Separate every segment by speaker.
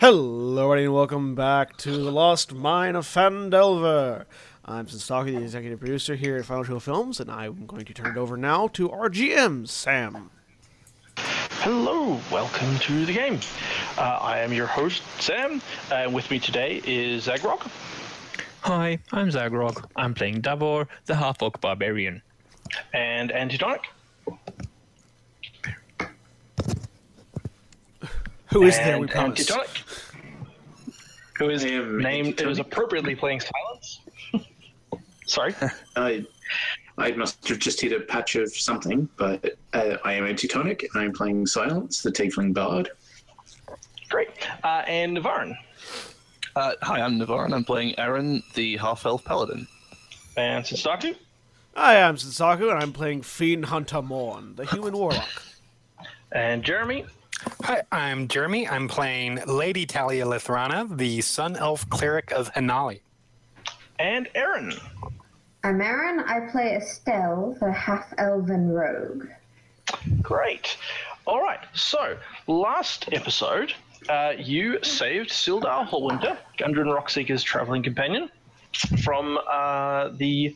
Speaker 1: Hello, everybody, and welcome back to The Lost Mine of Fandelver. I'm Sinstaki, the executive producer here at Final Show Films, and I'm going to turn it over now to our GM, Sam.
Speaker 2: Hello, welcome to the game. Uh, I am your host, Sam, and with me today is Zagrog.
Speaker 3: Hi, I'm Zagrog. I'm playing Davor, the half orc barbarian.
Speaker 2: and Antidonic.
Speaker 1: Who is there?
Speaker 2: and
Speaker 1: We promise.
Speaker 2: Antidonic, who is named, it was appropriately playing silence. Sorry.
Speaker 4: I, I must have just hit a patch of something, but uh, I am antitonic and I'm playing Silence, the Tiefling Bard.
Speaker 2: Great. Uh, and Navarn.
Speaker 5: Uh, hi, I'm Navarre, I'm playing Aaron, the half-elf paladin.
Speaker 2: And Sinstaku.
Speaker 1: Hi, I'm Sinsaku, and I'm playing Fiend Hunter Morn, the human warlock.
Speaker 2: And Jeremy.
Speaker 6: Hi, I'm Jeremy. I'm playing Lady Talia Lithrana, the Sun Elf Cleric of Hanali.
Speaker 2: And Aaron.
Speaker 7: I'm Erin. I play Estelle, the half elven rogue.
Speaker 2: Great. All right. So, last episode, uh, you saved Sildar Hallwinter, Gundren Rockseeker's traveling companion, from uh, the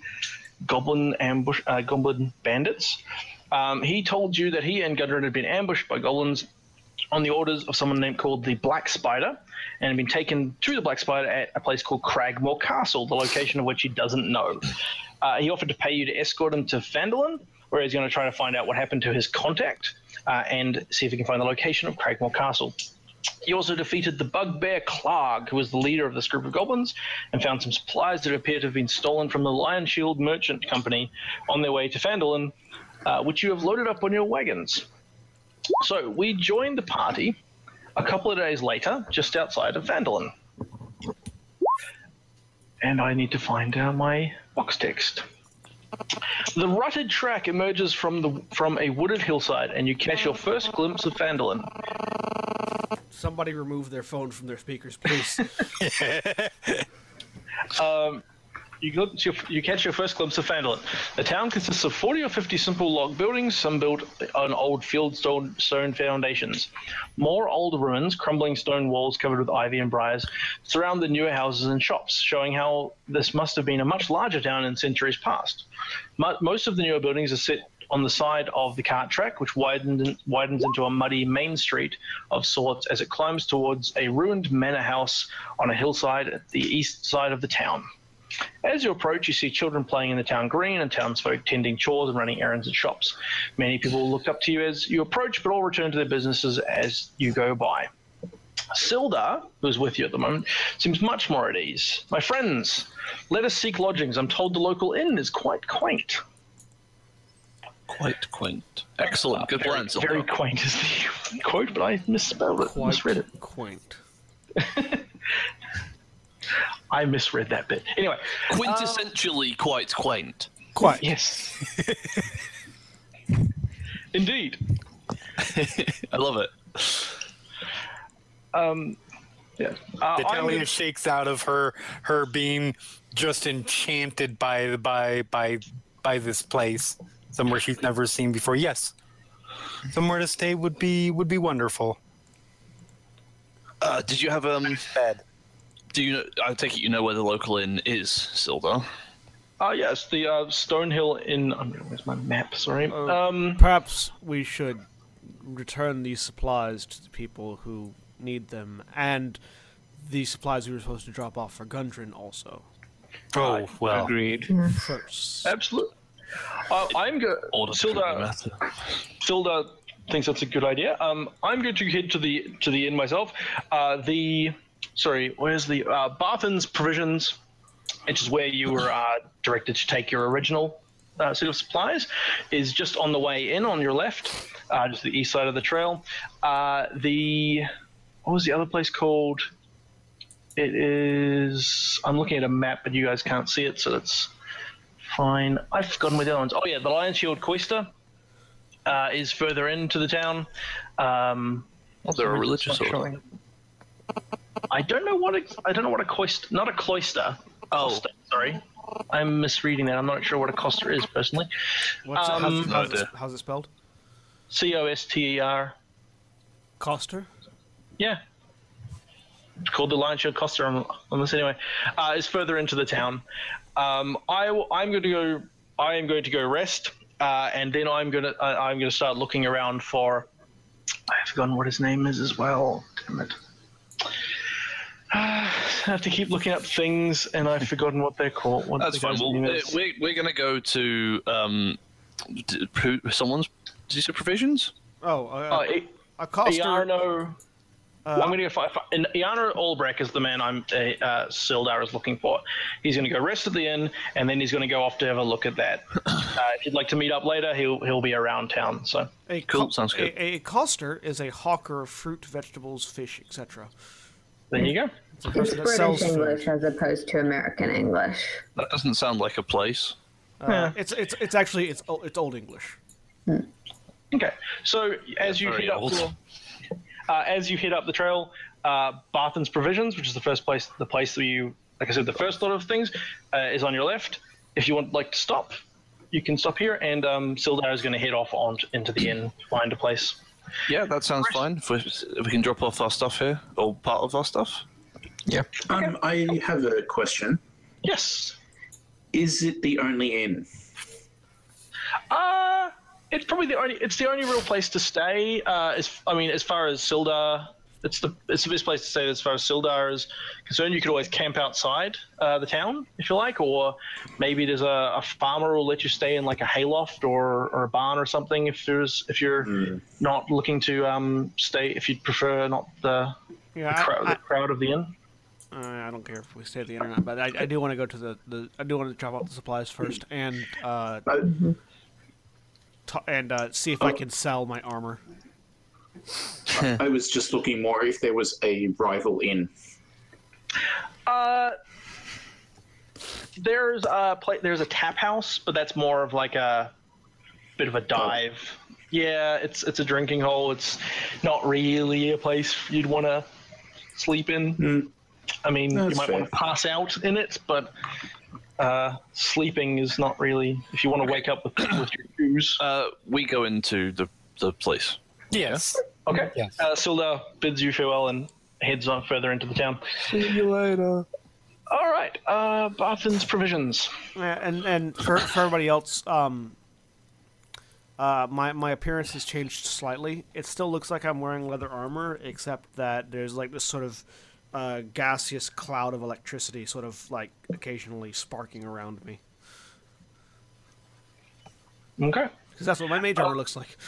Speaker 2: goblin ambush, uh, goblin bandits. Um, he told you that he and Gundren had been ambushed by goblins on the orders of someone named called the Black Spider, and had been taken to the Black Spider at a place called Cragmore Castle, the location of which he doesn't know. Uh, he offered to pay you to escort him to Fandolin, where he's going to try to find out what happened to his contact uh, and see if he can find the location of Cragmore Castle. He also defeated the bugbear Clark, who was the leader of this group of goblins, and found some supplies that appear to have been stolen from the Lion Shield Merchant Company on their way to Fandolin, uh, which you have loaded up on your wagons. So we joined the party a couple of days later, just outside of Vandalin. And I need to find uh, my box text. The rutted track emerges from the from a wooded hillside, and you catch your first glimpse of Vandalin.
Speaker 1: Somebody remove their phone from their speakers, please.
Speaker 2: You, glimpse your, you catch your first glimpse of Fandolin. The town consists of 40 or 50 simple log buildings, some built on old field stone, stone foundations. More old ruins, crumbling stone walls covered with ivy and briars, surround the newer houses and shops, showing how this must have been a much larger town in centuries past. Mo- Most of the newer buildings are set on the side of the cart track, which widened, widens into a muddy main street of sorts as it climbs towards a ruined manor house on a hillside at the east side of the town. As you approach, you see children playing in the town green and townsfolk tending chores and running errands at shops. Many people look up to you as you approach, but all return to their businesses as you go by. Sildar, who's with you at the moment, seems much more at ease. My friends, let us seek lodgings. I'm told the local inn is quite quaint.
Speaker 5: Quite quaint. Excellent. Good plan, Silver.
Speaker 2: Very quaint is the quote, but I misspelled it. misread it.
Speaker 1: quaint.
Speaker 2: I misread that bit. Anyway,
Speaker 5: Quintessentially quite quaint.
Speaker 1: Quite.
Speaker 2: yes. Indeed.
Speaker 5: I love it.
Speaker 2: Um, Yeah. Uh, I'm-
Speaker 6: Talia shakes out of her her being just enchanted by by by by this place, somewhere she's never seen before. Yes, somewhere to stay would be would be wonderful.
Speaker 5: Uh, did you have um?
Speaker 6: Bed.
Speaker 5: Do you? Know, I take it you know where the local inn is, Silver.
Speaker 2: Oh yes, the uh, Stonehill Inn. I'm where's my map? Sorry. um,
Speaker 1: Perhaps we should return these supplies to the people who need them, and the supplies we were supposed to drop off for Gundren also.
Speaker 6: Oh well,
Speaker 3: Agreed.
Speaker 1: First.
Speaker 2: absolutely. Uh, I'm going.
Speaker 5: Order doesn't
Speaker 2: Silda,
Speaker 5: matter.
Speaker 2: Silda thinks that's a good idea. Um, I'm going to head to the to the inn myself. Uh, the sorry, where's the uh, Barthen's provisions, which is where you were uh, directed to take your original uh, set of supplies, is just on the way in on your left, uh, just the east side of the trail. Uh, the what was the other place called? It is. I'm looking at a map, but you guys can't see it, so that's fine. I've forgotten where the other ones. Oh yeah, the Lion Shield Cloister uh, is further into the town. Um,
Speaker 5: oh, They're a religious
Speaker 2: not
Speaker 5: order.
Speaker 2: showing- I don't know what a, I don't know what a cloister. Not a cloister.
Speaker 5: Oh.
Speaker 2: Cloister, sorry, I'm misreading that. I'm not sure what a cloister is personally.
Speaker 1: What's it-
Speaker 2: Um,
Speaker 1: how's, it, how's, it,
Speaker 5: idea.
Speaker 1: how's it spelled?
Speaker 2: C O S T E R.
Speaker 1: Coster?
Speaker 2: Yeah. called the Lion Shield Costa on, on this anyway, uh, is further into the town. Um, I will, I'm going to go. I am going to go rest, uh, and then I'm going to I, I'm going to start looking around for. I've forgotten what his name is as well. Damn it! I have to keep looking up things, and I've forgotten what they're called. What
Speaker 5: That's
Speaker 2: the
Speaker 5: fine.
Speaker 2: guy's
Speaker 5: Well,
Speaker 2: name
Speaker 5: uh,
Speaker 2: is.
Speaker 5: we're, we're going to go to um, d- who, someone's. Did you say provisions?
Speaker 1: Oh,
Speaker 2: Oh,
Speaker 1: uh,
Speaker 2: I-
Speaker 1: a coster.
Speaker 2: Iano.
Speaker 5: Uh,
Speaker 2: I'm going to go find, find Iano Albrecht is the man I'm uh, uh, Sildar is looking for. He's going to go rest at the inn, and then he's going to go off to have a look at that. uh, if you'd like to meet up later, he'll he'll be around town. So
Speaker 1: a
Speaker 5: cool, sounds good.
Speaker 1: A, a coster is a hawker of fruit, vegetables, fish, etc.
Speaker 2: there you go.
Speaker 1: It's a
Speaker 7: It's
Speaker 1: person that sells
Speaker 7: British English
Speaker 1: food.
Speaker 7: as opposed to American English.
Speaker 5: That doesn't sound like a place.
Speaker 1: Uh, it's it's it's actually it's o- it's old English.
Speaker 2: Okay. So as you
Speaker 5: very
Speaker 2: head up,
Speaker 5: old.
Speaker 2: the- uh, as you head up the trail, uh, Barthen's Provisions, which is the first place, the place where you, like I said, the first lot of things uh, is on your left. If you would like to stop, you can stop here, and um, Sildar is going to head off on into the inn, to find a place.
Speaker 5: Yeah, that sounds fine. If we, if we can drop off our stuff here, or part of our stuff.
Speaker 4: Um, I have a question.
Speaker 2: Yes.
Speaker 4: Is it the only inn?
Speaker 2: Uh it's probably the only it's the only real place to stay. Uh, as, I mean, as far as Sildar, it's the it's the best place to stay as far as Sildar is concerned. You could always camp outside uh, the town if you like, or maybe there's a, a farmer will let you stay in like a hayloft or, or a barn or something if there's if you're not looking to um, stay if you'd prefer not the,
Speaker 1: Yeah, I-
Speaker 2: crowd, the crowd of the inn.
Speaker 1: I, I, I don't care if we stay at the internet, but I, I do want to go to the, the I do want to drop off the supplies first and uh,
Speaker 4: Uh,
Speaker 7: Mm-hmm.
Speaker 1: t- and uh, see if
Speaker 5: Oh.
Speaker 1: I can sell my armor.
Speaker 4: I was just looking more if there was a rival inn.
Speaker 2: Uh, there's a pla- there's a tap house, but that's more of like a bit
Speaker 4: Oh.
Speaker 2: of a dive. Yeah, it's it's a drinking hole. It's not really a place you'd want to sleep in. I mean, you
Speaker 4: Mm. That's
Speaker 2: might want to
Speaker 4: fair.
Speaker 2: pass out in it, but uh, sleeping is not really. If you want to wake up with, with your shoes,
Speaker 5: Uh, we go into the the place.
Speaker 6: Yes.
Speaker 2: okay.
Speaker 6: Yes.
Speaker 2: Uh, Silda bids you farewell and heads on further into the town.
Speaker 5: See you later.
Speaker 2: All right, uh, Barthen's provisions.
Speaker 1: Yeah, and and for, for everybody else, um, uh, my my appearance has changed slightly. It still looks like I'm wearing leather armor, except that there's like this sort of uh, gaseous cloud of electricity, sort of like occasionally sparking around me.
Speaker 2: Okay.
Speaker 1: Because that's what my mage armor looks like.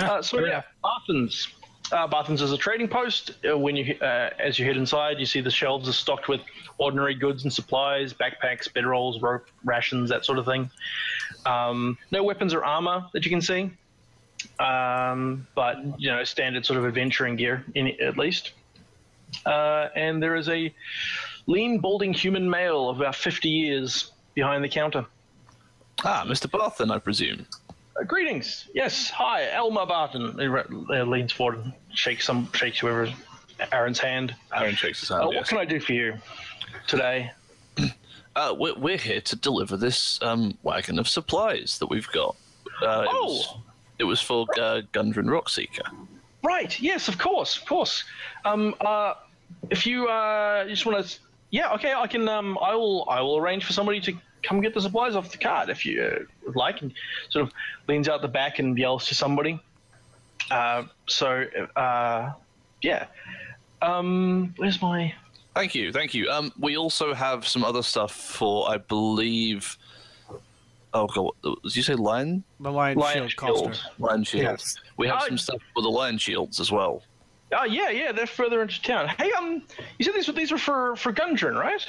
Speaker 2: Uh, so yeah, Barthen's. Uh, Barthen's is a trading post. Uh, when you uh, as you head inside, you see the shelves are stocked with ordinary goods and supplies, backpacks, bedrolls, rope, rations, that sort of thing. Um, no weapons or armor that you can see, um, but you know standard sort of adventuring gear in at least. Uh, and there is a lean, balding human male of about 50 years behind the counter.
Speaker 5: Ah, Mr. Barthen, I presume.
Speaker 2: Uh, greetings. Yes. Hi, Elmer Barton. He re- uh, leans forward and shakes some, shakes whoever Aaron's hand.
Speaker 5: Aaron shakes his
Speaker 2: Uh,
Speaker 5: hand.
Speaker 2: What can I do for you today?
Speaker 5: Uh, we're, we're here to deliver this um, wagon of supplies that we've got. Uh, it was,
Speaker 2: Oh.
Speaker 5: it was for uh, Gundren Rockseeker.
Speaker 2: Right. Yes. Of course. Of course. Um. Uh. If you uh you just want to. Yeah. Okay. I can. Um. I will. I will arrange for somebody to come get the supplies off the cart if you uh, would like. And sort of leans out the back and yells to somebody. Uh. So. Uh. Yeah. Um. Where's my.
Speaker 5: Thank you, thank you. Um, we also have some other stuff for, I believe. Oh god, what- did you say lion?
Speaker 1: The lion,
Speaker 2: Lion
Speaker 1: shield uh, coster.
Speaker 2: shield.
Speaker 5: Lion shields.
Speaker 6: Yes.
Speaker 5: We have
Speaker 2: Oh.
Speaker 5: some stuff for the lion shields as well.
Speaker 2: Oh yeah, yeah, they're further into town. Hey, um, you said these were these were for for Gundren, right?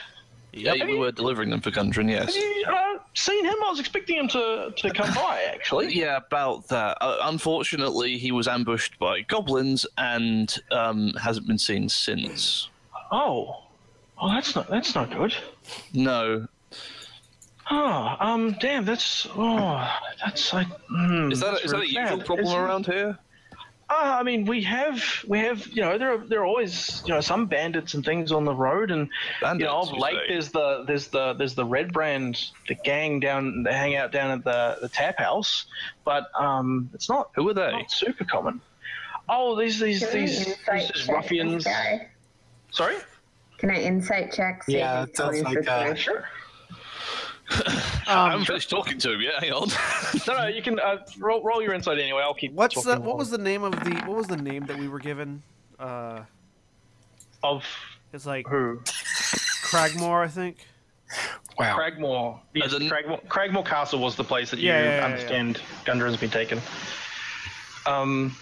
Speaker 5: Yeah,
Speaker 2: Have
Speaker 5: we
Speaker 2: you-
Speaker 5: were delivering them for Gundren.
Speaker 2: Have
Speaker 5: Yes.
Speaker 2: you uh, seen him? I was expecting him to to come by actually.
Speaker 5: Yeah, about that. Uh, unfortunately, he was ambushed by goblins and um, hasn't been seen since.
Speaker 2: Oh, oh, that's not that's not good.
Speaker 5: No,
Speaker 2: Oh, um, damn, that's oh, that's like. hmm,
Speaker 5: is that
Speaker 2: that's
Speaker 5: is that a
Speaker 2: really
Speaker 5: usual
Speaker 2: sad,
Speaker 5: problem
Speaker 2: isn't it?
Speaker 5: around here?
Speaker 2: Uh, I mean, we have we have you know there are there are always you know some bandits and things on the road and you know
Speaker 5: Bandits,
Speaker 2: of
Speaker 5: you
Speaker 2: late
Speaker 5: say?
Speaker 2: there's the there's the there's the Red Brand the gang down they hang out down at the the tap house, but um it's not
Speaker 5: Who are they?
Speaker 2: not super common. Oh, these these
Speaker 7: Can I
Speaker 2: these,
Speaker 7: insight
Speaker 2: these,
Speaker 7: check this
Speaker 2: ruffians.
Speaker 7: guy?
Speaker 2: Sorry.
Speaker 7: Can I insight check? see
Speaker 6: Yeah,
Speaker 7: if
Speaker 6: it
Speaker 7: he's
Speaker 6: sounds
Speaker 7: telling us
Speaker 6: like,
Speaker 7: the
Speaker 6: uh,
Speaker 7: truth?
Speaker 2: Sure.
Speaker 5: I
Speaker 1: Um,
Speaker 2: um,
Speaker 5: haven't finished talking to him yet. Hang on.
Speaker 2: No, no, you can uh, roll, roll your insight anyway. I'll keep.
Speaker 1: what's
Speaker 2: talking
Speaker 1: the what
Speaker 2: along.
Speaker 1: was the name of the what was the name that we were given? Uh,
Speaker 2: of
Speaker 1: it's like
Speaker 2: who?
Speaker 1: Cragmore, I think.
Speaker 6: Wow.
Speaker 2: Cragmore. Yes,
Speaker 5: As in-
Speaker 2: Cragmore. Cragmore Castle was the place that you
Speaker 1: Yeah, yeah, yeah, yeah.
Speaker 2: understand Gundren's been taken. Um,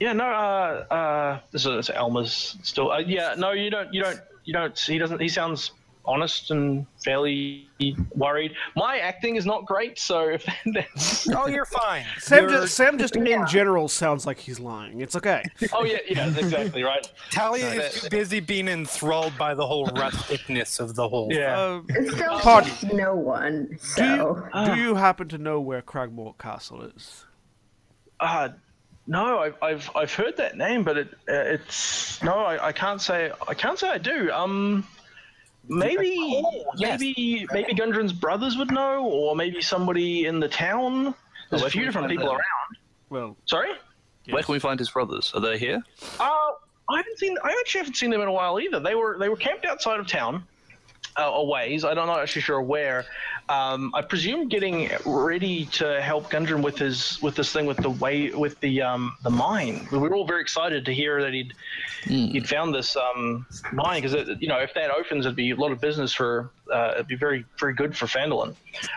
Speaker 2: yeah, no. Uh, uh, so, so Elmer's still. Uh, yeah, no, you don't. You don't. You don't. He doesn't. He sounds honest and fairly worried. My acting is not great, so if that's.
Speaker 6: Oh, you're fine.
Speaker 1: Sam
Speaker 6: You're-
Speaker 1: just, Sam just in
Speaker 7: Yeah.
Speaker 1: general sounds like he's lying. It's okay.
Speaker 2: Oh yeah, yeah, exactly right.
Speaker 6: Talia
Speaker 2: No,
Speaker 6: is
Speaker 2: that-
Speaker 6: too busy being enthralled by the whole rusticness of the whole.
Speaker 1: Uh,
Speaker 7: It still
Speaker 1: Pardon.
Speaker 7: touched no one.
Speaker 1: do, you,
Speaker 7: So
Speaker 1: do you happen to know where Cragmore Castle is?
Speaker 2: Uh, no, I've, I've I've heard that name, but it uh, it's no, I, I can't say I can't say I do. Um, maybe
Speaker 6: yes.
Speaker 2: maybe maybe Gundren's brothers would know, or maybe somebody in the town. There's a
Speaker 5: where
Speaker 2: few
Speaker 5: can we
Speaker 2: different
Speaker 5: find
Speaker 2: people
Speaker 5: them?
Speaker 2: around.
Speaker 1: Well,
Speaker 2: Sorry.
Speaker 5: Where can we find his brothers? Are they here?
Speaker 2: Uh, I haven't seen. I actually haven't seen them in a while either. They were they were camped outside of town, uh, a ways. I'm not actually sure where. Um, I presume getting ready to help Gundren with his with this thing with the way with the um, the mine. We were all very excited to hear that he'd he'd found this um, mine because you know if that opens, it'd be a lot of business for. Uh, it'd be very very good for Fandolin.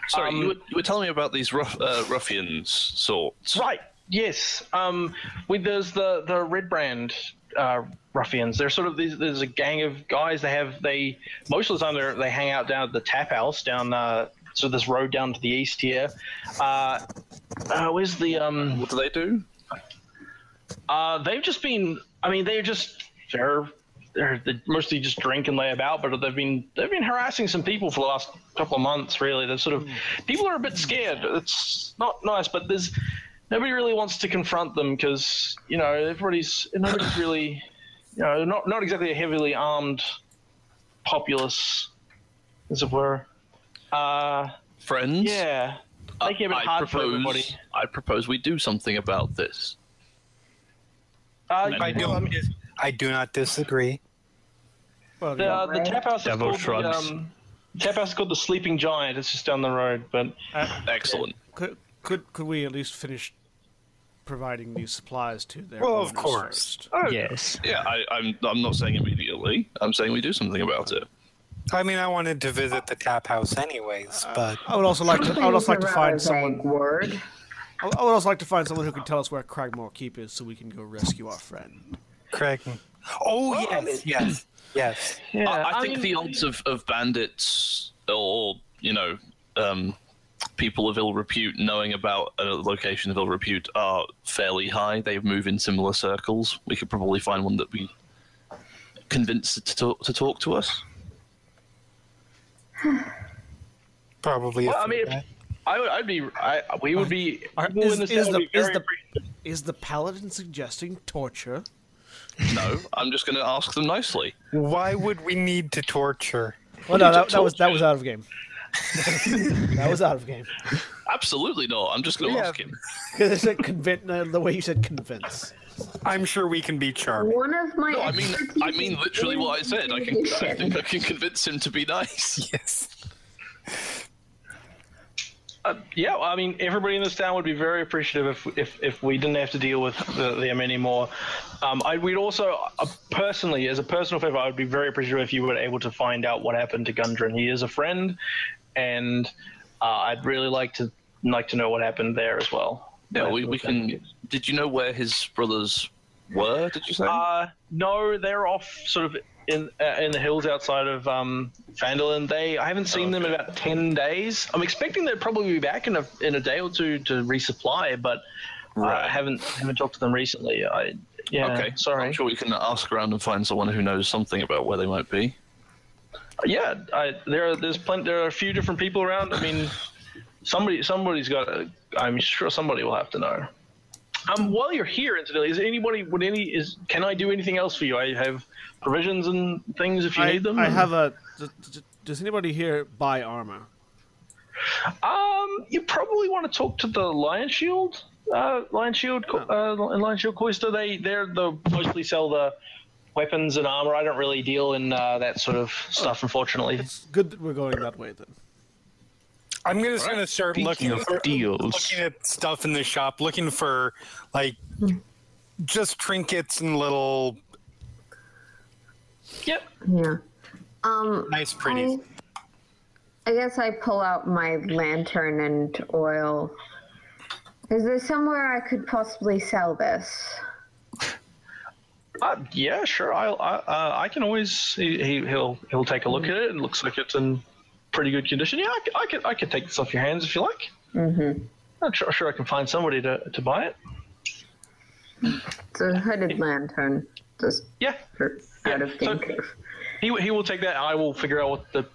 Speaker 5: Sorry,
Speaker 2: Um,
Speaker 5: you, were, you were telling me about these rough, uh, ruffians sorts.
Speaker 2: Right. Yes. Um, with there's the the red brand uh, ruffians. They're sort of these, there's a gang of guys. They have they most of the time they they hang out down at the tap house down uh, so this road down to the east here. Uh, uh, where's the um?
Speaker 5: What do they do?
Speaker 2: Uh, they've just been. I mean, they're just they're they're they mostly just drink and lay about, but they've been they've been harassing some people for the last couple of months. Really, they're sort of people are a bit scared. It's not nice, but there's nobody really wants to confront them because you know everybody's nobody's really you know not not exactly a heavily armed populace, as it were. Uh,
Speaker 5: Friends?
Speaker 2: yeah,
Speaker 5: I,
Speaker 2: making it a bit
Speaker 5: I
Speaker 2: hard for everybody.
Speaker 5: propose, I propose we do something about this.
Speaker 2: Uh,
Speaker 6: I
Speaker 2: well,
Speaker 6: don't. dis- I do not disagree.
Speaker 1: well
Speaker 2: The,
Speaker 1: yeah.
Speaker 2: uh, the tap house is
Speaker 3: Devil
Speaker 2: called
Speaker 3: shrugs.
Speaker 2: The, um, tap house is called the Sleeping Giant. It's just down the road, but
Speaker 5: Excellent.
Speaker 1: could, could could we at least finish providing these supplies to their
Speaker 6: Well, of
Speaker 1: owners
Speaker 6: course.
Speaker 1: first?
Speaker 3: Yes.
Speaker 5: Yeah, I, I'm, I'm not saying immediately. I'm saying we do something about it.
Speaker 6: I mean, I wanted to visit the tap house anyways,
Speaker 2: Uh,
Speaker 6: but
Speaker 1: I would also like to. I would also like to
Speaker 7: Rather
Speaker 1: find someone.
Speaker 7: vague Word.
Speaker 1: I would also like to find someone who can tell us where Cragmore Keep is, so we can go rescue our friend.
Speaker 6: Craig. Oh yes, yes, yes.
Speaker 2: yeah,
Speaker 5: I, I think
Speaker 2: mean,
Speaker 5: the odds of, of bandits or, you know, um, people of ill repute knowing about a location of ill repute are fairly high. They move in similar circles. We could probably find one that we convince to talk to, talk to us.
Speaker 6: Probably. a
Speaker 2: Well, I
Speaker 6: few
Speaker 2: mean,
Speaker 6: guys.
Speaker 2: if, I would, I'd be. I, we would be.
Speaker 1: Are-
Speaker 2: people
Speaker 1: is-
Speaker 2: in this
Speaker 1: is
Speaker 2: town
Speaker 1: the-
Speaker 2: would be
Speaker 1: is
Speaker 2: very
Speaker 1: the-
Speaker 2: appreciative.
Speaker 1: Is the paladin suggesting torture?
Speaker 5: No, I'm just going to ask them nicely.
Speaker 6: why would we need to torture?
Speaker 1: Well, Oh, no, that,
Speaker 5: just
Speaker 1: that was that
Speaker 5: torture.
Speaker 1: was out of game. that was out of game
Speaker 5: Absolutely not. I'm just going to
Speaker 6: Yeah.
Speaker 5: ask him.
Speaker 1: because it's like convin- no, the way you said convince.
Speaker 6: I'm sure we can be charming.
Speaker 7: One of my.
Speaker 5: No, I mean, I mean literally what I said. I can, I think I can convince him to be nice.
Speaker 6: Yes.
Speaker 2: Uh, yeah, I mean, everybody in this town would be very appreciative if if, if we didn't have to deal with the, them anymore. Um, I would also, uh, personally, as a personal favor, I would be very appreciative if you were able to find out what happened to Gundren. He is a friend, and uh, I'd really like to like to know what happened there as well.
Speaker 5: Yeah, we, we can. Did you know where his brothers were? Did you say?
Speaker 2: Uh, no, they're off sort of in uh, in the hills outside of um, Fandolin. They I haven't seen them in about ten days. I'm expecting they'll probably be back in a in a day or two to resupply, but I
Speaker 5: Right.
Speaker 2: haven't haven't talked to them recently. I yeah,
Speaker 5: okay,
Speaker 2: sorry.
Speaker 5: I'm sure we can ask around and find someone who knows something about where they might be.
Speaker 2: Yeah, I, there are there's plenty. There are a few different people around. I mean, somebody somebody's got. A, I'm sure somebody will have to know. Um, while you're here, incidentally, is anybody would any is can I do anything else for you? I have provisions and things if you
Speaker 1: I,
Speaker 2: need them.
Speaker 1: I
Speaker 2: and-
Speaker 1: have a. d- d- Does anybody here buy armor?
Speaker 2: Um, you probably want to talk to the Lion Shield. Uh, Lion Shield Co- uh, and Lion Shield Cloister, they they're the mostly sell the weapons and armor. I don't really deal in uh, that sort of stuff, unfortunately.
Speaker 1: It's good that we're going that way then.
Speaker 6: I'm gonna- just going to start
Speaker 3: Speaking
Speaker 6: looking
Speaker 3: of
Speaker 6: for,
Speaker 3: deals,
Speaker 6: looking at stuff in the shop, looking for like
Speaker 2: Hmm.
Speaker 6: just trinkets and little
Speaker 2: Yep.
Speaker 7: Yeah. Um,
Speaker 6: nice pretties.
Speaker 7: I, I guess I pull out my lantern and oil. Is there somewhere I could possibly sell this?
Speaker 2: Uh, yeah, sure. I'll, I uh, I can always he, he- he'll he'll take a look at it. It looks like it's in pretty good condition. Yeah, I, c- I could I could take this off your hands if you like.
Speaker 7: Mm-hmm.
Speaker 2: I'm sure, sure I can find somebody to, to buy it.
Speaker 7: It's a hooded lantern. Just
Speaker 2: Yeah,
Speaker 7: for, out of Hmm.
Speaker 2: so-
Speaker 7: danger.
Speaker 2: he he will take that. I will figure out what the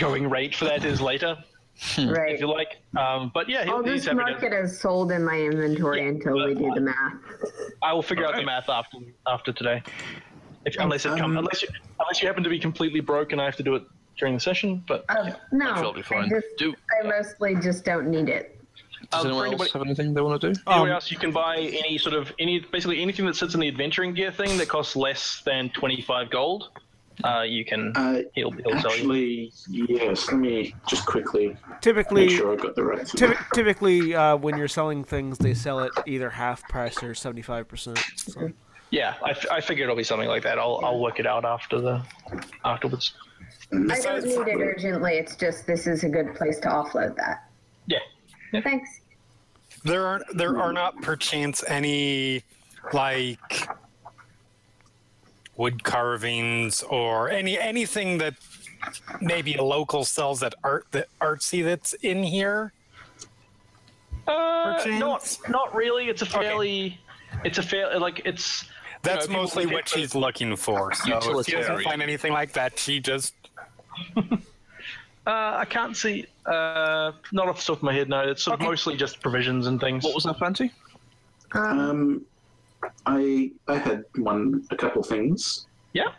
Speaker 2: going rate for that is later
Speaker 7: right.
Speaker 2: if you like. Um, but yeah,
Speaker 4: Oh,
Speaker 2: he'll,
Speaker 7: I'll
Speaker 2: he's
Speaker 7: just
Speaker 2: happy
Speaker 7: mark
Speaker 2: to.
Speaker 7: it as sold in my inventory
Speaker 2: Yeah,
Speaker 7: until
Speaker 2: but-
Speaker 7: we do the math.
Speaker 2: I will figure out the math after after today. If, unless it come,
Speaker 4: Um,
Speaker 2: unless you unless you happen to be completely broke and I have to do it during the session. But
Speaker 7: Oh, no,
Speaker 5: sure I'll be fine.
Speaker 7: I, just,
Speaker 5: Do-
Speaker 7: I mostly just don't need it.
Speaker 5: Does
Speaker 2: Um, for
Speaker 5: anyone else
Speaker 2: anybody-
Speaker 5: have anything they want to do?
Speaker 2: anywhere
Speaker 1: Um,
Speaker 2: else you can buy any sort of any basically anything that sits in the adventuring gear thing that costs less than twenty five gold. Uh, you can
Speaker 4: Uh,
Speaker 2: he'll he'll sell you.
Speaker 4: actually, yes. Let me just quickly
Speaker 1: Typically,
Speaker 4: make sure I got the right. thing.
Speaker 1: typ- typically uh, when you're selling things, they sell it either half price or seventy five percent. So
Speaker 2: Yeah, I, f- I figure it'll be something like that. I'll I'll work it out after the afterwards.
Speaker 4: Mm,
Speaker 7: I don't need it urgently. It's just this is a good place to offload that.
Speaker 2: Yeah.
Speaker 7: Thanks.
Speaker 6: There are there are not perchance any like wood carvings or any anything that maybe a local sells that art that artsy that's in here.
Speaker 2: Uh,
Speaker 6: Perchance.
Speaker 2: not not really. It's a fairly it's a fair like it's
Speaker 6: That's
Speaker 2: people
Speaker 6: mostly
Speaker 2: think
Speaker 6: what
Speaker 2: that-
Speaker 6: she's looking for. So if she doesn't
Speaker 5: Utilitarian.
Speaker 6: find anything like that, she just
Speaker 2: uh, I can't see uh, not off the top of my head. No, it's sort of mostly just provisions and things.
Speaker 5: What was that, Fancy?
Speaker 4: Um, I I had one a couple things.
Speaker 2: yeah.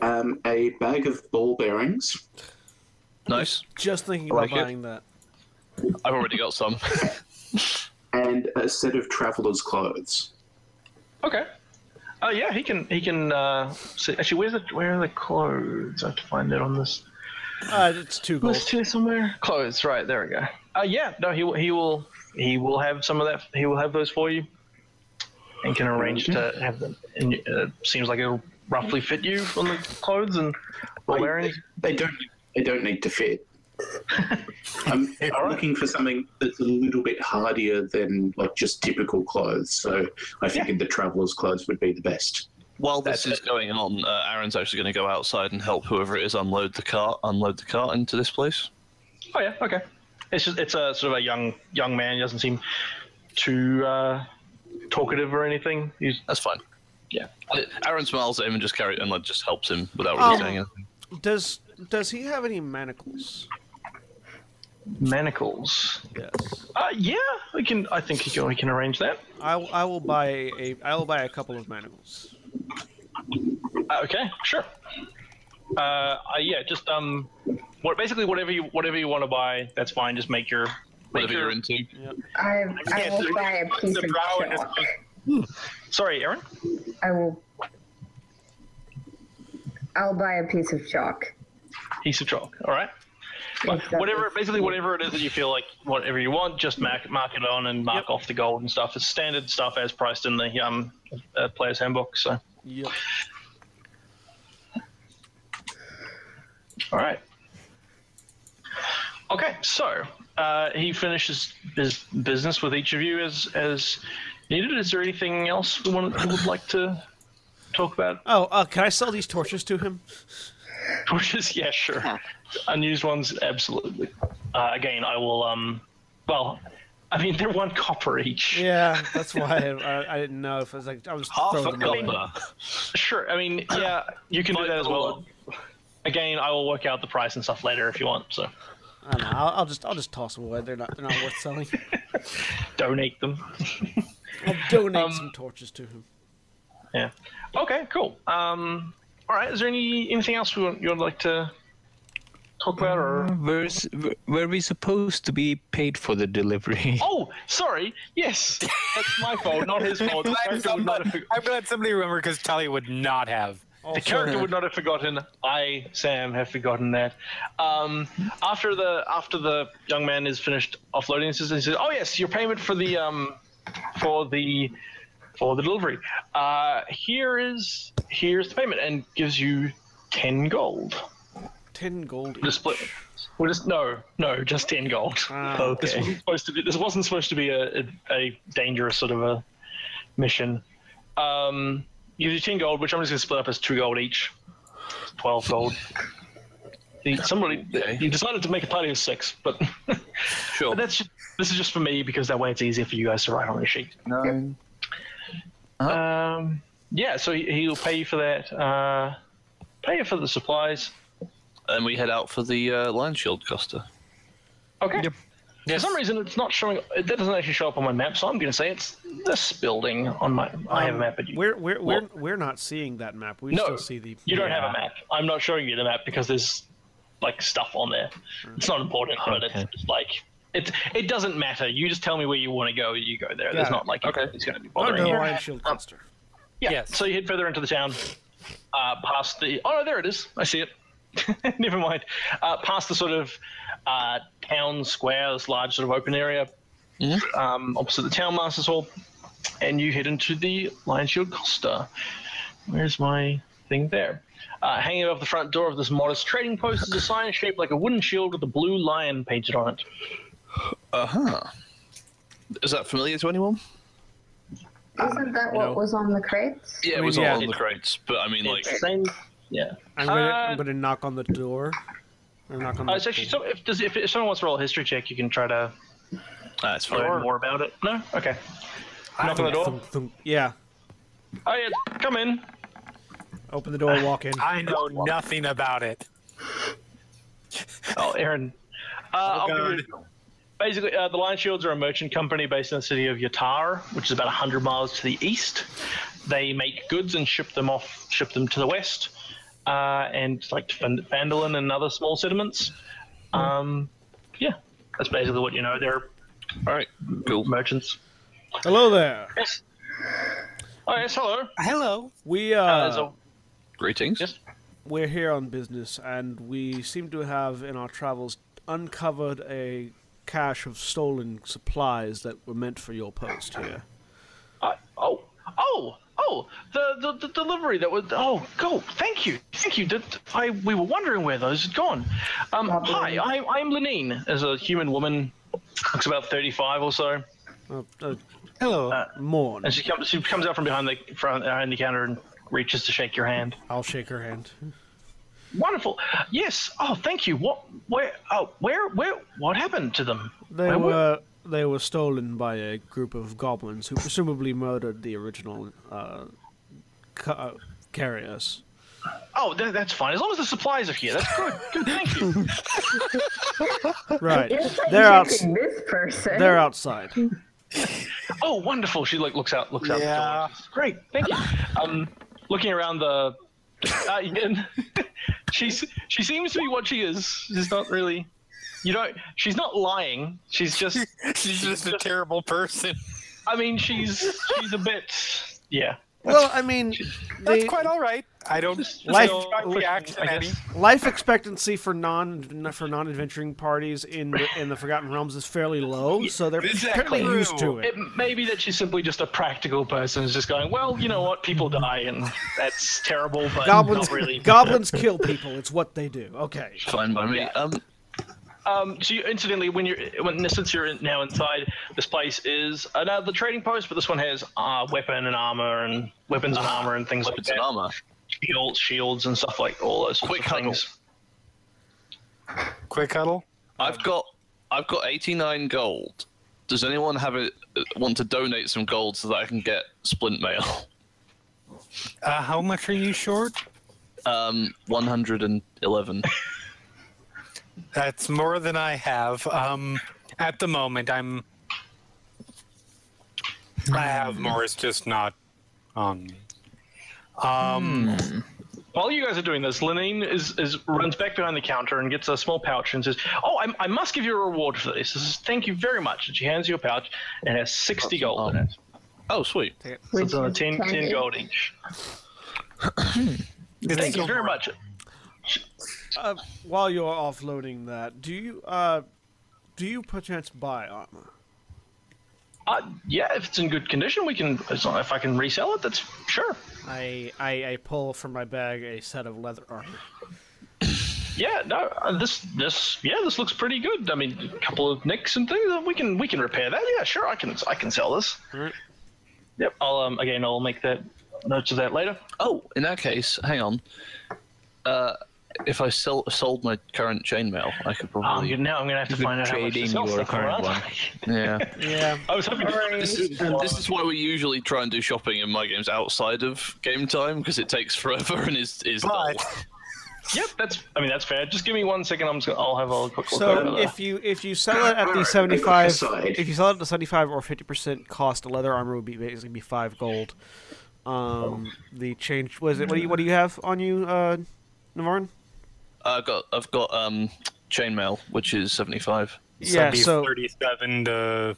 Speaker 4: Um, a bag of ball bearings.
Speaker 5: Nice.
Speaker 1: just thinking about
Speaker 5: like it.
Speaker 1: buying that.
Speaker 5: I've already got some.
Speaker 4: and a set of travelers' clothes.
Speaker 2: Okay. Uh, yeah, he can. He can. Uh, see. Actually, where's the where are the clothes? I have to find it on this
Speaker 1: Uh, it's two
Speaker 2: list
Speaker 1: gold.
Speaker 2: here somewhere. Clothes, right? There we go. Uh, yeah. No, he will. He will. He will have some of that. He will have those for you, and can arrange to have them. And uh, seems like it'll roughly fit you on the clothes and
Speaker 4: Wait,
Speaker 2: wearing.
Speaker 4: They don't. They don't need to fit. I'm, I'm
Speaker 2: Alright.
Speaker 4: looking for something that's a little bit hardier than like just typical clothes. So I figured the travelers' clothes would be the best.
Speaker 5: While this is going on, uh, Aaron's actually going to go outside and help whoever it is unload the cart, unload the cart into this place.
Speaker 2: Oh yeah. Okay. It's just it's a sort of a young young man. He doesn't seem too uh, talkative or anything. He's
Speaker 5: That's fine.
Speaker 2: yeah.
Speaker 5: Uh, Aaron smiles at him and just carry and like just helps him without really
Speaker 1: Um,
Speaker 5: saying anything.
Speaker 1: Does does he have any manacles?
Speaker 2: Manacles.
Speaker 1: Yes.
Speaker 2: Uh, yeah, we can. I think he can. We can arrange that.
Speaker 1: I, will- I will buy a I will buy a couple of manacles.
Speaker 2: Uh, okay, sure. Uh, uh, yeah, just um, what basically whatever you whatever you want to buy, that's fine. Just make your make
Speaker 5: Whatever
Speaker 2: your-
Speaker 5: you're into.
Speaker 7: I, I
Speaker 6: Yeah,
Speaker 7: will
Speaker 6: so
Speaker 7: buy a piece
Speaker 6: the
Speaker 7: of
Speaker 6: brow and
Speaker 7: chalk.
Speaker 2: Sorry, Aaron.
Speaker 7: I will. I'll buy a piece of chalk.
Speaker 2: Piece of chalk. All right.
Speaker 7: If that
Speaker 2: Whatever,
Speaker 7: is-
Speaker 2: basically whatever it is that you feel like, whatever you want, just mark mark it on and mark off the gold and stuff. It's standard stuff as priced in the um uh, player's handbook. So,
Speaker 1: Yep.
Speaker 2: all right. Okay, so uh, he finishes his business with each of you as as needed. Is there anything else we want we would like to talk about
Speaker 1: Oh, uh, can I sell these torches to him?
Speaker 2: Torches, yeah, sure. Unused ones, absolutely. Uh, again, I will. Um, well, I mean, they're one copper each.
Speaker 1: Yeah, that's why I, I, I didn't know if it was like I was
Speaker 5: Half
Speaker 1: throwing
Speaker 5: a
Speaker 1: them away.
Speaker 5: copper.
Speaker 2: Sure. I mean, yeah, you can do
Speaker 5: Like
Speaker 2: that as
Speaker 5: the
Speaker 2: well.
Speaker 5: one.
Speaker 2: Again, I will work out the price and stuff later if you want. So
Speaker 1: I don't know. I'll, I'll just I'll just toss them away. They're not they're not worth selling.
Speaker 2: donate them.
Speaker 1: I'll donate some torches to him.
Speaker 2: Yeah. Okay. Cool. Um. All right. Is there any anything else we want, you would like to talk about? Or...
Speaker 5: Mm.
Speaker 3: Were, s- were- were we supposed to be paid for the delivery?
Speaker 2: Oh, sorry. Yes, that's my fault, not his fault. The
Speaker 6: I'm,
Speaker 2: character would not have,
Speaker 6: somebody,
Speaker 2: forg-
Speaker 6: I'm glad somebody remembered because Tally would not have.
Speaker 2: the character would not have forgotten. I, Sam, have forgotten that. Um, after the after the young man is finished offloading his system, he says, "Oh yes, your payment for the um, for the for the delivery. Uh, here is here's the payment, and gives you ten gold.
Speaker 1: Ten gold.
Speaker 2: Just split. We're just no, no, just ten gold.
Speaker 1: Ah,
Speaker 2: This wasn't supposed to be. This wasn't supposed to be a, a, a dangerous sort of a mission. Um, you do ten gold, which I'm just going to split up as two gold each. Twelve gold. The- Somebody,
Speaker 5: Okay.
Speaker 2: you decided to make a party of six, but,
Speaker 5: Sure.
Speaker 2: but that's ju- this is just for me because that way it's easier for you guys to write on the sheet.
Speaker 8: Nine.
Speaker 2: Um, yeah, so he, he'll pay you for that. Uh, pay you for the supplies.
Speaker 5: and we head out for the uh, Lion Shield Costa.
Speaker 2: Okay. For some reason, it's not showing. It that doesn't actually show up on my map, so I'm going to say it's this building on my. I
Speaker 1: Um,
Speaker 2: have a map, but you,
Speaker 1: We're we're we're,
Speaker 2: Well-
Speaker 1: we're not seeing that map. We
Speaker 2: No,
Speaker 1: still see the.
Speaker 2: you don't have
Speaker 6: yeah.
Speaker 2: a map. I'm not showing you the map because there's like stuff on there. It's not important, but it's,
Speaker 3: Okay.
Speaker 2: it's like it. It doesn't matter. You just tell me where you want to go. You go there. There's
Speaker 1: Yeah.
Speaker 2: not like okay, it's going to be
Speaker 1: Oh,
Speaker 2: bothering
Speaker 1: no,
Speaker 2: you.
Speaker 1: Lion Shield Cluster.
Speaker 2: Yeah.
Speaker 6: Yes.
Speaker 2: So you head further into the town, uh, past the. Oh no, there it is. I see it. Never mind. Uh, past the sort of uh, town square, this large sort of open area, um, opposite the town masters hall, and you head into the Lion Shield Costa. Where's my thing there? Uh, hanging above the front door of this modest trading post is a sign shaped like a wooden shield with a blue lion painted on it.
Speaker 5: Uh huh. Is that familiar to anyone?
Speaker 7: Isn't that what
Speaker 1: No.
Speaker 7: was on the crates?
Speaker 5: Yeah,
Speaker 1: I
Speaker 5: it was
Speaker 1: mean,
Speaker 5: all
Speaker 1: yeah.
Speaker 5: on the crates, but I mean, like,
Speaker 2: Same. Yeah.
Speaker 1: I'm gonna
Speaker 2: Uh,
Speaker 1: I'm gonna knock on the door. Or knock on
Speaker 2: Uh,
Speaker 1: the
Speaker 2: it's actually,
Speaker 1: door.
Speaker 2: so if, does, if, if someone wants to roll a history check, you can try to
Speaker 5: that's fine.
Speaker 2: learn more about it. No? Okay. Knock on the door.
Speaker 1: Thunk, thunk. Yeah.
Speaker 2: Oh, yeah, come in.
Speaker 1: Open the door.
Speaker 2: Uh,
Speaker 1: Walk in.
Speaker 6: I know nothing about it.
Speaker 2: Oh, Aaron. Uh, I'll give
Speaker 6: God.
Speaker 2: you- basically, uh, the Lion Shields are a merchant company based in the city of Yatar, which is about 100 miles to the east. They make goods and ship them off, ship them to the west, uh, and like to Vand- Vandalin and other small settlements. Um, yeah, that's basically what you know. They're
Speaker 5: All right, cool.
Speaker 2: merchants.
Speaker 1: Hello there.
Speaker 2: Yes. Oh, yes, hello.
Speaker 6: Hello.
Speaker 1: We uh,
Speaker 2: Uh, there's a-
Speaker 5: Greetings.
Speaker 2: Yes.
Speaker 1: we're here on business, and we seem to have in our travels uncovered a cache of stolen supplies that were meant for your post here.
Speaker 2: I, oh, oh, oh, the, the, the delivery that was. Oh, go. Thank you. Thank you. Did, I, we were wondering where those had gone. Um, hi, I, I'm Lenine, as a human woman. Looks about 35 or so.
Speaker 1: Uh, uh,
Speaker 6: Hello.
Speaker 1: Morn.
Speaker 2: And she comes, she comes out from behind the, from behind the counter and reaches to shake your hand.
Speaker 1: I'll shake her hand.
Speaker 2: Wonderful. Yes. Oh, thank you. What, where, oh, where, where, what happened to them?
Speaker 1: They
Speaker 2: Where
Speaker 1: were they were stolen by a group of goblins who presumably murdered the original uh, ca- uh, carriers.
Speaker 2: Oh, that, that's fine. As long as the supplies are here, that's good. good thank you.
Speaker 1: Right,
Speaker 7: It's like
Speaker 1: they're out.
Speaker 7: checking this person.
Speaker 1: They're outside.
Speaker 2: Oh, wonderful! She like looks out, looks out.
Speaker 6: Yeah.
Speaker 2: The door. Great, thank you. Um, looking around the, uh, again, she's she seems to be what she is. She's not really, you know, she's not lying. She's just,
Speaker 6: She's just a terrible person.
Speaker 2: I mean, she's she's a bit, yeah.
Speaker 1: Well, I mean,
Speaker 6: That's
Speaker 1: they-
Speaker 6: quite all right. I don't
Speaker 1: Life-
Speaker 6: subscribe to action,
Speaker 2: I
Speaker 6: Eddie.
Speaker 2: guess.
Speaker 1: life expectancy for non for non adventuring parties in the, in the Forgotten Realms is fairly low, so they're
Speaker 6: Exactly.
Speaker 1: fairly used to it.
Speaker 2: It may be that she's simply just a practical person, who's just going, well, you know what, people die, and that's terrible, but
Speaker 1: Goblins,
Speaker 2: not really.
Speaker 1: goblins kill people. It's what they do. Okay.
Speaker 5: Fine by me. Um,
Speaker 2: Um, so you, incidentally, when you're when since you're in- now inside, this place is another trading post, but this one has uh, weapon and armor and weapons and armor and things
Speaker 5: weapons
Speaker 2: like
Speaker 5: and
Speaker 2: that.
Speaker 5: armor.
Speaker 2: Shields, shields and stuff like all those sorts
Speaker 5: Quick
Speaker 2: of
Speaker 5: huddle.
Speaker 2: things.
Speaker 6: Quick huddle.
Speaker 5: I've got I've got 89 gold. Does anyone have a want to donate some gold so that I can get splint mail?
Speaker 6: Uh, how much are you short?
Speaker 5: Um, 111.
Speaker 6: That's more than I have. Um, at the moment, I'm. I have more. It's just not on. me. Um,
Speaker 2: While you guys are doing this, Lenine is, is runs back behind the counter and gets a small pouch and says, "Oh, I, I must give you a reward for this. This is thank you very much." And she hands you a pouch and it has sixty gold in it.
Speaker 5: Oh, sweet.
Speaker 1: Take it.
Speaker 2: So
Speaker 7: Which
Speaker 2: it's on a
Speaker 7: is
Speaker 2: 10, 10
Speaker 7: tiny.
Speaker 2: gold each.
Speaker 6: It's
Speaker 2: Thank you
Speaker 6: silver.
Speaker 2: very much.
Speaker 1: Uh, while you're offloading that, do you uh, do you perchance buy armor?
Speaker 2: Uh, yeah, if it's in good condition, we can. As long, if I can resell it, that's sure.
Speaker 1: I, I I pull from my bag a set of leather armor.
Speaker 2: Yeah, no, uh, this this yeah, this looks pretty good. I mean, a couple of nicks and things. uh, We can we can repair that. Yeah, sure, I can I can sell this.
Speaker 1: Alright.
Speaker 2: Yep. I'll um again I'll make that notes of that later.
Speaker 5: Oh, in that case, hang on. Uh, if I sell, sold my current chainmail, I could
Speaker 2: Oh,
Speaker 5: probably.
Speaker 2: you, now I'm gonna have to
Speaker 3: You're
Speaker 2: find out how much
Speaker 3: trading
Speaker 2: this sells
Speaker 3: your
Speaker 2: stuff for,
Speaker 3: current
Speaker 2: aren't
Speaker 3: one.
Speaker 2: I?
Speaker 5: yeah.
Speaker 1: Yeah,
Speaker 2: I was hoping.
Speaker 5: This is, this is why we usually try and do shopping in my games outside of game time because it takes forever and is is dull.
Speaker 6: But
Speaker 2: Yep, that's. I mean, that's fair. Just give me one second. I'm just. Gonna, I'll have a quick look.
Speaker 1: So
Speaker 2: over that.
Speaker 1: if you if you sell it at the
Speaker 4: Alright,
Speaker 1: seventy five,
Speaker 4: aside.
Speaker 1: if you sell it at the seventy five or fifty percent cost, a leather armor would be basically be five gold. Um, the change was it? What do you what do you have on you, uh, Navarre?
Speaker 5: I've got I've got um chainmail, which is seventy five.
Speaker 1: Yeah,
Speaker 6: it'd be
Speaker 1: so
Speaker 6: 37 to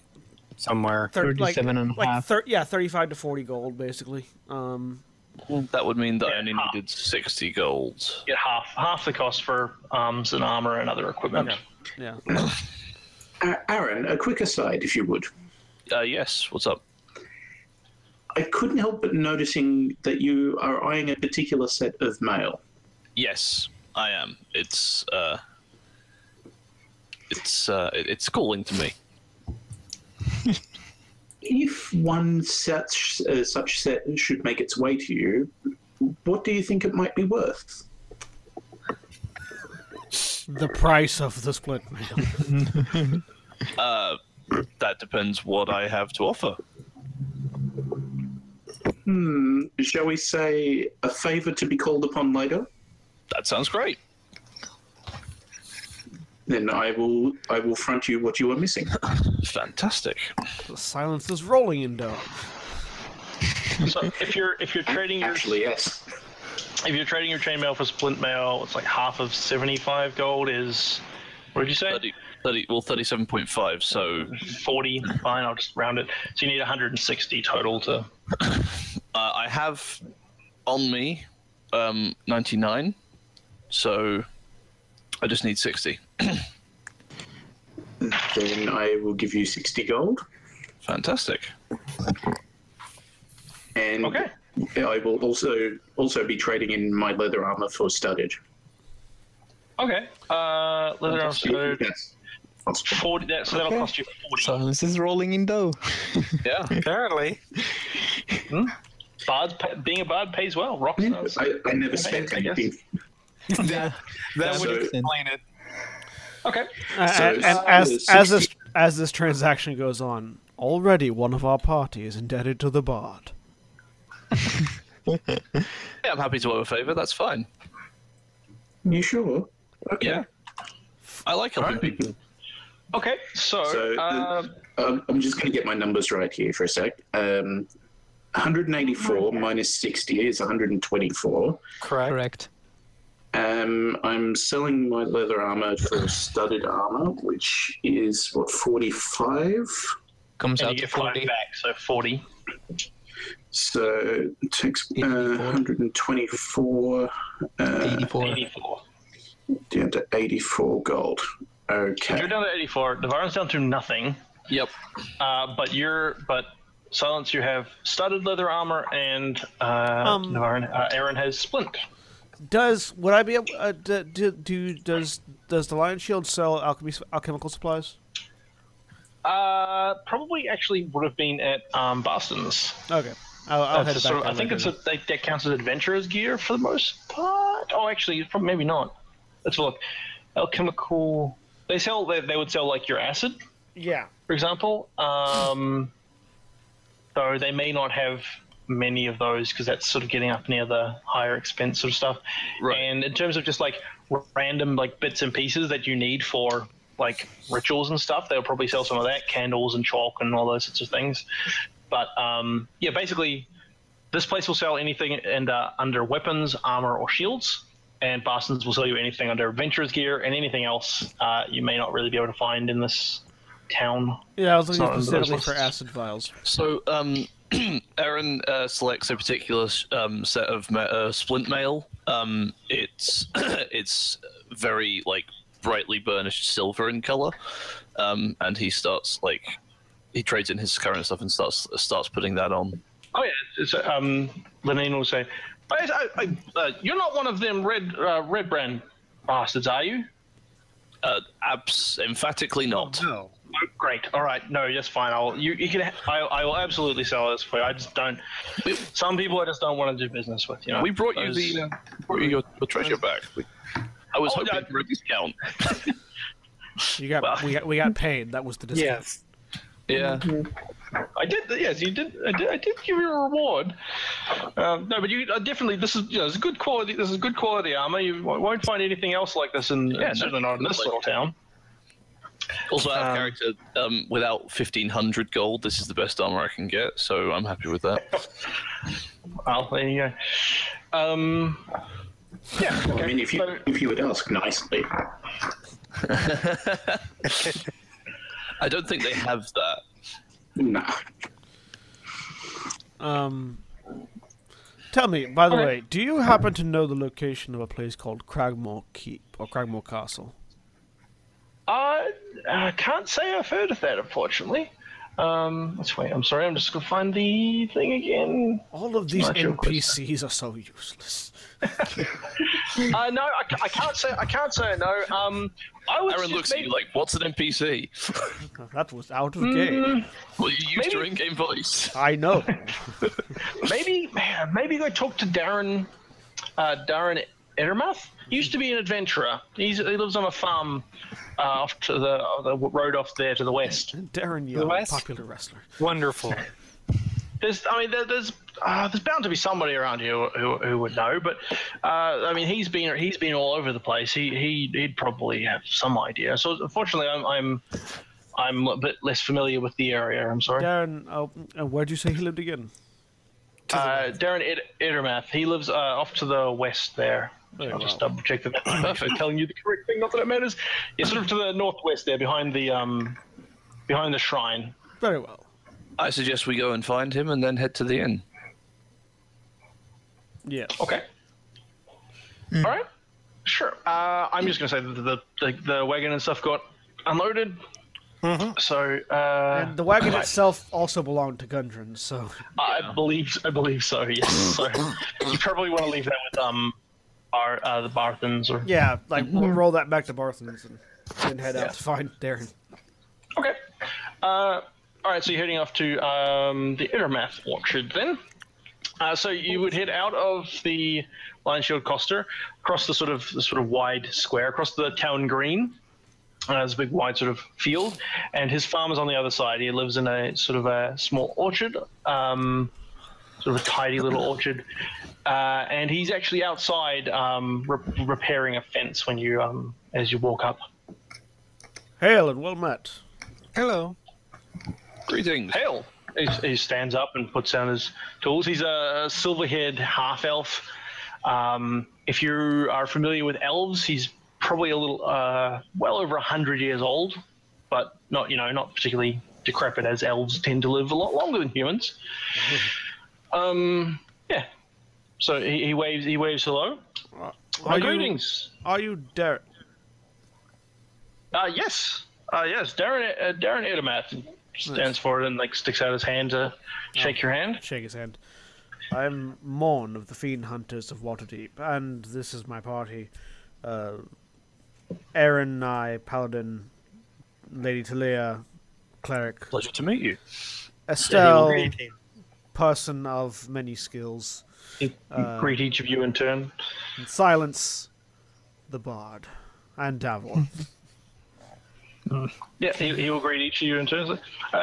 Speaker 6: somewhere.
Speaker 1: thir- like,
Speaker 3: 37 and a
Speaker 1: like
Speaker 3: half.
Speaker 1: thir- yeah, thirty five to forty gold basically. Um,
Speaker 5: That would mean that I only needed sixty gold.
Speaker 2: get half half the cost for arms and armor and other equipment.
Speaker 1: Okay. yeah.
Speaker 4: A- Uh, Aaron, a quick aside, if you would.
Speaker 5: Uh, yes, what's up?
Speaker 4: I couldn't help but noticing that you are eyeing a particular set of mail.
Speaker 5: Yes, I am. It's uh, it's uh, it- it's calling to me.
Speaker 4: If one such uh, such set should make its way to you, what do you think it might be worth?
Speaker 1: The price of the split mail.
Speaker 5: Uh, That depends what I have to offer.
Speaker 4: Hmm, Shall we say a favour to be called upon later?
Speaker 5: That sounds great.
Speaker 4: Then I will I will front you what you are missing.
Speaker 5: Fantastic.
Speaker 1: the silence is rolling in dough.
Speaker 2: So if you're if you're trading your
Speaker 4: Actually, yes.
Speaker 2: if you're trading your chainmail for splint mail, it's like half of seventy five gold is. What did you say?
Speaker 5: 30, 30 well, thirty-seven point five. So
Speaker 2: 40. Fine, I'll just round it. So you need 160 total to.
Speaker 5: Uh, I have on me um, 99, so I just need 60.
Speaker 4: Then I will give you sixty gold,
Speaker 5: Fantastic.
Speaker 4: and
Speaker 2: Okay.
Speaker 4: I will also also be trading in my leather armor for studded.
Speaker 2: Okay. Uh, leather armor studded.
Speaker 4: Yes. Possible.
Speaker 2: 40. That, so that'll
Speaker 6: Okay.
Speaker 2: cost you 40.
Speaker 3: Silence is rolling in dough.
Speaker 5: Yeah.
Speaker 6: Apparently.
Speaker 2: Bards, pa- being a bard pays well. Rock stars.
Speaker 4: I, I never spent
Speaker 2: I guess.
Speaker 4: anything.
Speaker 6: that that would
Speaker 4: So-
Speaker 6: explain it.
Speaker 2: Okay.
Speaker 1: Uh,
Speaker 4: So
Speaker 1: and, and as
Speaker 4: it's-
Speaker 1: as this as this transaction goes on, already one of our party is indebted to the bard.
Speaker 5: yeah. I'm happy to owe a favor. That's fine.
Speaker 4: You sure? Okay.
Speaker 5: Yeah. I like helping people.
Speaker 2: Okay. So.
Speaker 4: So the-
Speaker 2: uh,
Speaker 4: Um, I'm just going to get my numbers right here for a sec. Um,
Speaker 2: Oh
Speaker 4: 184 minus 60 is 124.
Speaker 6: Correct.
Speaker 3: Correct.
Speaker 4: Um, I'm selling my leather armor for studded armor, which is what 45.
Speaker 3: Comes
Speaker 2: and
Speaker 3: out
Speaker 2: you
Speaker 3: to
Speaker 2: get five
Speaker 3: 40.
Speaker 2: back, so 40.
Speaker 4: So it takes uh, 124
Speaker 3: 84.
Speaker 2: 84.
Speaker 4: uh, down to 84 gold.
Speaker 2: You're
Speaker 4: Okay.
Speaker 2: down to 84. Navarro's down to nothing.
Speaker 5: Yep.
Speaker 2: Uh, but you're. But. Silence, you have studded leather armor, and uh,
Speaker 1: Um,
Speaker 2: Navarro- uh, Aaron has splint.
Speaker 1: Does would I be able? Uh, do, do, do does does the Lion Shield sell alchemy alchemical supplies?
Speaker 2: Uh, probably actually would have been at um, Boston's.
Speaker 1: Okay, I'll, I'll head back.
Speaker 2: That's a sort of-
Speaker 1: there
Speaker 2: Uh, I think
Speaker 1: later
Speaker 2: it's a,
Speaker 1: then.
Speaker 2: that, that counts as adventurer's gear for the most part. Oh, actually, it's probably maybe not. Let's look. Alchemical. They sell. They, they would sell like your acid,
Speaker 1: yeah.
Speaker 2: for example. Um, though they may not have many of those because that's sort of getting up near the higher expense sort of stuff.
Speaker 5: Right.
Speaker 2: And in terms of just like random like bits and pieces that you need for like rituals and stuff, they'll probably sell some of that, candles and chalk and all those sorts of things. But um, yeah, basically This place will sell anything and uh, under weapons, armor, or shields. And Barsons will sell you anything under adventurer's gear and anything else uh, you may not really be able to find in this town.
Speaker 1: Yeah, I was looking
Speaker 2: Sorry, those
Speaker 1: specifically for
Speaker 2: lists.
Speaker 1: acid vials.
Speaker 5: So, um, Aaron uh, selects a particular um, set of ma- uh, splint mail. Um, it's it's very like brightly burnished silver in color, um, and he starts like he trades in his current stuff and starts starts putting that on.
Speaker 2: Oh yeah, it's, uh, um, Lenine will say, "Hey, I, I, uh, "You're not one of them red uh, red brand bastards, are you?"
Speaker 5: Uh, abs emphatically not.
Speaker 8: No.
Speaker 2: Oh, Great. All right. No, that's fine. I'll you, you can. ha- I, I will absolutely sell this for you. I just don't. Some people I just don't want to do business with. You know.
Speaker 5: We brought you
Speaker 2: Those-
Speaker 5: the uh, brought you your, your treasure back. We- I was
Speaker 2: Oh,
Speaker 5: hoping
Speaker 2: yeah.
Speaker 5: for a discount.
Speaker 1: You got
Speaker 5: Well-
Speaker 1: we got we got paid. That was the discount.
Speaker 6: Yes.
Speaker 5: Yeah.
Speaker 2: I did. Yes, you did. I did, I did give you a reward. Um, no, but you uh, definitely. This is. You know, it's good quality. This is good quality armor. You w- won't find anything else like this in.
Speaker 5: Yeah, no,
Speaker 2: certainly not in this
Speaker 5: like-
Speaker 2: little town.
Speaker 5: Also, out of
Speaker 2: Um,
Speaker 5: character, um, without fifteen hundred gold, this is the best armor I can get. So I'm happy with that.
Speaker 2: Well, there you go. Um. Yeah.
Speaker 4: I mean, if you
Speaker 2: So-
Speaker 4: if you would ask nicely,
Speaker 5: I don't think they have that.
Speaker 4: nah.
Speaker 1: Um, tell me, by the way, do you happen to know the location of a place called Cragmore Keep or Cragmore Castle?
Speaker 2: I, I can't say I've heard of that, unfortunately. Um, let's wait. I'm sorry. I'm just gonna find the thing again.
Speaker 1: All of these
Speaker 2: Not sure, of course.
Speaker 1: NPCs are so useless.
Speaker 2: Uh, no, I, ca- I can't say. I can't say no. Um, I was
Speaker 5: Aaron
Speaker 2: just
Speaker 5: looks at
Speaker 2: maybe-
Speaker 5: you like, "What's an NPC?"
Speaker 1: That was out of game.
Speaker 5: Well, you used your
Speaker 2: Maybe-
Speaker 5: in-game voice.
Speaker 1: I know.
Speaker 2: maybe man, maybe go talk to Darren uh, Darren Edermuth. He used to be an adventurer. He's, he lives on a farm uh, off to the, uh, the road off there to the west.
Speaker 1: Darren Young,
Speaker 6: West?
Speaker 1: popular wrestler.
Speaker 6: Wonderful.
Speaker 2: There's I mean there, there's uh, there's bound to be somebody around here who, who would know, but uh, I mean he's been he's been all over the place. He he he'd probably have some idea. So unfortunately I'm I'm I'm a bit less familiar with the area. I'm sorry.
Speaker 1: Darren, oh, and where'd you say he lived again?
Speaker 2: Uh, Darren Ed- Edermath. He lives uh, off to the west there. I'll just double check that. If I'm telling you the correct thing, not that it matters. Yeah, sort of to the northwest there, behind the um, behind the shrine.
Speaker 1: Very well.
Speaker 5: I suggest we go and find him and then head to the inn.
Speaker 1: Yeah.
Speaker 2: Okay.
Speaker 1: Hmm.
Speaker 2: All right. Sure. Uh, I'm just gonna say that the, the the wagon and stuff got unloaded. So uh,
Speaker 1: Mm-hmm. And the wagon itself also belonged to Gundren, so
Speaker 2: I believe I believe so. Yes. So you probably want to leave that with um, our uh, the Barthans or
Speaker 1: yeah, like we'll roll that back to Barthens and then head out to find Darren.
Speaker 2: Okay. Uh, all right, so you're heading off to um, the Intermath Orchard then. Uh, so you would head out of the Lion Shield Coster, across the sort of the sort of wide square, across the town green. Uh, there's a big wide sort of field, and his farm is on the other side. He lives in a sort of a small orchard, um, sort of a tidy little orchard, uh, and he's actually outside um, re- repairing a fence when you um, as you walk up.
Speaker 1: Hail and well met.
Speaker 6: Hello.
Speaker 5: Greetings.
Speaker 2: Hail! He, he stands up and puts down his tools. He's a silver-haired half-elf. Um, if you are familiar with elves, he's probably a little, uh, well over hundred years old, but not, you know, not particularly decrepit as elves tend to live a lot longer than humans. Um, yeah. So he, he waves. He waves hello.
Speaker 1: Are you,
Speaker 2: greetings.
Speaker 1: are you Darren?
Speaker 2: Uh, yes. Uh, yes. Darren. Uh, Darren Edamath stands forward and like sticks out his hand
Speaker 1: Oh.
Speaker 2: to shake your hand.
Speaker 1: shake his hand. I'm Morn of the Fiend Hunters of Waterdeep, and this is my party. Uh, Aaron, I, Paladin, Lady Talia, Cleric,
Speaker 5: Pleasure to meet you.
Speaker 1: Estelle, person of many skills,
Speaker 2: greet each of you in turn.
Speaker 1: and Silence, the Bard, and Davor.
Speaker 2: Yeah, he, he will greet each of you in turn. Uh,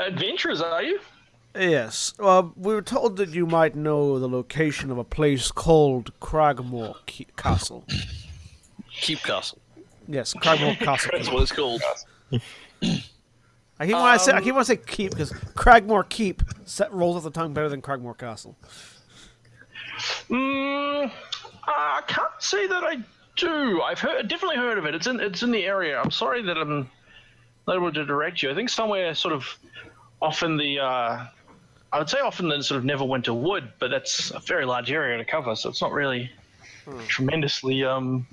Speaker 2: adventurers, are you?
Speaker 1: yes, well, we were told that you might know the location of a place called Cragmore Ki- Castle.
Speaker 5: Keep castle.
Speaker 1: Yes, Cragmore Castle.
Speaker 5: That's what it's called.
Speaker 1: I keep want to say I keep want to say keep because Cragmore Keep set, rolls off the tongue better than Cragmore Castle.
Speaker 2: Mm, I can't say that I do. I've heard, definitely heard of it. It's in it's in the area. I'm sorry that I'm not able to direct you. I think somewhere sort of off in the. Uh, I would say often in sort of Neverwinter Wood, but that's a very large area to cover, so it's not really tremendously um,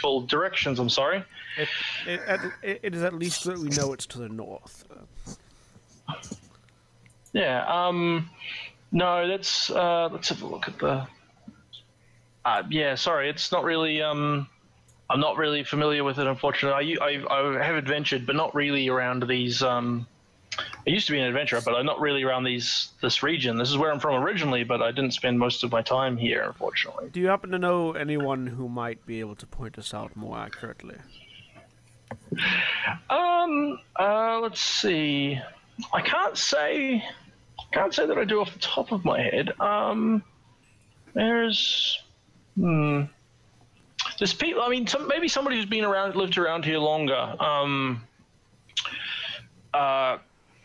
Speaker 2: full directions. I'm sorry.
Speaker 1: It, it, at- it, it is at least that we know it's to the north.
Speaker 2: Yeah. Um. No, that's. Uh, let's have a look at the. Uh, yeah. Sorry, it's not really. Um. I'm not really familiar with it, unfortunately. I, I, I have adventured, but not really around these. Um, I used to be an adventurer, but I'm not really around these this region. This is where I'm from originally, but I didn't spend most of my time here, unfortunately.
Speaker 1: Do you happen to know anyone who might be able to point us out more accurately?
Speaker 2: Um, uh, let's see. I can't say. Can't say that I do off the top of my head. Um, there's. Hmm. There's people. I mean, some, maybe somebody who's been around, lived around here longer. Um. Uh,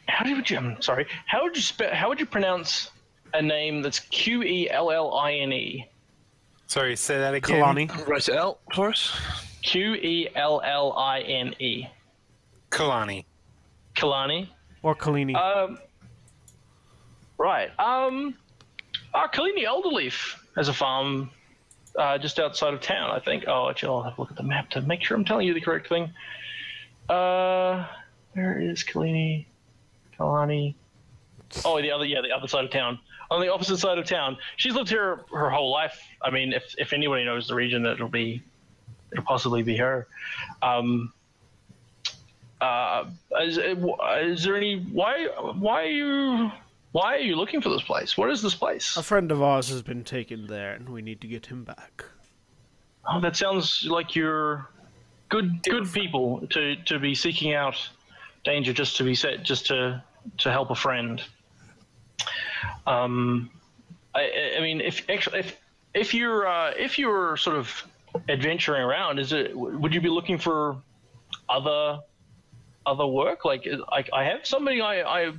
Speaker 2: how do you? I'm sorry. How would you spe- How would you pronounce a name that's Q E L L I N E?
Speaker 6: Sorry, say that again.
Speaker 1: Kalani?
Speaker 5: Write it out for us.
Speaker 2: Q E L L I N E.
Speaker 6: Kalani.
Speaker 2: Kalani.
Speaker 1: Or Kalini?
Speaker 5: Uh,
Speaker 2: Um, right. Um, uh, Kalini Elderleaf has a farm uh, just outside of town, I think. Oh, actually, I'll have a look at the map to make sure I'm telling you the correct thing. Uh, where is Kalini? Kalani. Oh, the other, yeah, the other side of town. On the opposite side of town. She's lived here her whole life. I mean, if, if anybody knows the region, it'll be, it'll possibly be her. Um, uh, is, is there any why why are you why are you looking for this place? What is this place?
Speaker 1: a friend of ours has been taken there, and we need to get him back.
Speaker 2: Oh, that sounds like you're good good people to, to be seeking out danger just to be set just to to help a friend. Um, I, I- I mean, if actually if if you're uh, if you're sort of adventuring around, is it would you be looking for other other work? Like I, I have somebody I. I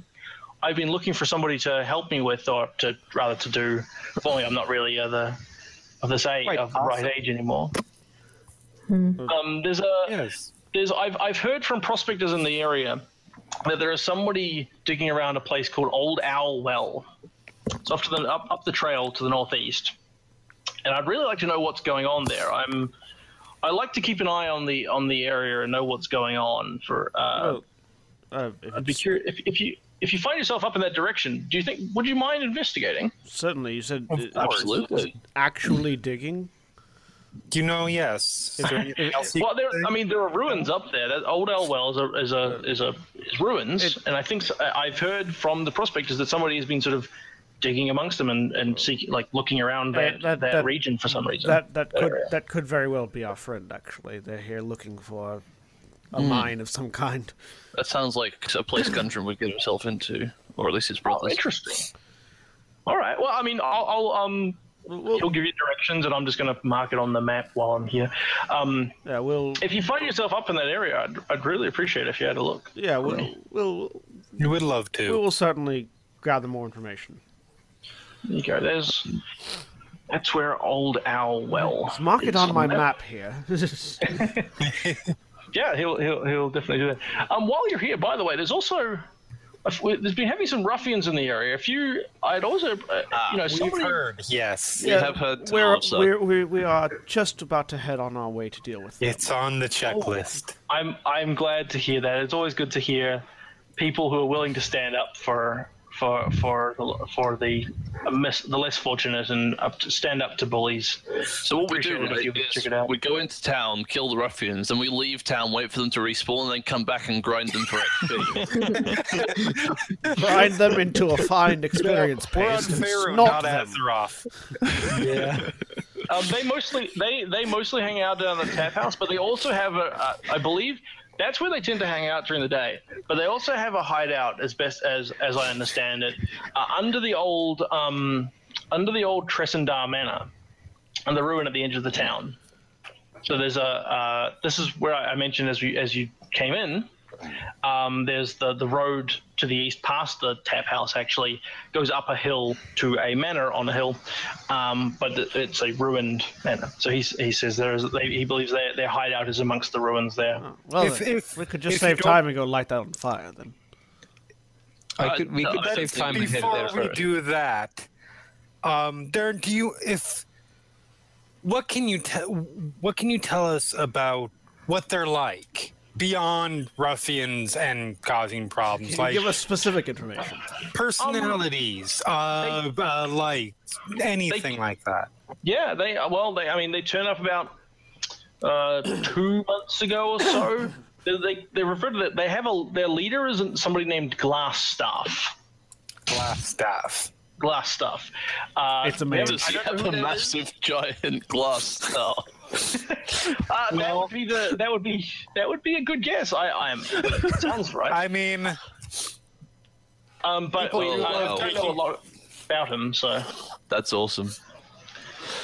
Speaker 2: I've been looking for somebody to help me with, or to rather to do. If only I'm not really uh, the of this age
Speaker 6: Quite
Speaker 2: of the
Speaker 6: awesome.
Speaker 2: right age anymore. Um, there's a
Speaker 6: Yes.
Speaker 2: there's I've I've heard from prospectors in the area that there is somebody digging around a place called Old Owl Well. It's off to the up, up the trail to the northeast. And I'd really like to know what's going on there. I'm I like to keep an eye on the on the area and know what's going on for uh,
Speaker 1: Oh, uh, if
Speaker 2: I'd be
Speaker 1: it's-
Speaker 2: curious if, if you if you find yourself up in that direction, do you think would you mind investigating?
Speaker 1: certainly, you said it-
Speaker 5: Absolutely.
Speaker 1: actually digging.
Speaker 6: You know, yes. Is there anything else you
Speaker 2: Well, there, I mean, there are ruins up there. That old El Well is a is a is a is ruins, and I think so, I- I've heard from the prospectors that somebody has been sort of digging amongst them and and seeking like looking around
Speaker 1: Eh,
Speaker 2: that,
Speaker 1: that-
Speaker 2: that,
Speaker 1: that-
Speaker 2: region for some reason.
Speaker 1: That that could
Speaker 2: area.
Speaker 1: that could very well be our friend. Actually, they're here looking for a mine of some kind.
Speaker 5: That sounds like a place Gundren would get himself into, or at least his
Speaker 2: Oh,
Speaker 5: brothers.
Speaker 2: interesting. All right. Well, I mean, I'll, I'll um. He'll give you directions, and I'm just going to mark it on the map while I'm here. Um,
Speaker 1: Yeah, we'll
Speaker 2: if you find yourself up in that area, I'd, I'd really appreciate if you had a look.
Speaker 1: yeah we'll we'll
Speaker 6: You would love to.
Speaker 1: we will certainly gather more information.
Speaker 2: There you go. There's that's where Old Owl Well.
Speaker 1: Let's mark it
Speaker 2: is
Speaker 1: on my
Speaker 2: that.
Speaker 1: map here.
Speaker 2: Yeah, he'll he'll he'll definitely do that. Um, while you're here, by the way, there's also if we- there's been having some ruffians in the area. If you, I'd also, uh, you know,
Speaker 6: Ah, We've
Speaker 2: somebody.
Speaker 6: heard, yes.
Speaker 5: We have heard
Speaker 1: we're,
Speaker 5: tales of-
Speaker 1: we're, we we are just about to head on our way to deal with it.
Speaker 6: It's on the checklist.
Speaker 2: I'm I'm glad to hear that. It's always good to hear people who are willing to stand up for for for the, for the uh, mis, the less fortunate and up to, stand up to bullies.
Speaker 5: So what we do
Speaker 2: Appreciate it if
Speaker 5: right,
Speaker 2: you
Speaker 5: is
Speaker 2: check it out.
Speaker 5: we go into town, kill the ruffians, then we leave town, wait for them to respawn, and then come back and grind them for XP.
Speaker 1: Grind them into a fine experience
Speaker 6: We're on
Speaker 1: paste and
Speaker 6: Pharaoh,
Speaker 1: snort
Speaker 6: not
Speaker 1: them.
Speaker 6: Azeroth.
Speaker 3: Yeah.
Speaker 2: Um, they mostly they they mostly hang out down at the tap house, but they also have a uh, I believe that's where they tend to hang out during the day. But they also have a hideout, as best as as I understand it, uh, under the old um under the old Tresendar Manor, and the ruin at the edge of the town. So there's a uh, this is where I I mentioned as you as you came in. Um, there's the the road to the east, past the tap house, actually goes up a hill to a manor on a hill, um, but it- it's a ruined manor. So he s- he says there is they, he believes their their hideout is amongst the ruins there.
Speaker 1: Well,
Speaker 6: If-
Speaker 1: then,
Speaker 6: if-
Speaker 1: we could just
Speaker 6: if you
Speaker 1: save
Speaker 6: don't-
Speaker 1: time and go light that on fire. Then
Speaker 5: Uh,
Speaker 3: I could, we
Speaker 5: no,
Speaker 3: could
Speaker 5: I
Speaker 3: save
Speaker 5: think
Speaker 3: time and head
Speaker 6: Before
Speaker 3: there
Speaker 5: that's
Speaker 6: we
Speaker 5: right.
Speaker 3: first.
Speaker 6: do that, um, Darren, do you if what can you tell what can you tell us about what they're like beyond ruffians and causing problems, like
Speaker 1: give us specific information.
Speaker 6: personalities, uh, uh, like anything like that?
Speaker 2: Yeah, they well, they I mean they turn up about uh, two months ago or so. they, they they refer to that they have a their leader isn't somebody named Glass Staff.
Speaker 6: Glass staff.
Speaker 2: Glass Staff. Uh,
Speaker 1: It's
Speaker 2: they haven't-
Speaker 1: amazing.
Speaker 5: Does
Speaker 2: I
Speaker 5: he
Speaker 2: don't know
Speaker 5: have
Speaker 2: who
Speaker 5: a
Speaker 2: that is.
Speaker 5: massive giant glass star?
Speaker 2: Uh, that would be the that would be that would be a good guess. I I am sounds right.
Speaker 6: I mean,
Speaker 2: Um, but we,
Speaker 5: People
Speaker 2: I don't
Speaker 5: love
Speaker 2: know a
Speaker 5: Turkey.
Speaker 2: lot about him, so.
Speaker 5: That's awesome.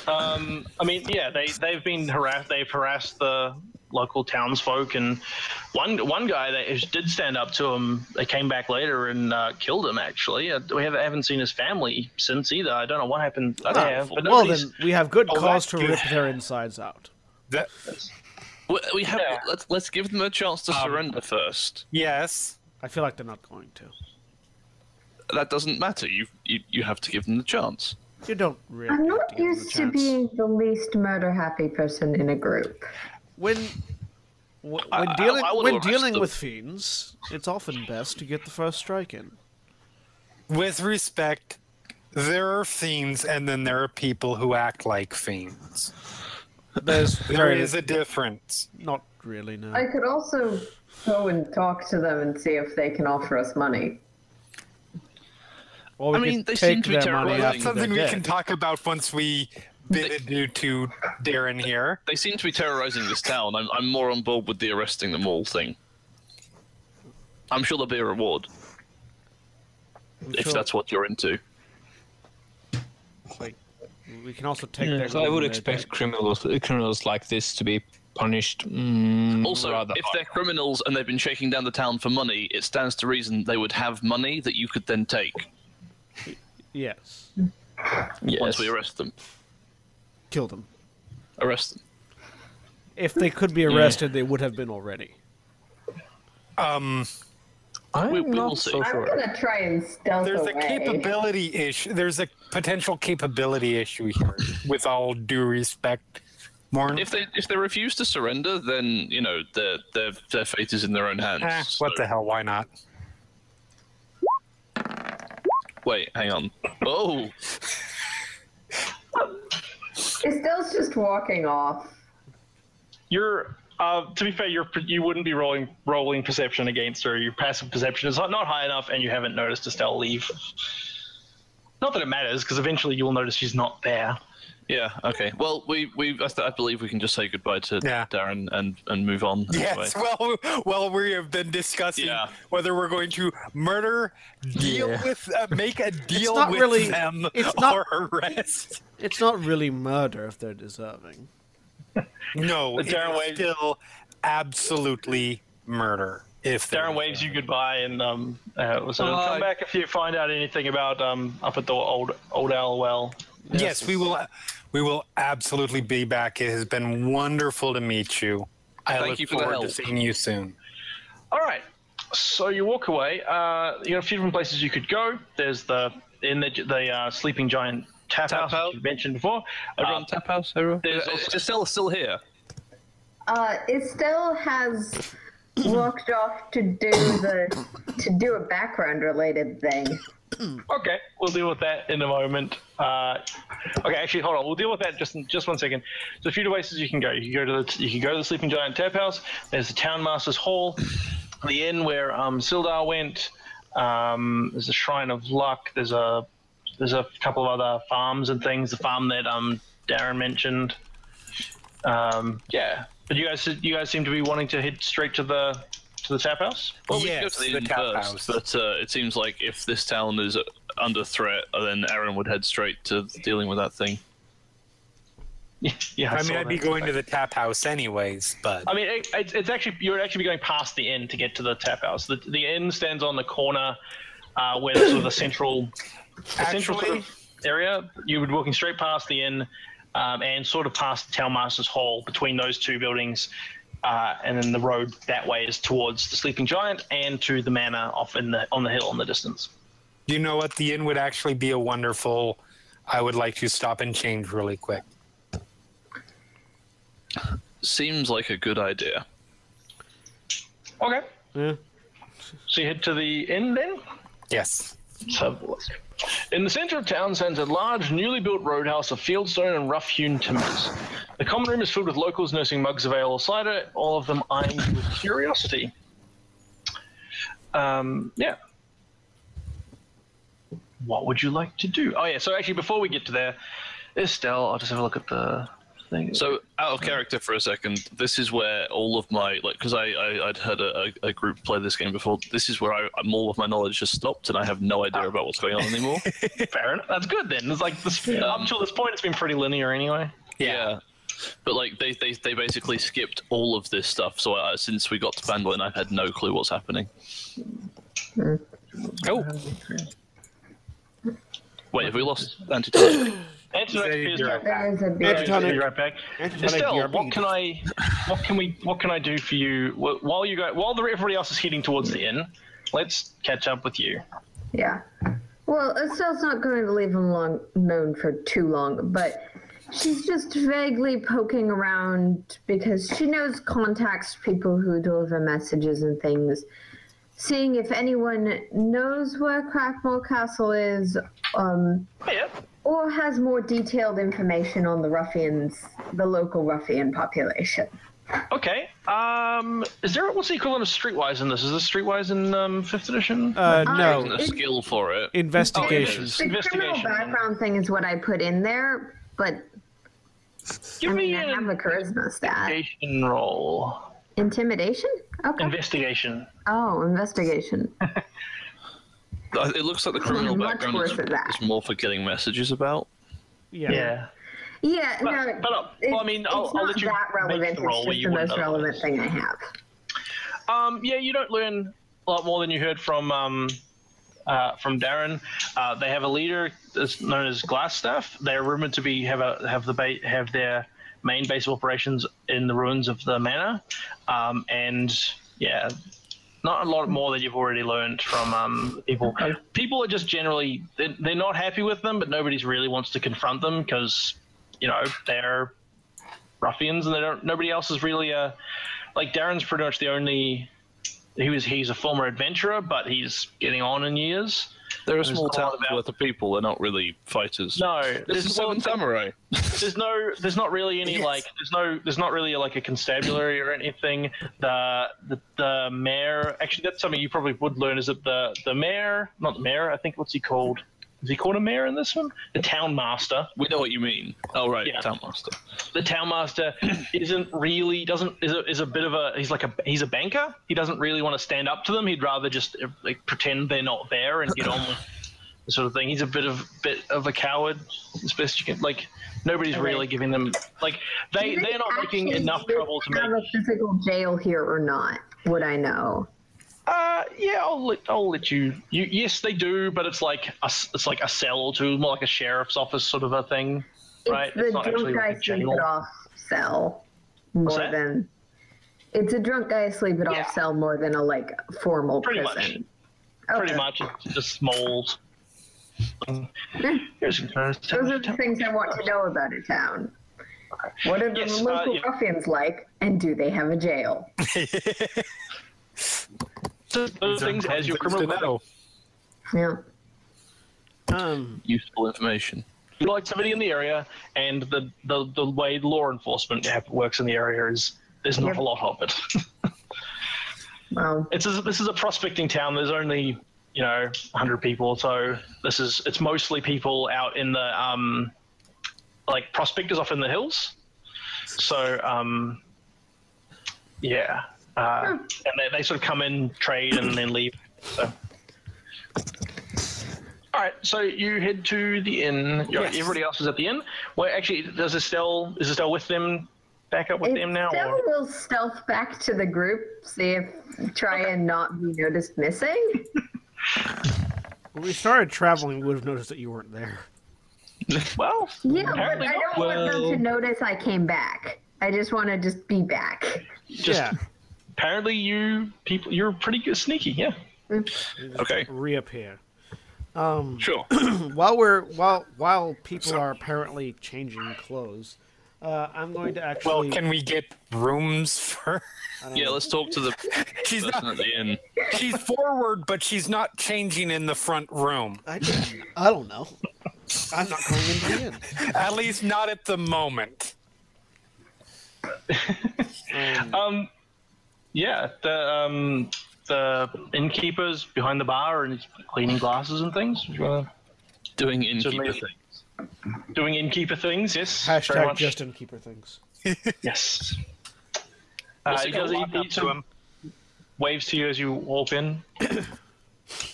Speaker 2: Um, I mean, yeah, they they've been harassed. They've harassed the local townsfolk, and one one guy that is- did stand up to him. They came back later and uh, killed him. Actually, uh, we haven't, haven't seen his family since either. I don't know what happened there, but
Speaker 1: well,
Speaker 2: nobody's-
Speaker 1: then we have good
Speaker 6: Oh,
Speaker 1: cause to
Speaker 6: that's good.
Speaker 1: rip their insides out.
Speaker 6: that,
Speaker 5: We, we have.
Speaker 2: Yeah.
Speaker 5: Let's let's give them a chance to surrender first.
Speaker 6: yes.
Speaker 1: I feel like they're not going to.
Speaker 5: That doesn't matter. You you, you have to give them the chance.
Speaker 1: You don't really.
Speaker 7: I'm
Speaker 1: have to
Speaker 7: not
Speaker 1: give them
Speaker 7: used
Speaker 1: a
Speaker 7: to
Speaker 1: chance.
Speaker 7: being the least murder happy person in a group.
Speaker 1: when wh-
Speaker 5: I-
Speaker 1: when
Speaker 5: I-
Speaker 1: dealing
Speaker 5: I would've
Speaker 1: when
Speaker 5: arrested
Speaker 1: dealing
Speaker 5: them.
Speaker 1: with fiends, it's often best to get the first strike in.
Speaker 6: with respect, there are fiends and then there are people who act like fiends.
Speaker 1: There's
Speaker 6: There
Speaker 1: very
Speaker 6: is a difference.
Speaker 1: not really no.
Speaker 7: I could also go and talk to them and see if they can offer us money.
Speaker 1: Or we
Speaker 5: I mean,
Speaker 1: could
Speaker 5: they
Speaker 1: take
Speaker 5: seem to be
Speaker 1: their
Speaker 5: terrible
Speaker 1: money
Speaker 5: at
Speaker 1: after
Speaker 5: things.
Speaker 1: they're
Speaker 6: Something we
Speaker 1: dead.
Speaker 6: can talk about once we bid adieu to Darren here.
Speaker 5: They seem to be terrorizing this town. I'm I'm more on board with the arresting them all thing. I'm sure there'll be a reward if
Speaker 1: sure.
Speaker 5: that's what you're into.
Speaker 1: Like, we can also take their.
Speaker 3: So I would
Speaker 1: money
Speaker 3: expect criminals criminals like this to be punished. Mm,
Speaker 5: Also,
Speaker 3: rather
Speaker 5: if
Speaker 3: hard.
Speaker 5: they're criminals and they've been shaking down the town for money, it stands to reason they would have money that you could then take
Speaker 1: Yes,
Speaker 5: once we arrest them.
Speaker 1: kill them.
Speaker 5: Arrest them.
Speaker 1: If they could be arrested, they would have been already.
Speaker 6: Um,
Speaker 3: I'm
Speaker 5: we- we will
Speaker 3: not
Speaker 5: see.
Speaker 3: so
Speaker 5: I'm
Speaker 7: I'm
Speaker 3: sure.
Speaker 7: gonna try and stealth
Speaker 6: there's a
Speaker 7: away.
Speaker 6: capability issue. There's a potential capability issue here, with all due respect. More
Speaker 5: If they if they refuse to surrender, then you know their their their fate is in their own hands.
Speaker 6: Ah, eh, what the hell? Why not?
Speaker 5: Wait, hang on. Oh,
Speaker 7: Estelle's just walking off.
Speaker 2: You're uh, to be fair, you're you wouldn't be rolling rolling perception against her. Your passive perception is not not high enough, and you haven't noticed Estelle leave. Not that it matters, because eventually you will notice she's not there.
Speaker 5: yeah. Okay. Well, we we I, th- I believe we can just say goodbye to
Speaker 6: Yeah.
Speaker 5: Darren and and move on.
Speaker 6: Yes.
Speaker 5: anyway.
Speaker 6: Well, well, we have been discussing
Speaker 5: Yeah.
Speaker 6: whether we're going to murder, deal
Speaker 3: Yeah.
Speaker 6: with, uh, make a deal
Speaker 1: not
Speaker 6: with
Speaker 1: really-
Speaker 6: them,
Speaker 1: it's not-
Speaker 6: or arrest.
Speaker 1: It's not really murder if they're deserving.
Speaker 6: No, it's
Speaker 2: Darren Wade-
Speaker 6: still absolutely murder. If they're-
Speaker 2: Darren waves you goodbye and um, uh, so
Speaker 5: Bye.
Speaker 2: come back if you find out anything about um, up at the old old owl well.
Speaker 6: yes, we will. We will absolutely be back. It has been wonderful to meet you. I
Speaker 5: Thank
Speaker 6: look
Speaker 5: you for the
Speaker 6: forward to
Speaker 5: help.
Speaker 6: seeing you soon.
Speaker 2: All right, so you walk away. Uh, you know a few different places you could go. There's the in the the uh, sleeping giant tap,
Speaker 5: Tap
Speaker 2: house, which
Speaker 5: out.
Speaker 2: you mentioned before.
Speaker 5: Everyone,
Speaker 2: Uh,
Speaker 5: tap house. Everyone.
Speaker 2: there's
Speaker 5: Is, is
Speaker 2: also-
Speaker 5: Estelle still here?
Speaker 7: Uh, Estelle has walked off to do the to do a background related thing.
Speaker 2: Okay, we'll deal with that in a moment. Uh, okay, actually, hold on. We'll deal with that just in, just one second. There's a few places you can go. You can go to the you can go to the Sleeping Giant Tap House. There's the Town Master's Hall, the inn where um, Sildar went. Um, there's a Shrine of Luck. There's a there's a couple of other farms and things. The farm that um, Darren mentioned. Um, yeah, but you guys you guys seem to be wanting to head straight to the to the tap house.
Speaker 5: Well,
Speaker 6: Yes,
Speaker 5: we
Speaker 6: the
Speaker 5: can go to
Speaker 6: tap
Speaker 5: the, inn
Speaker 6: house.
Speaker 5: first, but uh, it seems like if this town is uh, under threat, uh, then Aaron would head straight to dealing with that thing.
Speaker 2: yeah,
Speaker 6: I mean,
Speaker 2: saw
Speaker 6: I'd be
Speaker 2: that.
Speaker 6: going to the tap house anyways, but
Speaker 2: I mean, it, it's, it's actually you would actually be going past the inn to get to the tap house. The, the inn stands on the corner uh, where the, sort of the central, the central sort
Speaker 6: actually,
Speaker 2: of area. You would be walking straight past the inn um, and sort of past Townmaster's Hall between those two buildings, uh, and then the road that way is towards the Sleeping Giant and to the manor off in the on the hill in the distance.
Speaker 6: you know what? The inn would actually be a wonderful. I would like to stop and change really quick.
Speaker 5: Seems like a good idea.
Speaker 2: Okay.
Speaker 1: Yeah.
Speaker 2: So you head to the inn then.
Speaker 6: Yes.
Speaker 2: Let's have a look. In the center of town stands a large, newly built roadhouse of fieldstone and rough hewn timbers. The common room is filled with locals nursing mugs of ale or cider, all of them eyeing you with curiosity. Um, yeah. What would you like to do? Oh, yeah, so actually, before we get to there, Estelle, I'll just have a look at the thing.
Speaker 5: So, out of character for a second, this is where all of my like, because I, I I'd heard a, a a group play this game before. This is where I I'm- all of my knowledge has stopped, and I have no
Speaker 6: Ah.
Speaker 5: idea about what's going on anymore.
Speaker 2: fair enough. That's good then. It's like this, up till this point, it's been pretty linear anyway.
Speaker 5: yeah. But like they, they, they basically skipped all of this stuff. So I, since we got to Bandolin, I've had no clue what's happening.
Speaker 6: Oh,
Speaker 5: Wait, have we lost Antitonic?
Speaker 2: Antoinette appears to have
Speaker 7: There is
Speaker 2: Sorry,
Speaker 7: a beard.
Speaker 1: Antitonic.
Speaker 2: I'll be right back.
Speaker 1: Antitonic
Speaker 2: Estelle,
Speaker 1: BRB.
Speaker 2: what can I, what can we, what can I do for you Wh- while you go, while the, everybody else is heading towards the inn? Let's catch up with you.
Speaker 7: Yeah. Well, Estelle's not going to leave him long known for too long, but she's just vaguely poking around because she knows contacts people who deliver messages and things, seeing if anyone knows where Crackmore Castle is, um,
Speaker 2: Oh, yeah,
Speaker 7: or has more detailed information on the ruffians, the local ruffian population.
Speaker 2: okay. Um, is there what's the equivalent of Streetwise in this? Is this Streetwise in um, fifth edition?
Speaker 1: Uh,
Speaker 7: I-
Speaker 1: no.
Speaker 5: a skill for Oh, it.
Speaker 1: Investigations.
Speaker 7: The criminal
Speaker 2: Investigation.
Speaker 7: background thing is what I put in there, but
Speaker 2: Give
Speaker 7: I
Speaker 2: me
Speaker 7: mean, I have
Speaker 2: an
Speaker 7: a charisma stat.
Speaker 2: investigation roll.
Speaker 7: Intimidation? Okay.
Speaker 2: Investigation.
Speaker 7: Oh, investigation.
Speaker 5: Uh, It looks like the criminal
Speaker 7: Much
Speaker 5: background
Speaker 7: worse
Speaker 5: is,
Speaker 7: than that.
Speaker 5: is more for getting messages about.
Speaker 1: Yeah.
Speaker 2: Yeah.
Speaker 7: Yeah,
Speaker 2: But,
Speaker 7: no.
Speaker 2: but I'll,
Speaker 7: it-
Speaker 2: well, I mean,
Speaker 7: it's
Speaker 2: I'll,
Speaker 7: not
Speaker 2: I'll let you
Speaker 7: that
Speaker 2: make
Speaker 7: relevant.
Speaker 2: the roll
Speaker 7: it's
Speaker 2: where
Speaker 7: just
Speaker 2: you
Speaker 7: the
Speaker 2: wouldn't
Speaker 7: most relevant
Speaker 2: otherwise.
Speaker 7: thing I have.
Speaker 2: Um, yeah, you don't learn a lot more than you heard from um, uh, from Darren. Uh, they have a leader that's known as Glassstaff. They're rumored to be have a, have the ba- have their main base of operations in the ruins of the manor, um, and yeah, not a lot more that you've already learned from um, people. People are just generally they're, they're not happy with them, but nobody's really wants to confront them because you know they're ruffians and they don't. Nobody else is really a like Darren's pretty much the only. He was he's a former adventurer, but he's getting on in years.
Speaker 5: They're a
Speaker 2: There's
Speaker 5: small
Speaker 2: not a lot
Speaker 5: town
Speaker 2: about-
Speaker 5: worth of people. They're not really fighters.
Speaker 2: No,
Speaker 5: this is
Speaker 2: there's- well,
Speaker 5: seven samurai.
Speaker 2: There's no, there's not really any
Speaker 6: Yes.
Speaker 2: like, there's no, there's not really like a constabulary or anything. The, the the mayor, actually, that's something you probably would learn is that the the mayor, not the mayor, I think what's he called? Is he called a mayor in this one? The town master.
Speaker 5: We know what you mean. Oh right,
Speaker 2: Yeah.
Speaker 5: town master.
Speaker 2: the townmaster isn't really doesn't is a, is a bit of a he's like a he's a banker. He doesn't really want to stand up to them. He'd rather just uh, like pretend they're not there and get on with the sort of thing. He's a bit of bit of a coward, as best you can. Like nobody's really giving them like they
Speaker 7: Do they
Speaker 2: they're not making
Speaker 7: actually
Speaker 2: enough trouble to
Speaker 7: Have
Speaker 2: make.
Speaker 7: a physical jail here or not? Would I know?
Speaker 2: Uh, yeah, I'll let I'll let you. You yes, they do, but it's like a s- it's like a cell or two, more like a sheriff's office sort of a thing, right?
Speaker 7: It's the drunk guy sleep it off cell more
Speaker 2: that?
Speaker 7: than. It's a drunk guy sleep it
Speaker 2: Yeah.
Speaker 7: off cell more than a like formal
Speaker 2: Pretty much.
Speaker 7: prison.
Speaker 2: pretty
Speaker 7: Okay. Hmm.
Speaker 2: much it's just small. Here's
Speaker 7: Those are the things I want to know about a town. What are the
Speaker 2: Yes, uh,
Speaker 7: local
Speaker 2: yeah.
Speaker 7: ruffians like, and do they have a jail?
Speaker 2: Those things as your criminal
Speaker 6: to know.
Speaker 7: Yeah.
Speaker 1: Um,
Speaker 5: Useful information.
Speaker 2: You like somebody in the area, and the, the, the way law enforcement hap- works in the area is there's not
Speaker 7: Yep.
Speaker 2: a lot of it.
Speaker 7: Well,
Speaker 2: it's a, this is a prospecting town. There's only you know 100 people, so this is it's mostly people out in the um like prospectors off in the hills. So um yeah, uh, and they, they sort of come in, trade, and then leave. So. All right, so you head to the inn. You're-
Speaker 6: Yes.
Speaker 2: Everybody else is at the inn. Well, actually, does Estelle is Estelle with them? Back up with them now.
Speaker 7: Estelle
Speaker 2: Or?
Speaker 7: will stealth back to the group, see if try and not be noticed missing.
Speaker 1: When we started traveling, we would have noticed that you weren't there.
Speaker 2: Well,
Speaker 7: Yeah, but I
Speaker 2: Apparently not.
Speaker 7: don't want them
Speaker 5: Well-
Speaker 7: to notice I came back. I just want to just be back.
Speaker 2: Just-
Speaker 1: yeah,
Speaker 2: apparently you people you're pretty good sneaky. Yeah. Okay.
Speaker 1: reappear.
Speaker 5: Sure.
Speaker 1: Um, While we're while while people are apparently changing clothes, uh, I'm going to
Speaker 6: Well,
Speaker 1: actually.
Speaker 6: can we get rooms for?
Speaker 5: yeah, let's talk to the
Speaker 6: She's
Speaker 5: person at
Speaker 6: not.
Speaker 5: the inn.
Speaker 6: She's forward, but she's not changing in the front room.
Speaker 1: I, I don't know. I'm not going into the inn.
Speaker 6: At least not at the moment.
Speaker 2: Um, yeah, the um, the innkeeper's behind the bar and he's cleaning glasses and things. You wanna-
Speaker 5: Doing innkeeper
Speaker 2: Certainly.
Speaker 5: thing.
Speaker 2: Doing innkeeper things, yes. very
Speaker 1: Hashtag
Speaker 2: much.
Speaker 1: just innkeeper things.
Speaker 2: yes. Uh,
Speaker 5: Also
Speaker 2: he
Speaker 5: gonna
Speaker 2: does he,
Speaker 5: walk
Speaker 2: he
Speaker 5: up to
Speaker 2: sort of
Speaker 5: him.
Speaker 2: waves to you as you walk in.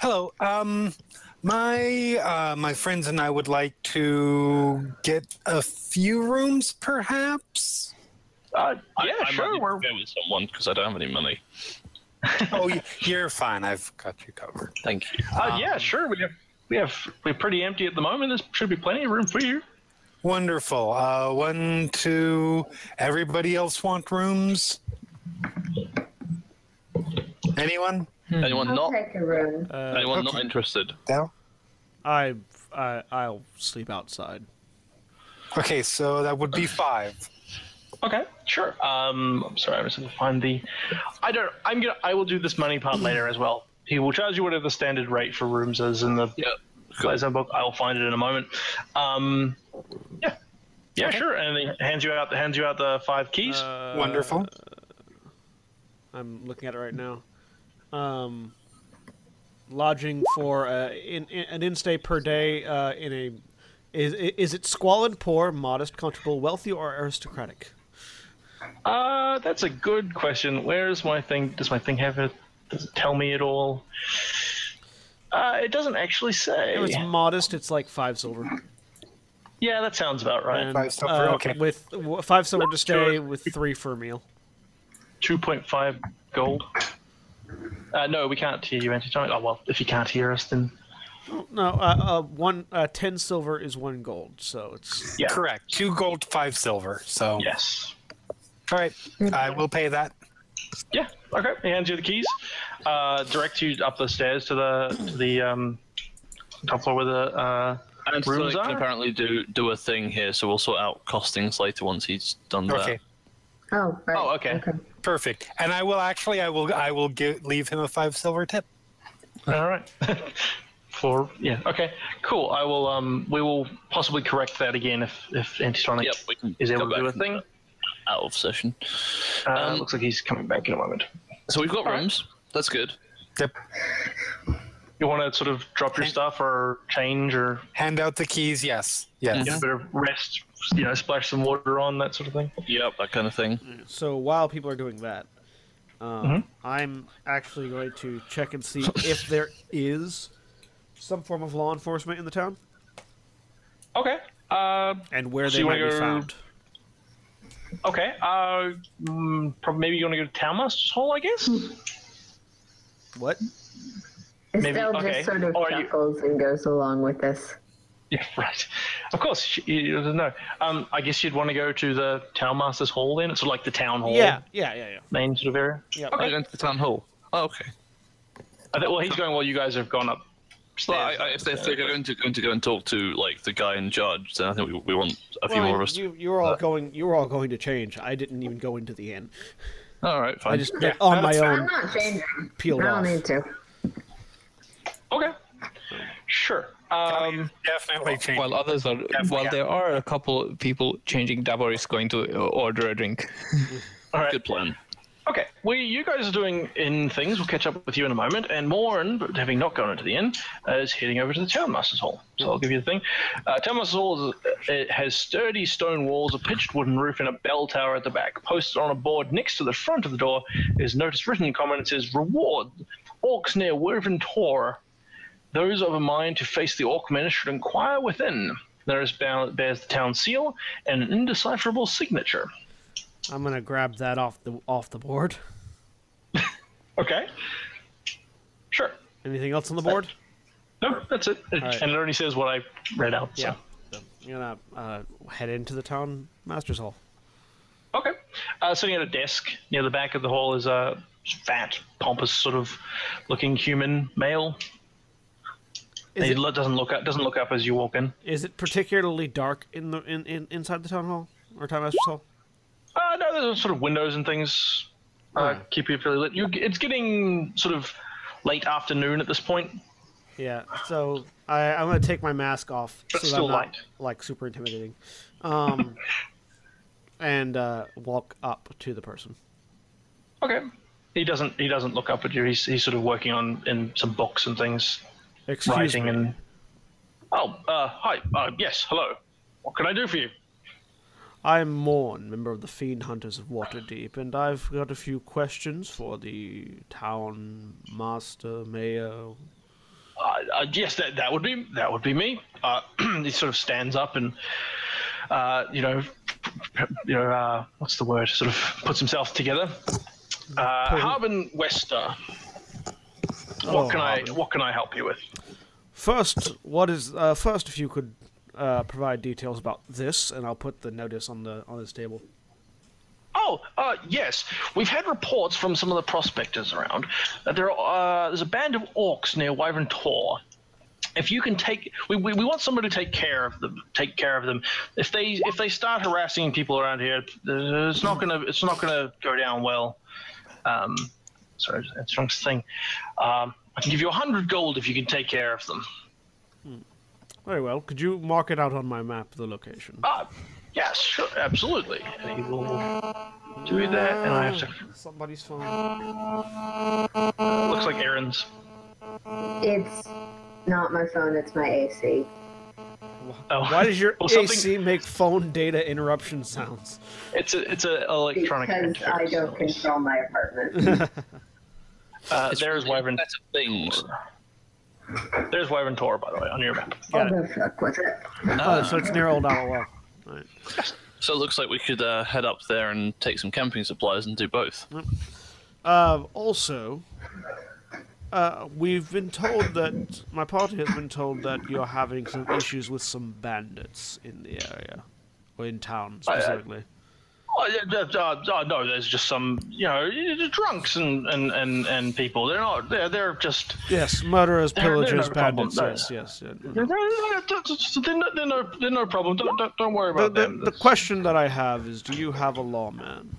Speaker 6: Hello. Um, my uh, my friends and I would like to get a few rooms, perhaps.
Speaker 2: Uh, yeah,
Speaker 5: I, I might need
Speaker 2: sure.
Speaker 5: to
Speaker 2: We're,
Speaker 5: go with someone because I don't have any money.
Speaker 6: Oh, y- you're fine. I've got you covered.
Speaker 5: Thank you.
Speaker 2: uh, yeah, sure. We have we have we're pretty empty at the moment. There should be plenty of room for you.
Speaker 6: Wonderful. Uh, one, two. Everybody else want rooms? Anyone?
Speaker 5: Anyone
Speaker 7: I'll
Speaker 5: not?
Speaker 7: take a room.
Speaker 5: Anyone not interested?
Speaker 6: No.
Speaker 1: I, I I'll sleep outside.
Speaker 6: Okay, so that would be five.
Speaker 2: Okay, sure. Um, I'm sorry, I'm just gonna find the. I don't. I'm gonna. I will do this money part later as well. He will charge you whatever the standard rate for rooms is in the
Speaker 5: Yeah.
Speaker 2: Glass Handbook. I'll find it in a moment. Um, yeah, yeah, sure. And he hands you out. Hands you out the five keys.
Speaker 5: Uh,
Speaker 6: Wonderful.
Speaker 1: I'm looking at it right now. Um, lodging for uh, in, in, an in-stay per day uh, in a is is it squalid, poor, modest, comfortable, wealthy, or aristocratic?
Speaker 2: Uh, that's a good question. Where is my thing? Does my thing have it? Does it tell me at all? Uh, it doesn't actually say.
Speaker 1: If it's modest, it's like five silver.
Speaker 2: Yeah, that sounds about right.
Speaker 1: And,
Speaker 6: Five silver,
Speaker 1: uh,
Speaker 6: okay.
Speaker 1: With w- five silver to stay,
Speaker 2: sure.
Speaker 1: with three for a meal.
Speaker 2: Two point five gold. Uh, no, we can't hear you, Antitonic. Oh well, if you can't hear us, then
Speaker 1: No, uh, uh, one uh, ten silver is one gold, so it's
Speaker 2: yeah,
Speaker 6: Correct. Two gold, five silver. So,
Speaker 2: Yes.
Speaker 6: all right, I will pay that.
Speaker 2: Yeah. Okay. He hands you the keys. Uh, directs you up the stairs to the to the um, top floor where the uh,
Speaker 5: And
Speaker 2: Rooms
Speaker 5: Sonic can
Speaker 2: are-
Speaker 5: apparently do do a thing here, so we'll sort out costings later once he's done that.
Speaker 6: Okay,
Speaker 7: Oh, right.
Speaker 2: Oh, okay.
Speaker 6: perfect. And I will actually, I will, I will give leave him a five silver tip.
Speaker 2: All right. Floor. Yeah. Okay. Cool. I will. Um. We will possibly correct that again if if Antitonic
Speaker 5: Yep, we can
Speaker 2: is able
Speaker 5: come
Speaker 2: to do a
Speaker 5: back and
Speaker 2: thing.
Speaker 5: Out of session.
Speaker 2: Uh,
Speaker 5: Um,
Speaker 2: looks like he's coming back in a moment.
Speaker 5: So we've got rooms. That's good.
Speaker 6: Yep.
Speaker 2: You want to sort of drop your stuff or change or
Speaker 6: Hand out the keys. Yes. Yes.
Speaker 2: get a bit of rest. You know, splash some water on that sort of thing.
Speaker 5: Yep, that kind of thing.
Speaker 6: Mm.
Speaker 1: So while people are doing that, um,
Speaker 6: Mm-hmm.
Speaker 1: I'm actually going to check and see if there is some form of law enforcement in the town
Speaker 2: Okay. Uh,
Speaker 1: and where
Speaker 2: So
Speaker 1: they
Speaker 2: you
Speaker 1: might
Speaker 2: wanna
Speaker 1: be
Speaker 2: go-
Speaker 1: found.
Speaker 2: Okay. Uh, mm, prob- maybe you want to go to Townmaster's Hall, I guess.
Speaker 1: Hmm. What?
Speaker 2: Maybe-
Speaker 7: Estelle
Speaker 2: okay.
Speaker 7: just sort of
Speaker 2: Or you-
Speaker 7: chuckles and goes along with this.
Speaker 2: Yeah, right. Of course, you, you don't know. Um, I guess you'd want to go to the Townmaster's Hall then. It's sort of like the town hall,
Speaker 1: Yeah, yeah, yeah, yeah.
Speaker 2: main sort of area.
Speaker 1: Yep.
Speaker 5: Are you
Speaker 2: Okay.
Speaker 5: going to the town hall? Oh, okay.
Speaker 2: I think, well, he's going while you guys have gone up.
Speaker 5: Well, I, I, if they're, if they're going to going to go and talk to like the guy in charge, then I think we, we want a few
Speaker 1: Well,
Speaker 5: more of us. Uh,
Speaker 1: you, you were all going. You were all going to change. I didn't even go into the inn.
Speaker 5: All right, fine.
Speaker 1: I just on my
Speaker 7: I'm
Speaker 1: own
Speaker 7: not changing. I
Speaker 1: peeled
Speaker 7: don't
Speaker 1: off.
Speaker 7: need to.
Speaker 2: Okay. Sure. Um,
Speaker 6: Definitely change.
Speaker 3: While others are, while there are a couple of people changing, Dabor is going to uh, order a drink.
Speaker 2: all right.
Speaker 5: Good plan.
Speaker 2: Okay. Well, you guys are doing in things. We'll catch up with you in a moment. And Morin, but having not gone into the inn, uh, is heading over to the Townmaster's Hall. So I'll give you the thing. Uh, Townmaster's Hall is, it has sturdy stone walls, a pitched wooden roof, and a bell tower at the back. Posted on a board next to the front of the door is notice written in common. It says, Reward, Orcs near Woven Tor. Those of a mind to face the orc men should inquire within. There is bound, bears the town seal and an indecipherable signature.
Speaker 1: I'm gonna grab that off the off the board.
Speaker 2: Okay. Sure.
Speaker 1: Anything else on the board?
Speaker 2: No, that's it. It-
Speaker 1: right.
Speaker 2: And it only says what I read out. So.
Speaker 1: So, I'm gonna uh, head into the town master's hall.
Speaker 2: Okay. Uh, sitting at a desk near the back of the hall is a fat, pompous sort of looking human male.
Speaker 1: Is
Speaker 2: he
Speaker 1: it,
Speaker 2: lo- doesn't look up. Doesn't look up as you walk in.
Speaker 1: is it particularly dark in the in, in inside the town hall or town master's hall?
Speaker 2: Uh, no, there's sort of windows and things. Uh,
Speaker 1: Yeah.
Speaker 2: Keep you fairly lit. You, it's getting sort of late afternoon at this point.
Speaker 1: Yeah. So I, I'm gonna take my mask off so
Speaker 2: But
Speaker 1: that
Speaker 2: still
Speaker 1: I'm not
Speaker 2: light.
Speaker 1: like super intimidating, um, and uh, walk up to the person.
Speaker 2: Okay. He doesn't. He doesn't look up at you. He's, he's sort of working on in some books and things,
Speaker 1: Excuse
Speaker 2: writing
Speaker 1: me.
Speaker 2: and. Oh, uh, hi. Uh, yes. Hello. What can I do for you?
Speaker 1: I'm Morn, member of the Fiend Hunters of Waterdeep, and I've got a few questions for the town master, mayor.
Speaker 2: Uh, uh, yes, that, that would be that would be me. Uh, he sort of stands up and, uh, you know, you know, uh, what's the word? Sort of puts himself together. Uh, Harbin Wester. What
Speaker 1: Oh,
Speaker 2: can I
Speaker 1: Harbin.
Speaker 2: what can I help you with?
Speaker 1: First, what is uh, first? If you could uh, provide details about this, and I'll put the notice on the on this table.
Speaker 2: Oh, uh, yes. We've had reports from some of the prospectors around that there are, uh, there's a band of orcs near Wyvern Tor. If you can take, we, we, we want somebody to take care of them. Take care of them. If they if they start harassing people around here, uh, it's not gonna it's not gonna go down well. Um, sorry, it's wrong thing. Um, I can give you a hundred gold if you can take care of them.
Speaker 1: Very well. Could you mark it out on my map, the location?
Speaker 2: Ah, yes, sure, absolutely. And he will do that, and I have to.
Speaker 1: Somebody's phone.
Speaker 2: Looks like errands.
Speaker 7: It's not my phone, it's my AC.
Speaker 2: Oh.
Speaker 1: Why does your
Speaker 2: Well, something-
Speaker 1: AC make phone data interruption sounds?
Speaker 2: It's a it's a electronic.
Speaker 7: Because I don't control my apartment.
Speaker 2: Uh,
Speaker 5: It's
Speaker 2: there's
Speaker 5: really
Speaker 2: Wyvern.
Speaker 5: better things.
Speaker 2: There's Wyvern Tor, by the way, on your map.
Speaker 7: I'll go fuck with it.
Speaker 2: Uh,
Speaker 1: Oh, so it's near Old Owl. Well, Right.
Speaker 5: So it looks like we could uh, head up there and take some camping supplies and do both.
Speaker 1: Uh, also, uh, we've been told that my party has been told that you're having some issues with some bandits in the area, or in town
Speaker 2: I- I-
Speaker 1: specifically.
Speaker 2: Oh, yeah, uh, uh, uh, no, there's just some you know drunks and and and, and people. They're not. They're they're just.
Speaker 1: yes, murderers,
Speaker 2: They're- they're
Speaker 1: pillagers,
Speaker 2: not a problem,
Speaker 1: bandits.
Speaker 2: no.
Speaker 1: Yes, yes. yeah.
Speaker 2: They're, they're, they're, no- they're no, they're no problem. Don't, don't, don't worry
Speaker 1: The,
Speaker 2: about
Speaker 1: the,
Speaker 2: them.
Speaker 1: the question that I have is, do you have a lawman?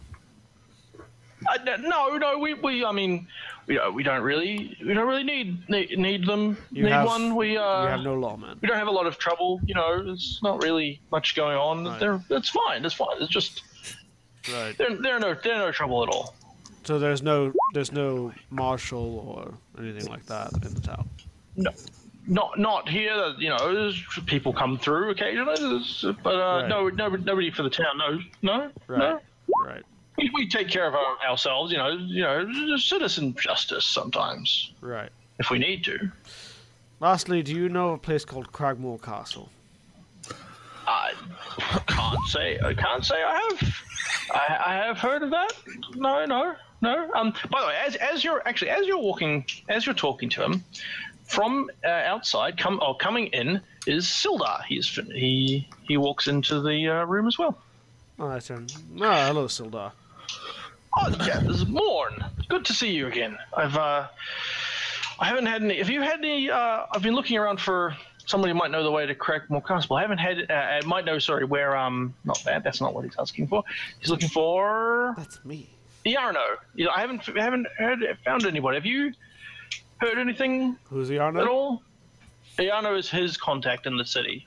Speaker 2: Uh, n- no, no, we, we I mean, we, uh, we don't really we don't really need need, need them.
Speaker 1: You
Speaker 2: need
Speaker 1: have-
Speaker 2: one. We uh,
Speaker 1: you have no lawman.
Speaker 2: we don't have a lot of trouble. You know, there's not really much going on.
Speaker 1: Right.
Speaker 2: They're, that's fine. That's fine. It's just
Speaker 1: Right.
Speaker 2: they're, they're no they're no trouble at all.
Speaker 1: So there's no there's no marshal or anything like that in the town.
Speaker 2: Not not here. You know, there's- people come through occasionally, there's- but uh,
Speaker 1: Right.
Speaker 2: no, nobody, nobody for the town. No, no,
Speaker 1: Right.
Speaker 2: no.
Speaker 1: Right.
Speaker 2: We, we take care of our, ourselves. You know, you know, just citizen justice sometimes
Speaker 1: Right.
Speaker 2: if we need to.
Speaker 1: Lastly, do you know of a place called Cragmore Castle?
Speaker 2: I can't say. I can't say I have. I, I have heard of that. No, no, no. Um. By the way, as as you're actually as you're walking, as you're talking to him, from uh, outside, come or coming in is Sildar. He's fin- he he walks into the uh, room as well.
Speaker 1: Oh, that's him. Ah, hello, Sildar.
Speaker 2: Oh yeah, this is Morn. Good to see you again. I've uh, I haven't had any. Have you had any? Uh, I've been looking around for somebody who might know the way to Craigmore Castle. I haven't had. Uh, I might know. Sorry, where um, not that. That's not what he's asking for. He's looking for
Speaker 1: That's me.
Speaker 2: Yarno. You know, I haven't I haven't heard found anybody. Have you heard anything
Speaker 1: Who's the
Speaker 2: at
Speaker 1: honor?
Speaker 2: all? Iano is his contact in the city.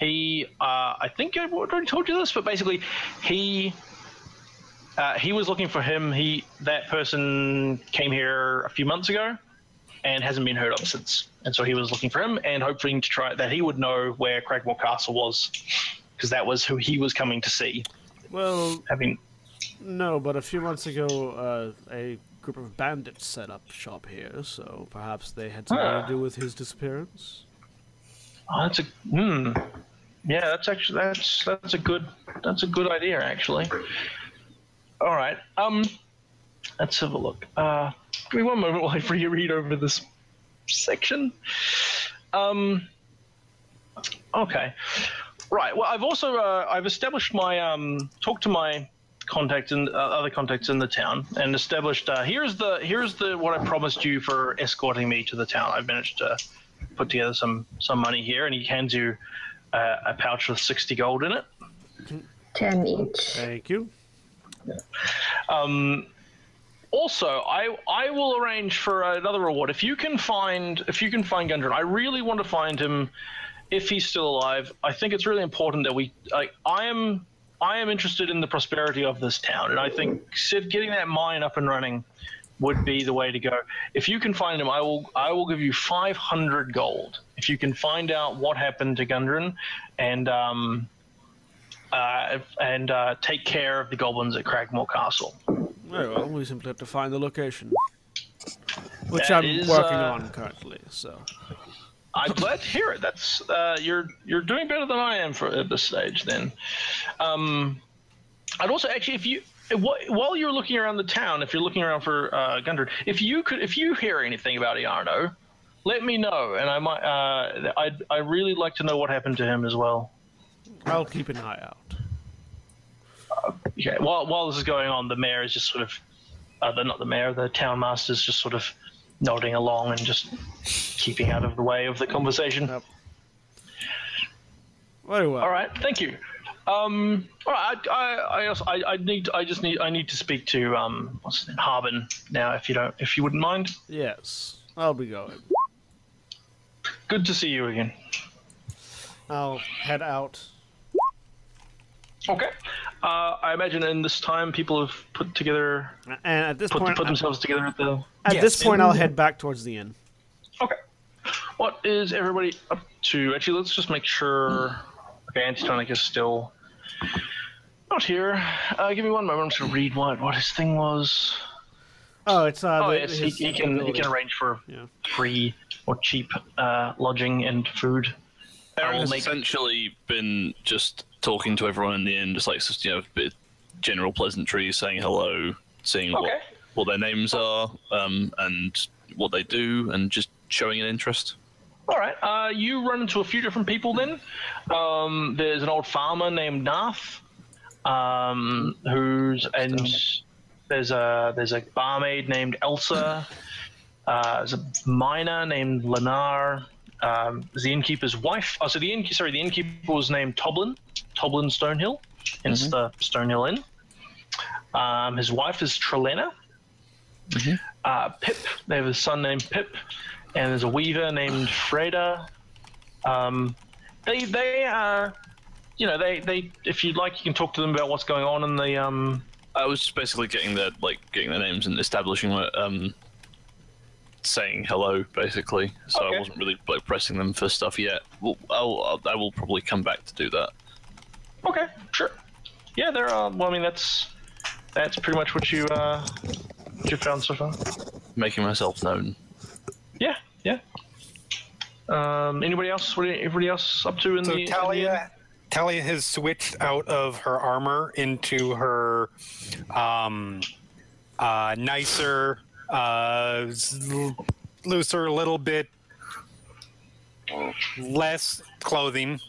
Speaker 2: He, uh, I think I already told you this, but basically, he uh, he was looking for him. He that person came here a few months ago, and hasn't been heard of since. And so he was looking for him, and hoping to try that he would know where Cragmore Castle was, because that was who he was coming to see.
Speaker 1: Well,
Speaker 2: Having
Speaker 1: no, but a few months ago, uh, a group of bandits set up shop here, so perhaps they had something
Speaker 2: Ah.
Speaker 1: to do with his disappearance.
Speaker 2: Oh, that's a hmm. Yeah, that's actually that's that's a good that's a good idea actually. All right. Um, let's have a look. Uh, give me one moment while I reread over this section. Um. Okay. Right. Well, I've also uh, I've established my um talked to my contacts and uh, other contacts in the town and established uh, here's the here's the what I promised you for escorting me to the town. I've managed to put together some some money here, and he hands you uh, a pouch with sixty gold in it.
Speaker 7: Ten each.
Speaker 1: Thank you.
Speaker 2: Um, also, I I will arrange for another reward if you can find if you can find Gundren. I really want to find him if he's still alive. I think it's really important that we like I am. I am interested in the prosperity of this town, and I think Sid getting that mine up and running would be the way to go. If you can find him, I will I will give you 500 gold. If you can find out what happened to Gundren, and um, uh, and uh, take care of the goblins at Cragmore Castle.
Speaker 1: Very well. We simply have to find the location, which I'm
Speaker 2: That is,
Speaker 1: working
Speaker 2: uh,
Speaker 1: on currently. So
Speaker 2: I'm glad to hear it. That's uh, you're you're doing better than I am for at this stage. Then, um, I'd also actually if you. wh- While you're looking around the town, if you're looking around for uh, Gundren, if you could, if you hear anything about Iarno, let me know, and I might. Uh, I I really like to know what happened to him as well.
Speaker 1: I'll keep an eye out.
Speaker 2: Okay. While while this is going on, the mayor is just sort of, uh, the, not the mayor, the town master is just sort of nodding along and just keeping out of the way of the conversation.
Speaker 1: Yep. Very well.
Speaker 2: All right. Thank you. Um, all right. I I I, also, I I need I just need I need to speak to um what's his name Harbin now if you don't if you wouldn't mind.
Speaker 1: Yes, I'll be going.
Speaker 2: Good to see you again.
Speaker 1: I'll head out.
Speaker 2: Okay. Uh, I imagine in this time people have put together
Speaker 1: And at this
Speaker 2: put
Speaker 1: point,
Speaker 2: put themselves together at the.
Speaker 1: at this
Speaker 6: Yes.
Speaker 1: point, I'll head back towards the inn.
Speaker 2: Okay. What is everybody up to? Actually, let's just make sure. Okay, Antitonic is still not here. Uh, give me one moment. I'm just gonna read what what his thing was.
Speaker 1: Oh, it's uh.
Speaker 2: Oh
Speaker 1: the,
Speaker 2: yes, he,
Speaker 1: his
Speaker 2: he can he
Speaker 1: ability.
Speaker 2: can arrange for
Speaker 1: Yeah.
Speaker 2: free or cheap uh, lodging and food.
Speaker 5: Aaron
Speaker 2: I'll
Speaker 5: has
Speaker 2: make-
Speaker 5: essentially been just talking to everyone in the inn, just like just, you know, a bit of general pleasantries, saying hello, seeing
Speaker 2: Okay.
Speaker 5: what what their names are, um, and what they do, and just showing an interest.
Speaker 2: All right. Uh, you run into a few different people then. Um, there's an old farmer named Nath, um, who's and there's a there's a barmaid named Elsa. Uh, there's a miner named Lenar. Um, there's the innkeeper's wife. Oh, so the innkeeper. Sorry, the innkeeper was named Toblin. Toblin Stonehill. Hence the Stonehill Inn. Um, his wife is Trelena. Uh, Pip. They have a son named Pip and there's a weaver named Freda. Um, they they are, you know, they they if you'd like, you can talk to them about what's going on in the um.
Speaker 5: I was just basically getting their like getting their names and establishing what, um, saying hello, basically. So
Speaker 2: Okay.
Speaker 5: I wasn't really like pressing them for stuff yet. Well, I'll, I'll, I will probably come back to do that.
Speaker 2: Okay, sure. Yeah, there are. Well, I mean, that's that's pretty much what you uh what you found so far.
Speaker 5: Making myself known.
Speaker 2: Yeah, yeah. Um, anybody else? What are everybody else up to in
Speaker 6: So
Speaker 2: the? in the-
Speaker 6: Talia, Talia has switched out of her armor into her um, uh, nicer, uh, s- l- looser, a little bit less clothing,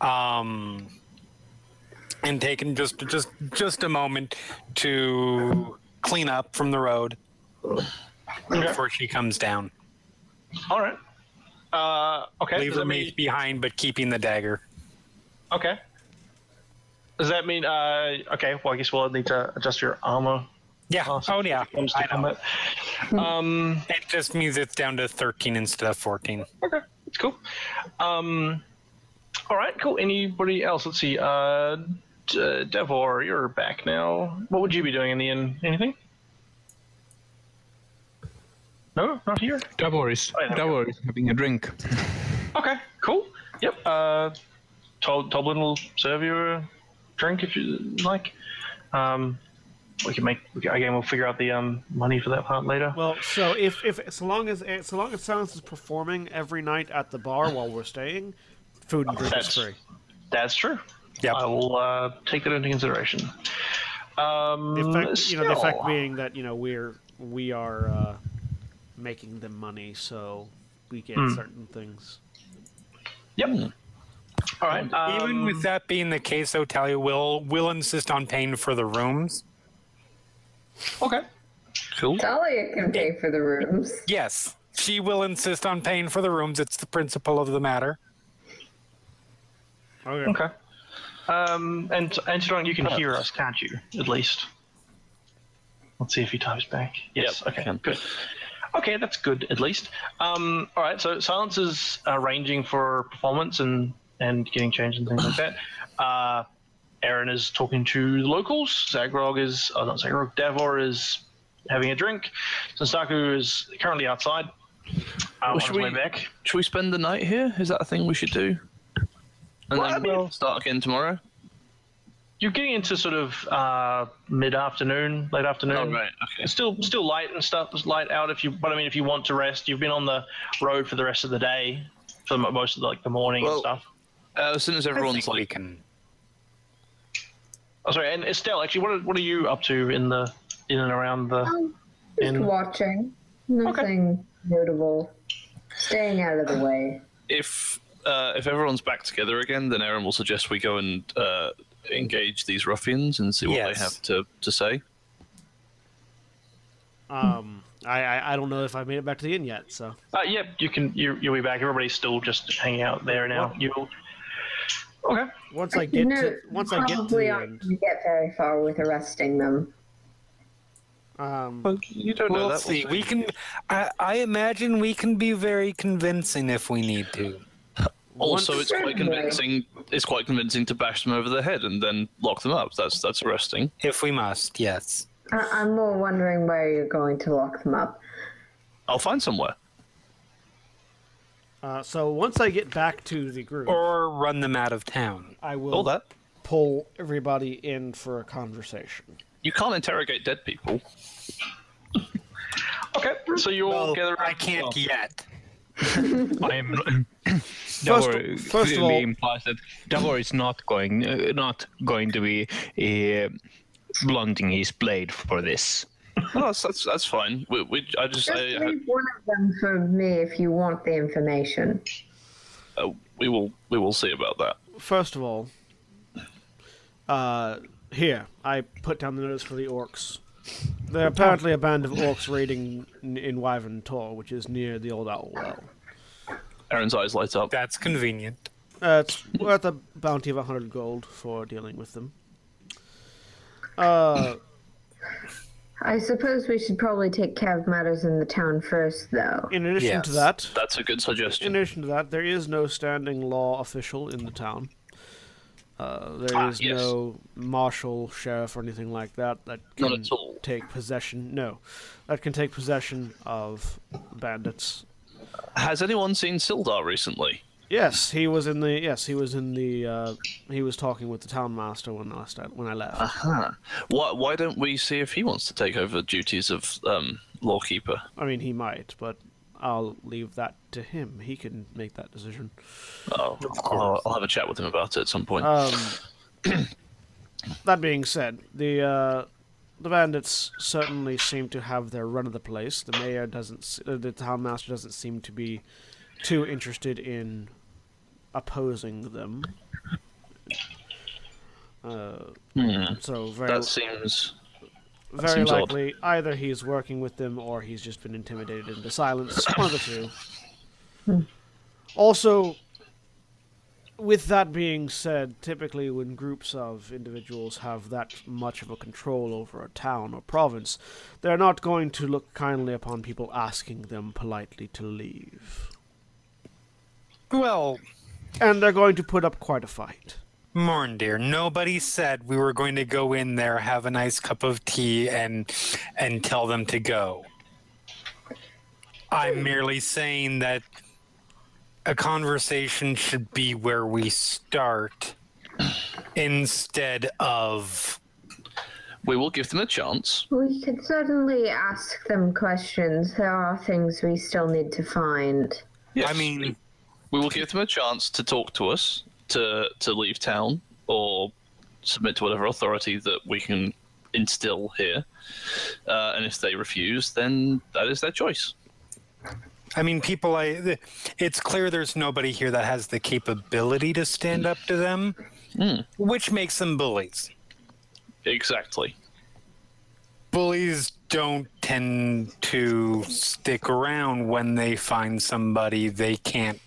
Speaker 6: um, and taken just just just a moment to clean up from the road before she comes down.
Speaker 2: All right. Uh, okay.
Speaker 6: Leave
Speaker 2: does
Speaker 6: her
Speaker 2: that mean-
Speaker 6: mace behind, but keeping the dagger.
Speaker 2: Okay. Does that mean? Uh, okay. Well, I guess we'll need to adjust your armor
Speaker 6: Yeah.
Speaker 2: Awesome.
Speaker 6: Oh yeah.
Speaker 2: comes
Speaker 6: I
Speaker 2: to
Speaker 6: know.
Speaker 2: combat. Um,
Speaker 6: It just means it's down to 13 instead of 14.
Speaker 2: okay, that's cool. Um, all right, cool. Anybody else? Let's see. Uh, D- uh, Devor, you're back now. What would you be doing in the end? Anything? No, not here.
Speaker 3: Davor is,
Speaker 2: Oh, yeah.
Speaker 3: Davor is having a drink.
Speaker 2: Okay, cool. Yep. Uh, Tol- Toblin will serve you a drink if you like. Um, we can make. We can, again, we'll figure out the um money for that part later.
Speaker 1: Well, so if if so long as so long as Silence is performing every night at the bar while we're staying, food and drink is
Speaker 2: That's-
Speaker 1: free.
Speaker 2: That's true.
Speaker 6: Yep.
Speaker 2: I will uh, take that into consideration. Um,
Speaker 1: The fact, you know, the fact
Speaker 2: still,
Speaker 1: being that you know we're we are uh, making them money, so we get certain things.
Speaker 2: Yep. All right. Um,
Speaker 6: Even with that being the case, though, Talia will will insist on paying for the rooms.
Speaker 2: okay.
Speaker 5: Cool.
Speaker 7: Dahlia can pay for the rooms.
Speaker 6: Yes, she will insist on paying for the rooms. It's the principle of the matter.
Speaker 1: Okay.
Speaker 2: Okay. Um, and Antidon, you can hear us, can't you? At least. Let's see if he types back. Yes.
Speaker 5: Yep, I
Speaker 2: okay.
Speaker 5: can.
Speaker 2: Good. Okay, that's good at least. Um, all right. So silence is arranging for performance and and getting changed and things like that. Uh, Aaron is talking to the locals. Zagrog is oh not Zagrog. Davor is having a drink. Sensaku is currently outside. Uh, on
Speaker 5: should
Speaker 2: his way
Speaker 5: we-
Speaker 2: back.
Speaker 5: Should we spend the night here? Is that a thing we should do? And
Speaker 2: Well, I
Speaker 5: then
Speaker 2: mean-
Speaker 5: we'll start again tomorrow.
Speaker 2: You're getting into sort of uh, mid afternoon, late afternoon.
Speaker 5: Oh right, okay.
Speaker 2: It's still still light and stuff. It's light out if you. But I mean, if you want to rest, you've been on the road for the rest of the day, for mo- most of the, like the morning and
Speaker 5: Well-
Speaker 2: stuff.
Speaker 5: Uh, as soon as everyone's
Speaker 6: we
Speaker 5: like,
Speaker 6: can.
Speaker 2: Oh, sorry. And Estelle, actually, what are, what are you up to in the in and around the?
Speaker 7: Um, just
Speaker 2: And-
Speaker 7: watching. Nothing notable. Staying out of the way.
Speaker 5: if uh, if everyone's back together again, then Aaron will suggest we go and uh, engage these ruffians and see what
Speaker 6: Yes.
Speaker 5: they have to, to say.
Speaker 1: Um, I, I I don't know if I made it back to the inn yet, so
Speaker 2: Uh, yeah, you can. You, you'll be back. Everybody's still just hanging out there now.
Speaker 1: What?
Speaker 2: You'll. Okay.
Speaker 1: once I get
Speaker 7: no,
Speaker 1: to once I get to
Speaker 7: probably
Speaker 1: the
Speaker 7: aren't
Speaker 1: end,
Speaker 7: gonna get very far with arresting them.
Speaker 1: um,
Speaker 5: Well, you don't know
Speaker 6: We'll
Speaker 5: that.
Speaker 6: see. We can. I, I imagine we can be very convincing if we need to.
Speaker 5: Also,
Speaker 1: once-
Speaker 5: it's quite
Speaker 7: Certainly.
Speaker 5: convincing. It's quite convincing to bash them over the head and then lock them up. That's that's arresting.
Speaker 6: If we must, yes.
Speaker 7: I- I'm more wondering where you're going to lock them up.
Speaker 5: I'll find somewhere.
Speaker 1: uh, so once I get back to the group,
Speaker 6: Or run them out of town.
Speaker 1: I will
Speaker 5: All that.
Speaker 1: pull everybody in for a conversation.
Speaker 5: You can't interrogate dead people.
Speaker 2: Okay. So you all gather.
Speaker 6: I can't yet.
Speaker 3: I'm.
Speaker 1: First-
Speaker 3: Davor
Speaker 1: first of
Speaker 3: clearly
Speaker 1: all-
Speaker 3: implies that Davor is not going, uh, not going to be uh, blunting his blade for this.
Speaker 5: No, that's that's, that's fine. We, we, I just
Speaker 7: Just
Speaker 5: I,
Speaker 7: leave one of them for me if you want the information.
Speaker 5: uh, we will we will see about that.
Speaker 1: First of all, uh, here I put down the notice for the orcs. They're apparently a band of orcs raiding n- in Wyvern Tor, which is near the old owl well.
Speaker 5: Aaron's eyes light up.
Speaker 6: That's convenient.
Speaker 1: Uh, it's worth a bounty of 100 gold for dealing with them. Uh,
Speaker 7: I suppose we should probably take care of matters in the town first, though.
Speaker 1: In addition to
Speaker 6: Yes.
Speaker 1: that,
Speaker 5: That's a good
Speaker 1: in
Speaker 5: suggestion.
Speaker 1: addition to that, there is no standing law official in the town. Uh, there is
Speaker 5: Ah, yes.
Speaker 1: no marshal, sheriff, or anything like that that
Speaker 5: Not
Speaker 1: can
Speaker 5: at all.
Speaker 1: take possession. No, that can take possession of bandits.
Speaker 5: Has anyone seen Sildar recently?
Speaker 1: Yes, he was in the. Yes, he was in the. Uh, he was talking with the town master when last I, when I left.
Speaker 5: Huh. Why why don't we see if he wants to take over the duties of um, lawkeeper?
Speaker 1: I mean, he might, but I'll leave that to him. He can make that decision.
Speaker 5: Oh, I'll, I'll have a chat with him about it at some point.
Speaker 1: Um, that being said, the uh, the bandits certainly seem to have their run of the place. The mayor doesn't, s- uh, the town master doesn't seem to be too interested in opposing them. Uh, So very
Speaker 5: Hmm. that seems
Speaker 1: very
Speaker 5: seems odd.
Speaker 1: likely either he's working with them or he's just been intimidated into silence. One of the two.
Speaker 5: Hmm.
Speaker 1: Also, with that being said, typically when groups of individuals have that much of a control over a town or province, they're not going to look kindly upon people asking them politely to leave.
Speaker 6: Well,
Speaker 1: And they're going to put up quite a fight.
Speaker 6: Morn, dear. Nobody said we were going to go in there, have a nice cup of tea, and and tell them to go. I'm merely saying that a conversation should be where we start instead of
Speaker 5: We will give them a chance.
Speaker 7: We could certainly ask them questions. There are things we still need to find.
Speaker 5: Yes.
Speaker 6: I mean,
Speaker 5: we will give them a chance to talk to us, to to leave town, or submit to whatever authority that we can instill here. Uh, and if they refuse, then that is their choice.
Speaker 6: I mean, people. I. th- It's clear there's nobody here that has the capability to stand up to them, which makes them bullies.
Speaker 5: Exactly.
Speaker 6: Bullies don't tend to stick around when they find somebody they can't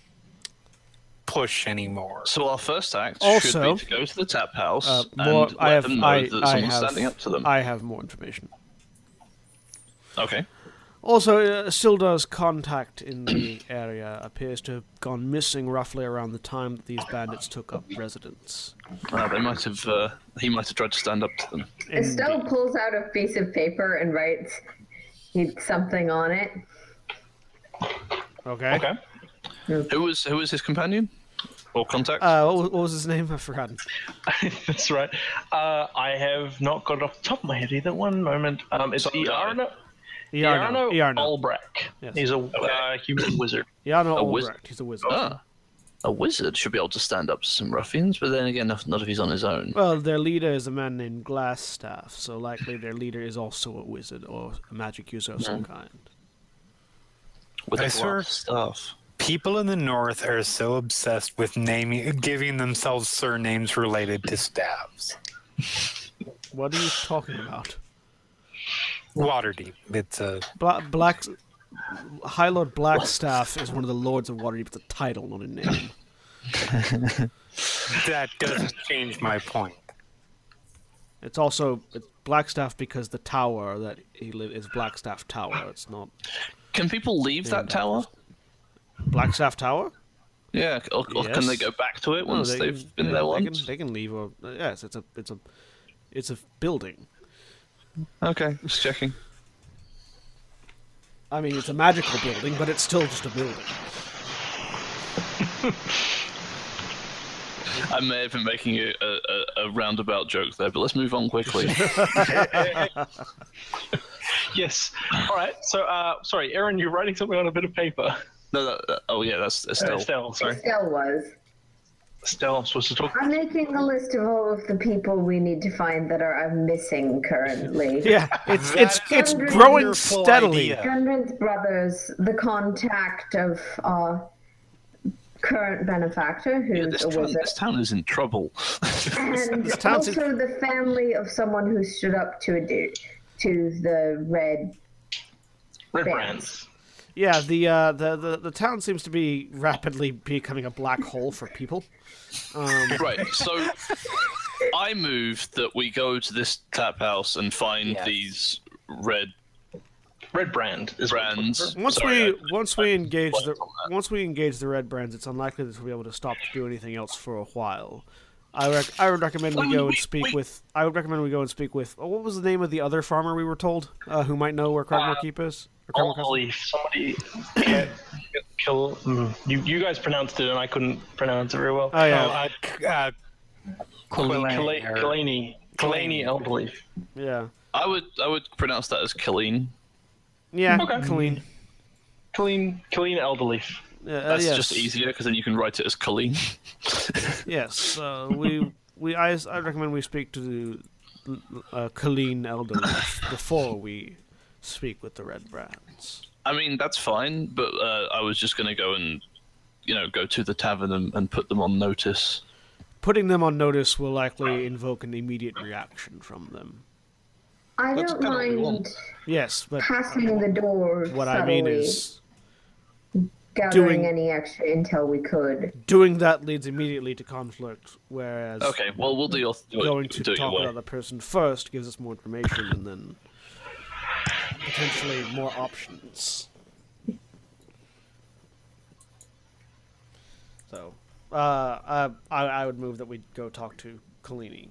Speaker 6: push anymore.
Speaker 5: So our first act
Speaker 1: Also-
Speaker 5: should be to go to the tap house
Speaker 1: Uh,
Speaker 5: and
Speaker 1: more,
Speaker 5: let
Speaker 1: I have,
Speaker 5: them know
Speaker 1: I,
Speaker 5: that someone's
Speaker 1: I, have,
Speaker 5: standing up to them.
Speaker 1: I have more information.
Speaker 5: okay.
Speaker 1: Also, uh, Sildar's contact in the area appears to have gone missing roughly around the time that these bandits took up residence.
Speaker 5: Uh, they might have. Uh, he might have tried to stand up to them.
Speaker 7: Estelle pulls out a piece of paper and writes something on it.
Speaker 1: Okay.
Speaker 2: Okay.
Speaker 5: Who was who was his companion or contact?
Speaker 1: Uh, what, wa- what was his name? I've forgotten.
Speaker 2: That's right. Uh, I have not got it off the top of my head either. One moment. Um, it's
Speaker 5: Sorry.
Speaker 2: Iarno,
Speaker 1: Iarno.
Speaker 2: Iarno,
Speaker 1: Iarno.
Speaker 2: Albrecht.
Speaker 1: Yes.
Speaker 2: He's a uh, human wizard.
Speaker 1: Iarno
Speaker 5: wiz-
Speaker 1: Albrecht. He's a wizard.
Speaker 5: ah, a wizard should be able to stand up to some ruffians, but then again, not, not if he's on his own.
Speaker 1: Well, their leader is a man named Glassstaff, so likely their leader is also a wizard or a magic user of
Speaker 5: Hmm.
Speaker 1: some kind.
Speaker 5: With
Speaker 6: I
Speaker 5: a
Speaker 6: swear-
Speaker 5: glass staff.
Speaker 6: People in the North are so obsessed with naming, giving themselves surnames related to staffs.
Speaker 1: What are you talking about?
Speaker 6: Waterdeep. It's a
Speaker 1: Bla- Black High Lord Blackstaff is one of the lords of Waterdeep. It's a title, not a name.
Speaker 6: that doesn't change my point.
Speaker 1: It's also it's Blackstaff because the tower that he live is Blackstaff Tower. It's not
Speaker 5: Can people leave that tower?
Speaker 1: Blackstaff Tower.
Speaker 5: Yeah, or, or can they
Speaker 1: Yes.
Speaker 5: go back to it
Speaker 1: No,
Speaker 5: once
Speaker 1: they
Speaker 5: they
Speaker 1: can-
Speaker 5: have been there
Speaker 1: they
Speaker 5: once?
Speaker 1: can, they can leave. Or yes, it's a it's a it's a building.
Speaker 5: Okay, just checking.
Speaker 1: I mean, it's a magical building, but it's still just a building.
Speaker 5: I may have been making a, a, a- a roundabout joke there, but let's move on quickly.
Speaker 2: Yes. All right. So, uh, sorry, Aaron, you're writing something on a bit of paper.
Speaker 5: no, that, that- oh yeah, that's
Speaker 3: Uh,
Speaker 5: Estelle.
Speaker 2: Estelle, sorry.
Speaker 7: Estelle was.
Speaker 2: Estelle, I'm supposed to talk.
Speaker 7: I'm making a list of all of the people we need to find that are I'm missing currently.
Speaker 1: Yeah, it's it's
Speaker 6: That
Speaker 1: it's
Speaker 7: is a
Speaker 1: growing
Speaker 6: wonderful
Speaker 1: steadily.
Speaker 6: idea.
Speaker 7: Gundren's brothers, the contact of our current benefactor,
Speaker 5: Yeah,
Speaker 7: who's
Speaker 5: this,
Speaker 7: a
Speaker 5: town,
Speaker 7: wizard,
Speaker 5: this town is in trouble.
Speaker 7: and
Speaker 1: town's-
Speaker 7: also the family of someone who stood up to a dude, to the red.
Speaker 2: Red
Speaker 7: Thanks.
Speaker 2: Brands.
Speaker 1: Yeah, the, uh, the the the town seems to be rapidly becoming a black hole for people.
Speaker 5: right, so I move that we go to this tap house and find
Speaker 6: Yes.
Speaker 5: these red
Speaker 2: Red Brand is what it's
Speaker 5: brands.
Speaker 1: Once
Speaker 5: Sorry,
Speaker 1: we once we engage the
Speaker 5: on that.
Speaker 1: once we engage the red brands, it's unlikely that we'll be able to stop to do anything else for a while. I, rec- I would recommend we go and speak with. I would recommend we go and speak with. oh, What was the name of the other farmer we were told uh, who might know where Cromwell Keep is? Or Cromwell Castle?
Speaker 2: Holy, somebody can't kill. Mm. You, you guys pronounced it, and I couldn't pronounce it very well.
Speaker 1: Oh yeah,
Speaker 6: Oh, uh, c- uh,
Speaker 2: Kala-
Speaker 6: Quillen- or-
Speaker 2: Kalani. Kalani Elderleaf.
Speaker 1: yeah,
Speaker 5: I would I would pronounce that as
Speaker 1: Uh,
Speaker 5: Killeen.
Speaker 1: yeah.
Speaker 2: Okay.
Speaker 1: Colleen.
Speaker 2: Kalani Elderleaf.
Speaker 1: Yeah, uh,
Speaker 5: That's
Speaker 1: yes.
Speaker 5: just easier because then you can write it as Colleen.
Speaker 1: Yes, uh, we we I, I recommend we speak to uh, Colleen Elderleaf before we speak with the red brands.
Speaker 5: I mean, that's fine, but uh, I was just going to go and, you know, go to the tavern and, and put them on notice.
Speaker 1: Putting them on notice will likely invoke an immediate reaction from them.
Speaker 7: I
Speaker 5: That's
Speaker 7: don't
Speaker 5: kinda what we
Speaker 7: mind
Speaker 5: want.
Speaker 1: Yes, but
Speaker 7: passing the door.
Speaker 1: what
Speaker 7: subtly,
Speaker 1: I mean is
Speaker 7: gathering
Speaker 1: doing-
Speaker 7: any extra intel we could.
Speaker 1: doing that leads immediately to conflict, whereas
Speaker 5: Okay, well, we'll do your do it-
Speaker 1: going to
Speaker 5: do it your
Speaker 1: talk with
Speaker 5: way.
Speaker 1: another person first gives us more information and then potentially more options. So, uh, uh, I, I would move that we go talk to Kalini.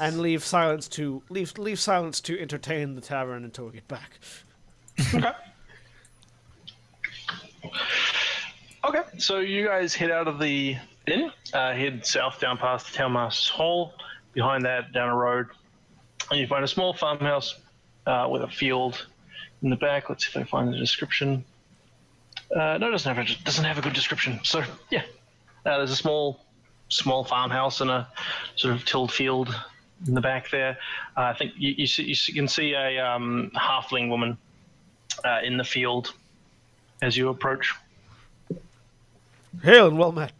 Speaker 1: And leave silence to leave leave silence to entertain the tavern until we get back.
Speaker 2: Okay. Okay, so you guys head out of the inn, uh, head south down past the townmaster's hall. Behind that, down a road, And you find a small farmhouse uh, with a field in the back. Let's see if I find the description. Uh, no, it doesn't have a, doesn't have a good description. So yeah, uh, there's a small small farmhouse and a sort of tilled field in the back there. Uh, I think you, you, see, you see- can see a um, halfling woman uh, in the field as you approach.
Speaker 1: Hail and well met.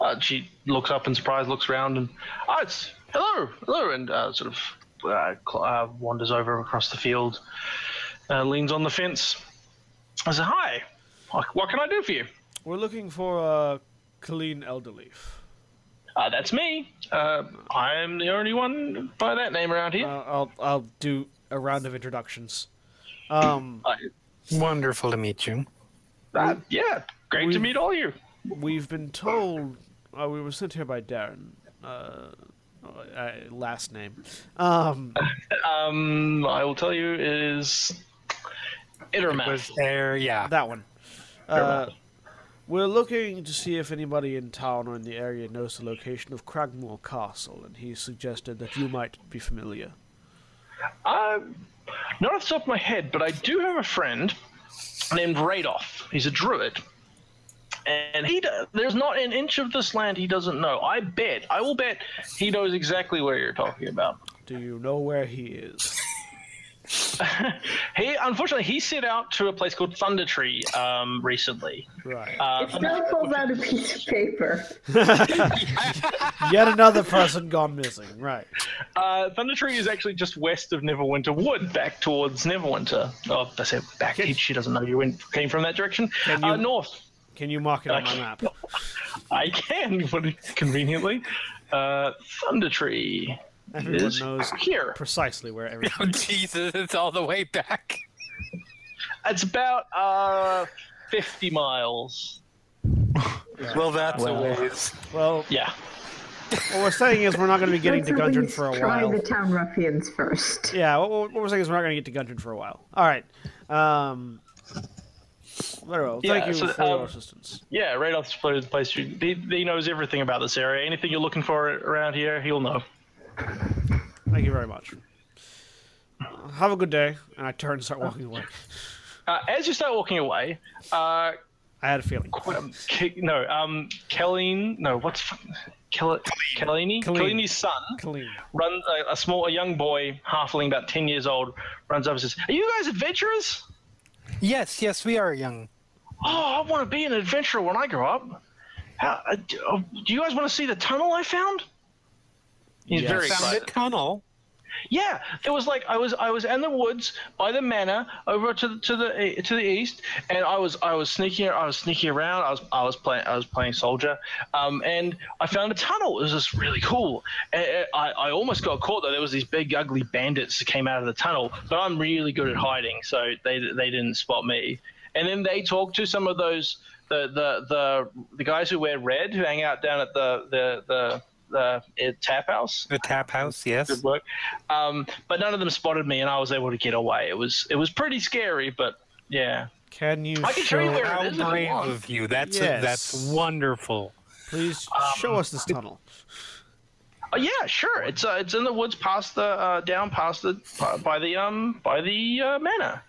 Speaker 2: Uh, she looks up in surprise, looks around, and oh, it's hello, hello, and uh, sort of uh, cl- uh, wanders over across the field, uh, leans on the fence. I say, "Hi, what, what can I do for you?"
Speaker 1: We're looking for uh, Colleen Elderleaf.
Speaker 2: Uh, that's me. Uh, I'm the only one by that name around here.
Speaker 1: I'll, Uh, I'll I'll do a round of introductions. Um,
Speaker 2: I-
Speaker 6: Wonderful to meet you.
Speaker 2: uh, yeah, great
Speaker 1: we-
Speaker 2: to meet all you.
Speaker 1: we've been told uh, we were sent here by Darren. Uh, uh, last name. Um,
Speaker 2: Um, I will tell you is
Speaker 6: Was
Speaker 2: Itermath.
Speaker 6: there? Yeah.
Speaker 1: that one. Uh, we're looking to see if anybody in town or in the area knows the location of Cragmore Castle, and he suggested that you might be familiar.
Speaker 2: Um, not off the top of my head, but I do have a friend named Radoff. He's a druid. And he do- there's not an inch of this land he doesn't know. I bet, I will bet he knows exactly where you're talking about.
Speaker 1: Do you know where he is?
Speaker 2: He unfortunately he set out to a place called Thunder Tree um, recently.
Speaker 1: Right.
Speaker 2: Uh,
Speaker 7: It still pulls out a piece of paper.
Speaker 1: Yet another person gone missing. Right.
Speaker 2: Uh, Thunder Tree is actually just west of Neverwinter Wood, back towards Neverwinter. Oh, I said back. He, she doesn't know you went, came from that direction.
Speaker 1: Can you-
Speaker 2: Uh, north.
Speaker 1: Can you mark it on my
Speaker 2: Okay.
Speaker 1: map?
Speaker 2: I can, but conveniently. Uh, Thunder Tree
Speaker 1: Everyone
Speaker 2: is
Speaker 1: knows
Speaker 2: here.
Speaker 1: precisely where everything.
Speaker 6: Oh, Jesus, it's all the way back.
Speaker 2: It's about uh, 50 miles.
Speaker 6: Well, that's
Speaker 3: Wow.
Speaker 6: a ways.
Speaker 1: Well,
Speaker 2: Yeah.
Speaker 1: what we're saying is we're not going to be getting to
Speaker 7: Let's at
Speaker 1: Gundren
Speaker 7: least
Speaker 1: for a
Speaker 7: try
Speaker 1: while.
Speaker 7: the town ruffians first.
Speaker 1: Yeah, what, what we're saying is we're not going to get to Gundren for a while. All right. Um, very well. Thank
Speaker 2: Yeah,
Speaker 1: you
Speaker 2: so,
Speaker 1: for your
Speaker 2: um,
Speaker 1: assistance.
Speaker 2: Yeah, right off the place. He, he knows everything about this area. Anything you're looking for around here, he'll know.
Speaker 1: Thank you very much. Uh, Have a good day. And I turn and start walking away.
Speaker 2: Uh, as you start walking away, uh,
Speaker 1: I had a feeling.
Speaker 2: Um, Ke- no, um, Kelleen. No, what's fuck- Kel-
Speaker 1: Killeen.
Speaker 2: Kellini? Kellini's son
Speaker 1: Colleen.
Speaker 2: runs a, a small, a young boy, halfling, about ten years old, runs up and says, "Are you guys adventurers?
Speaker 6: Yes, yes, we are young.
Speaker 2: Oh, I want to be an adventurer when I grow up. How, uh, d- uh, do you guys want to see the tunnel I found?" He's
Speaker 1: Yes.
Speaker 2: very
Speaker 1: Found
Speaker 6: Found a
Speaker 2: excited.
Speaker 6: tunnel.
Speaker 2: Yeah, there was like I was I was in the woods by the manor over to the, to the e, to the east, and I was I was sneaking I was sneaking around. I was I was playing I was playing soldier, um, and I found a tunnel. It was just really cool. And I, I almost got caught though. There was these big ugly bandits that came out of the tunnel, but I'm really good at hiding, so they they didn't spot me. And then they talked to some of those the the the, the guys who wear red who hang out down at the the the, the uh, tap house
Speaker 6: The tap house, yes.
Speaker 2: good work. Um, but none of them spotted me, and I was able to get away. It was it was pretty scary, but yeah.
Speaker 1: Can you
Speaker 2: I can show you
Speaker 1: show-
Speaker 2: where-
Speaker 6: How
Speaker 2: It is a
Speaker 6: brave
Speaker 2: lot.
Speaker 6: of you. That's
Speaker 1: Yes.
Speaker 6: that's wonderful.
Speaker 1: Please
Speaker 2: Um,
Speaker 1: show us this tunnel.
Speaker 2: Oh, yeah, sure. It's uh, it's in the woods, past the uh, down past the by the um by the uh, manor,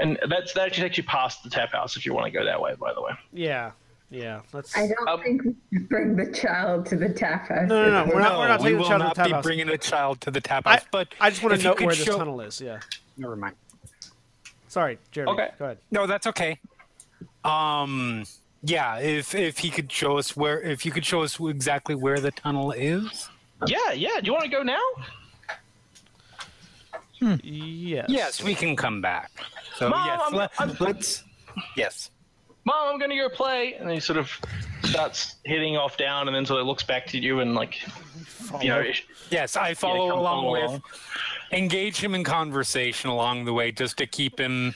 Speaker 2: and that's that actually takes you past the tap house if you want to go that way. By the way,
Speaker 1: Yeah. Yeah. Let's.
Speaker 7: I don't
Speaker 2: Um,
Speaker 7: think we should bring the child to the tap house.
Speaker 1: No, no, no, we're not-
Speaker 6: no,
Speaker 1: taking
Speaker 6: we
Speaker 1: the
Speaker 6: will
Speaker 1: child to the
Speaker 6: not
Speaker 1: tap
Speaker 6: be
Speaker 1: house.
Speaker 6: bringing a child to the tap
Speaker 1: I,
Speaker 6: house. but
Speaker 1: I just want
Speaker 6: if
Speaker 1: to
Speaker 6: you
Speaker 1: note
Speaker 6: could
Speaker 1: where this
Speaker 6: show-
Speaker 1: tunnel is. Yeah.
Speaker 6: Never mind.
Speaker 1: Sorry, Jeremy.
Speaker 2: Okay.
Speaker 1: Go ahead.
Speaker 6: No, that's okay. Um, yeah. If if he could show us where, if you could show us exactly where the tunnel is.
Speaker 2: yeah, yeah. Do you want to go now?
Speaker 1: Yes.
Speaker 6: Yes, we can come back. So
Speaker 2: Mom,
Speaker 6: yes,
Speaker 2: I'm-
Speaker 6: let,
Speaker 2: I'm-
Speaker 6: us Yes.
Speaker 2: Mom, I'm gonna go play, and he sort of starts heading off down, and then sort of looks back to you and like you know.
Speaker 6: Yes, I follow
Speaker 2: come
Speaker 6: along
Speaker 2: follow
Speaker 6: with.
Speaker 2: along.
Speaker 6: Engage him in conversation along the way, just to keep him.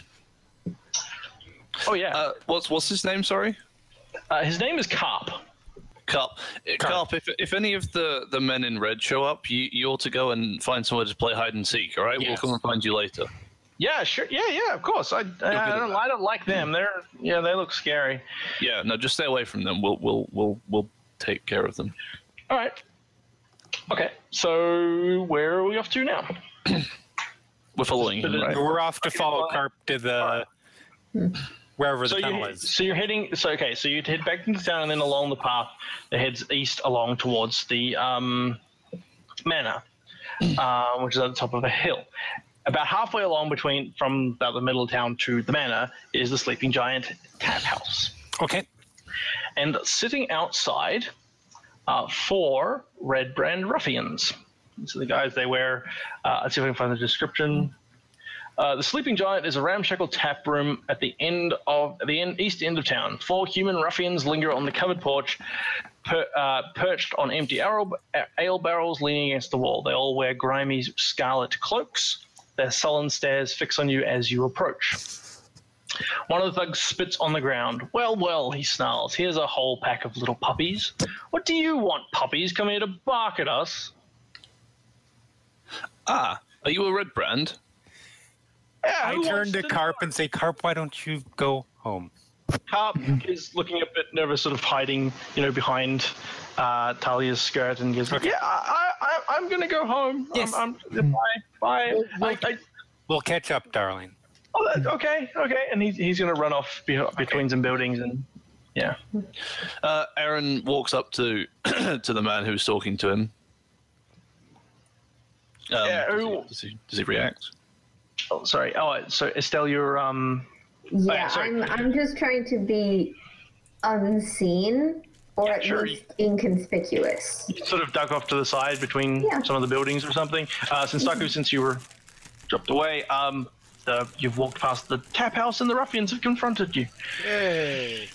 Speaker 2: Oh yeah. Uh,
Speaker 5: Uh, what's what's his name? Sorry.
Speaker 2: his name is Carp.
Speaker 5: Carp. Uh, Carp, if, if any of the, the men in red show up, you, you ought to go and find somewhere to play hide and seek, all right? We'll
Speaker 6: Yes.
Speaker 5: come and find you later.
Speaker 2: Yeah, sure. Yeah, yeah, of course. I, I, I,
Speaker 5: at
Speaker 2: don't,
Speaker 5: that.
Speaker 2: I don't like them. They're yeah, they look scary.
Speaker 5: Yeah, no, just stay away from them. We'll we'll we'll, we'll take care of them.
Speaker 2: All right. Okay, so where are we off to now?
Speaker 5: We're following him, right?
Speaker 6: We're off to follow Carp to the wherever the
Speaker 2: So
Speaker 6: tunnel
Speaker 2: you
Speaker 6: is.
Speaker 2: so you're heading so okay so you'd head back into town and then along the path that heads east along towards the um, manor,
Speaker 6: Hmm.
Speaker 2: uh, which is at the top of a hill. About halfway along between from about the middle of town to the manor is the sleeping giant tap house.
Speaker 6: Okay.
Speaker 2: and sitting outside are four red brand ruffians. These are the guys they wear. Uh, let's see if I can find the description. Uh, the Sleeping Giant is a ramshackle tap room at the end of the end, east end of town. Four human ruffians linger on the covered porch, per, uh, perched on empty arrow, ale barrels leaning against the wall. They all wear grimy scarlet cloaks. Their sullen stares fix on you as you approach. One of the thugs spits on the ground. Well, well, he snarls. Here's a whole pack of little puppies. What do you want, puppies? Come here to bark at us?
Speaker 5: Ah, are you a red brand?
Speaker 2: Yeah,
Speaker 6: I
Speaker 2: who
Speaker 6: turn
Speaker 2: wants
Speaker 6: to Carp and say, Carp, why don't you go home?
Speaker 2: Carp is looking a bit nervous, sort of hiding, you know, behind uh, Talia's skirt, and goes, "Yeah, I, I, I- I'm gonna go home.
Speaker 6: Yes.
Speaker 2: I'm, I'm, bye, bye. I, I,
Speaker 6: We'll catch up, darling.
Speaker 2: oh, that- okay, okay." And he's he's gonna run off be- between some buildings, and yeah.
Speaker 5: Uh, Aaron walks up to to the man who's talking to him. Um,
Speaker 2: Yeah,
Speaker 5: does,
Speaker 2: who-
Speaker 5: he, does, he, does he react?
Speaker 2: Oh, sorry. Oh, so Estelle, you're um.
Speaker 7: Yeah,
Speaker 2: sorry.
Speaker 7: I'm, I'm just trying to be unseen or
Speaker 2: Yeah,
Speaker 7: at
Speaker 2: sure.
Speaker 7: least inconspicuous.
Speaker 2: sort of duck off to the side between
Speaker 7: Yeah.
Speaker 2: some of the buildings or something. Uh, since Daku, since you were dropped away, um, the, you've walked past the tap house and the ruffians have confronted you.
Speaker 1: Yay.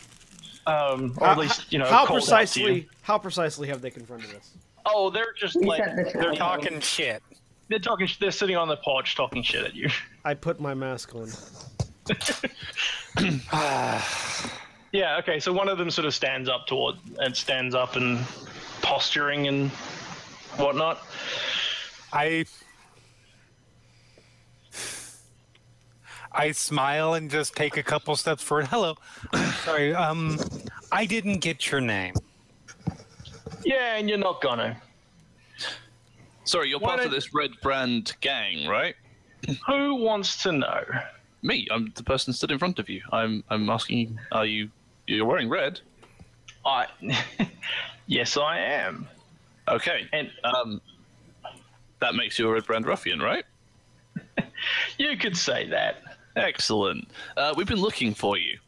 Speaker 2: Um, or at least you know
Speaker 1: how
Speaker 2: called out to you.
Speaker 1: precisely? How precisely have they confronted us?
Speaker 2: Oh, they're just
Speaker 7: Is
Speaker 2: like
Speaker 7: that the
Speaker 2: they're
Speaker 7: time?
Speaker 2: talking.
Speaker 6: Talking shit.
Speaker 2: They're talking. They're sitting on the porch talking shit at you.
Speaker 1: I put my mask on.
Speaker 2: Yeah. Okay. So one of them sort of stands up toward and stands up and posturing and whatnot.
Speaker 6: I I smile and just take a couple steps forward. Hello. Sorry, um I didn't get your name.
Speaker 2: Yeah, and you're not gonna.
Speaker 5: Sorry, you're
Speaker 2: Why
Speaker 5: part of
Speaker 2: don't-
Speaker 5: this red brand gang, right?
Speaker 2: Who wants to know?
Speaker 5: Me, I'm the person stood in front of you. I'm I'm asking, are you you're wearing red?
Speaker 2: I. yes, I am.
Speaker 5: Okay,
Speaker 2: And
Speaker 5: um, that makes you a red brand ruffian, right?
Speaker 2: you could say that.
Speaker 5: Excellent. Uh, we've been looking for you.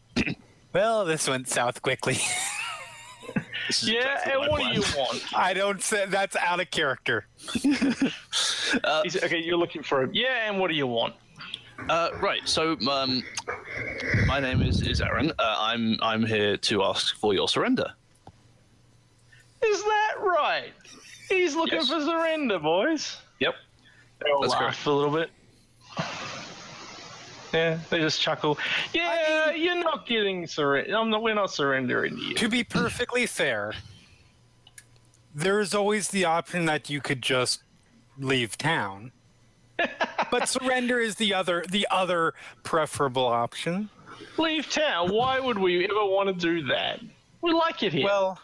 Speaker 6: Well, this went south quickly.
Speaker 5: This is
Speaker 2: Yeah,
Speaker 5: exactly my
Speaker 2: and what do
Speaker 5: plan.
Speaker 2: you want?
Speaker 6: I don't say that's out of character.
Speaker 2: He's, okay, you're looking for a Uh, yeah, and what do you want?
Speaker 5: Uh, right. So, um, my name is, is Aaron. Uh, I'm I'm here to ask for your surrender.
Speaker 2: Is that right? He's looking
Speaker 5: Yes.
Speaker 2: for surrender, boys.
Speaker 5: Yep.
Speaker 2: They all
Speaker 5: That's
Speaker 2: laugh
Speaker 5: correct.
Speaker 2: a little bit. Yeah, they just chuckle. Yeah, you're not getting surrender. I'm not. We're not surrendering to you.
Speaker 6: To be perfectly fair, there is always the option that you could just leave town. but surrender is the other the other preferable option.
Speaker 2: Leave town. Why would we ever want to do that? We like it here.
Speaker 6: Well,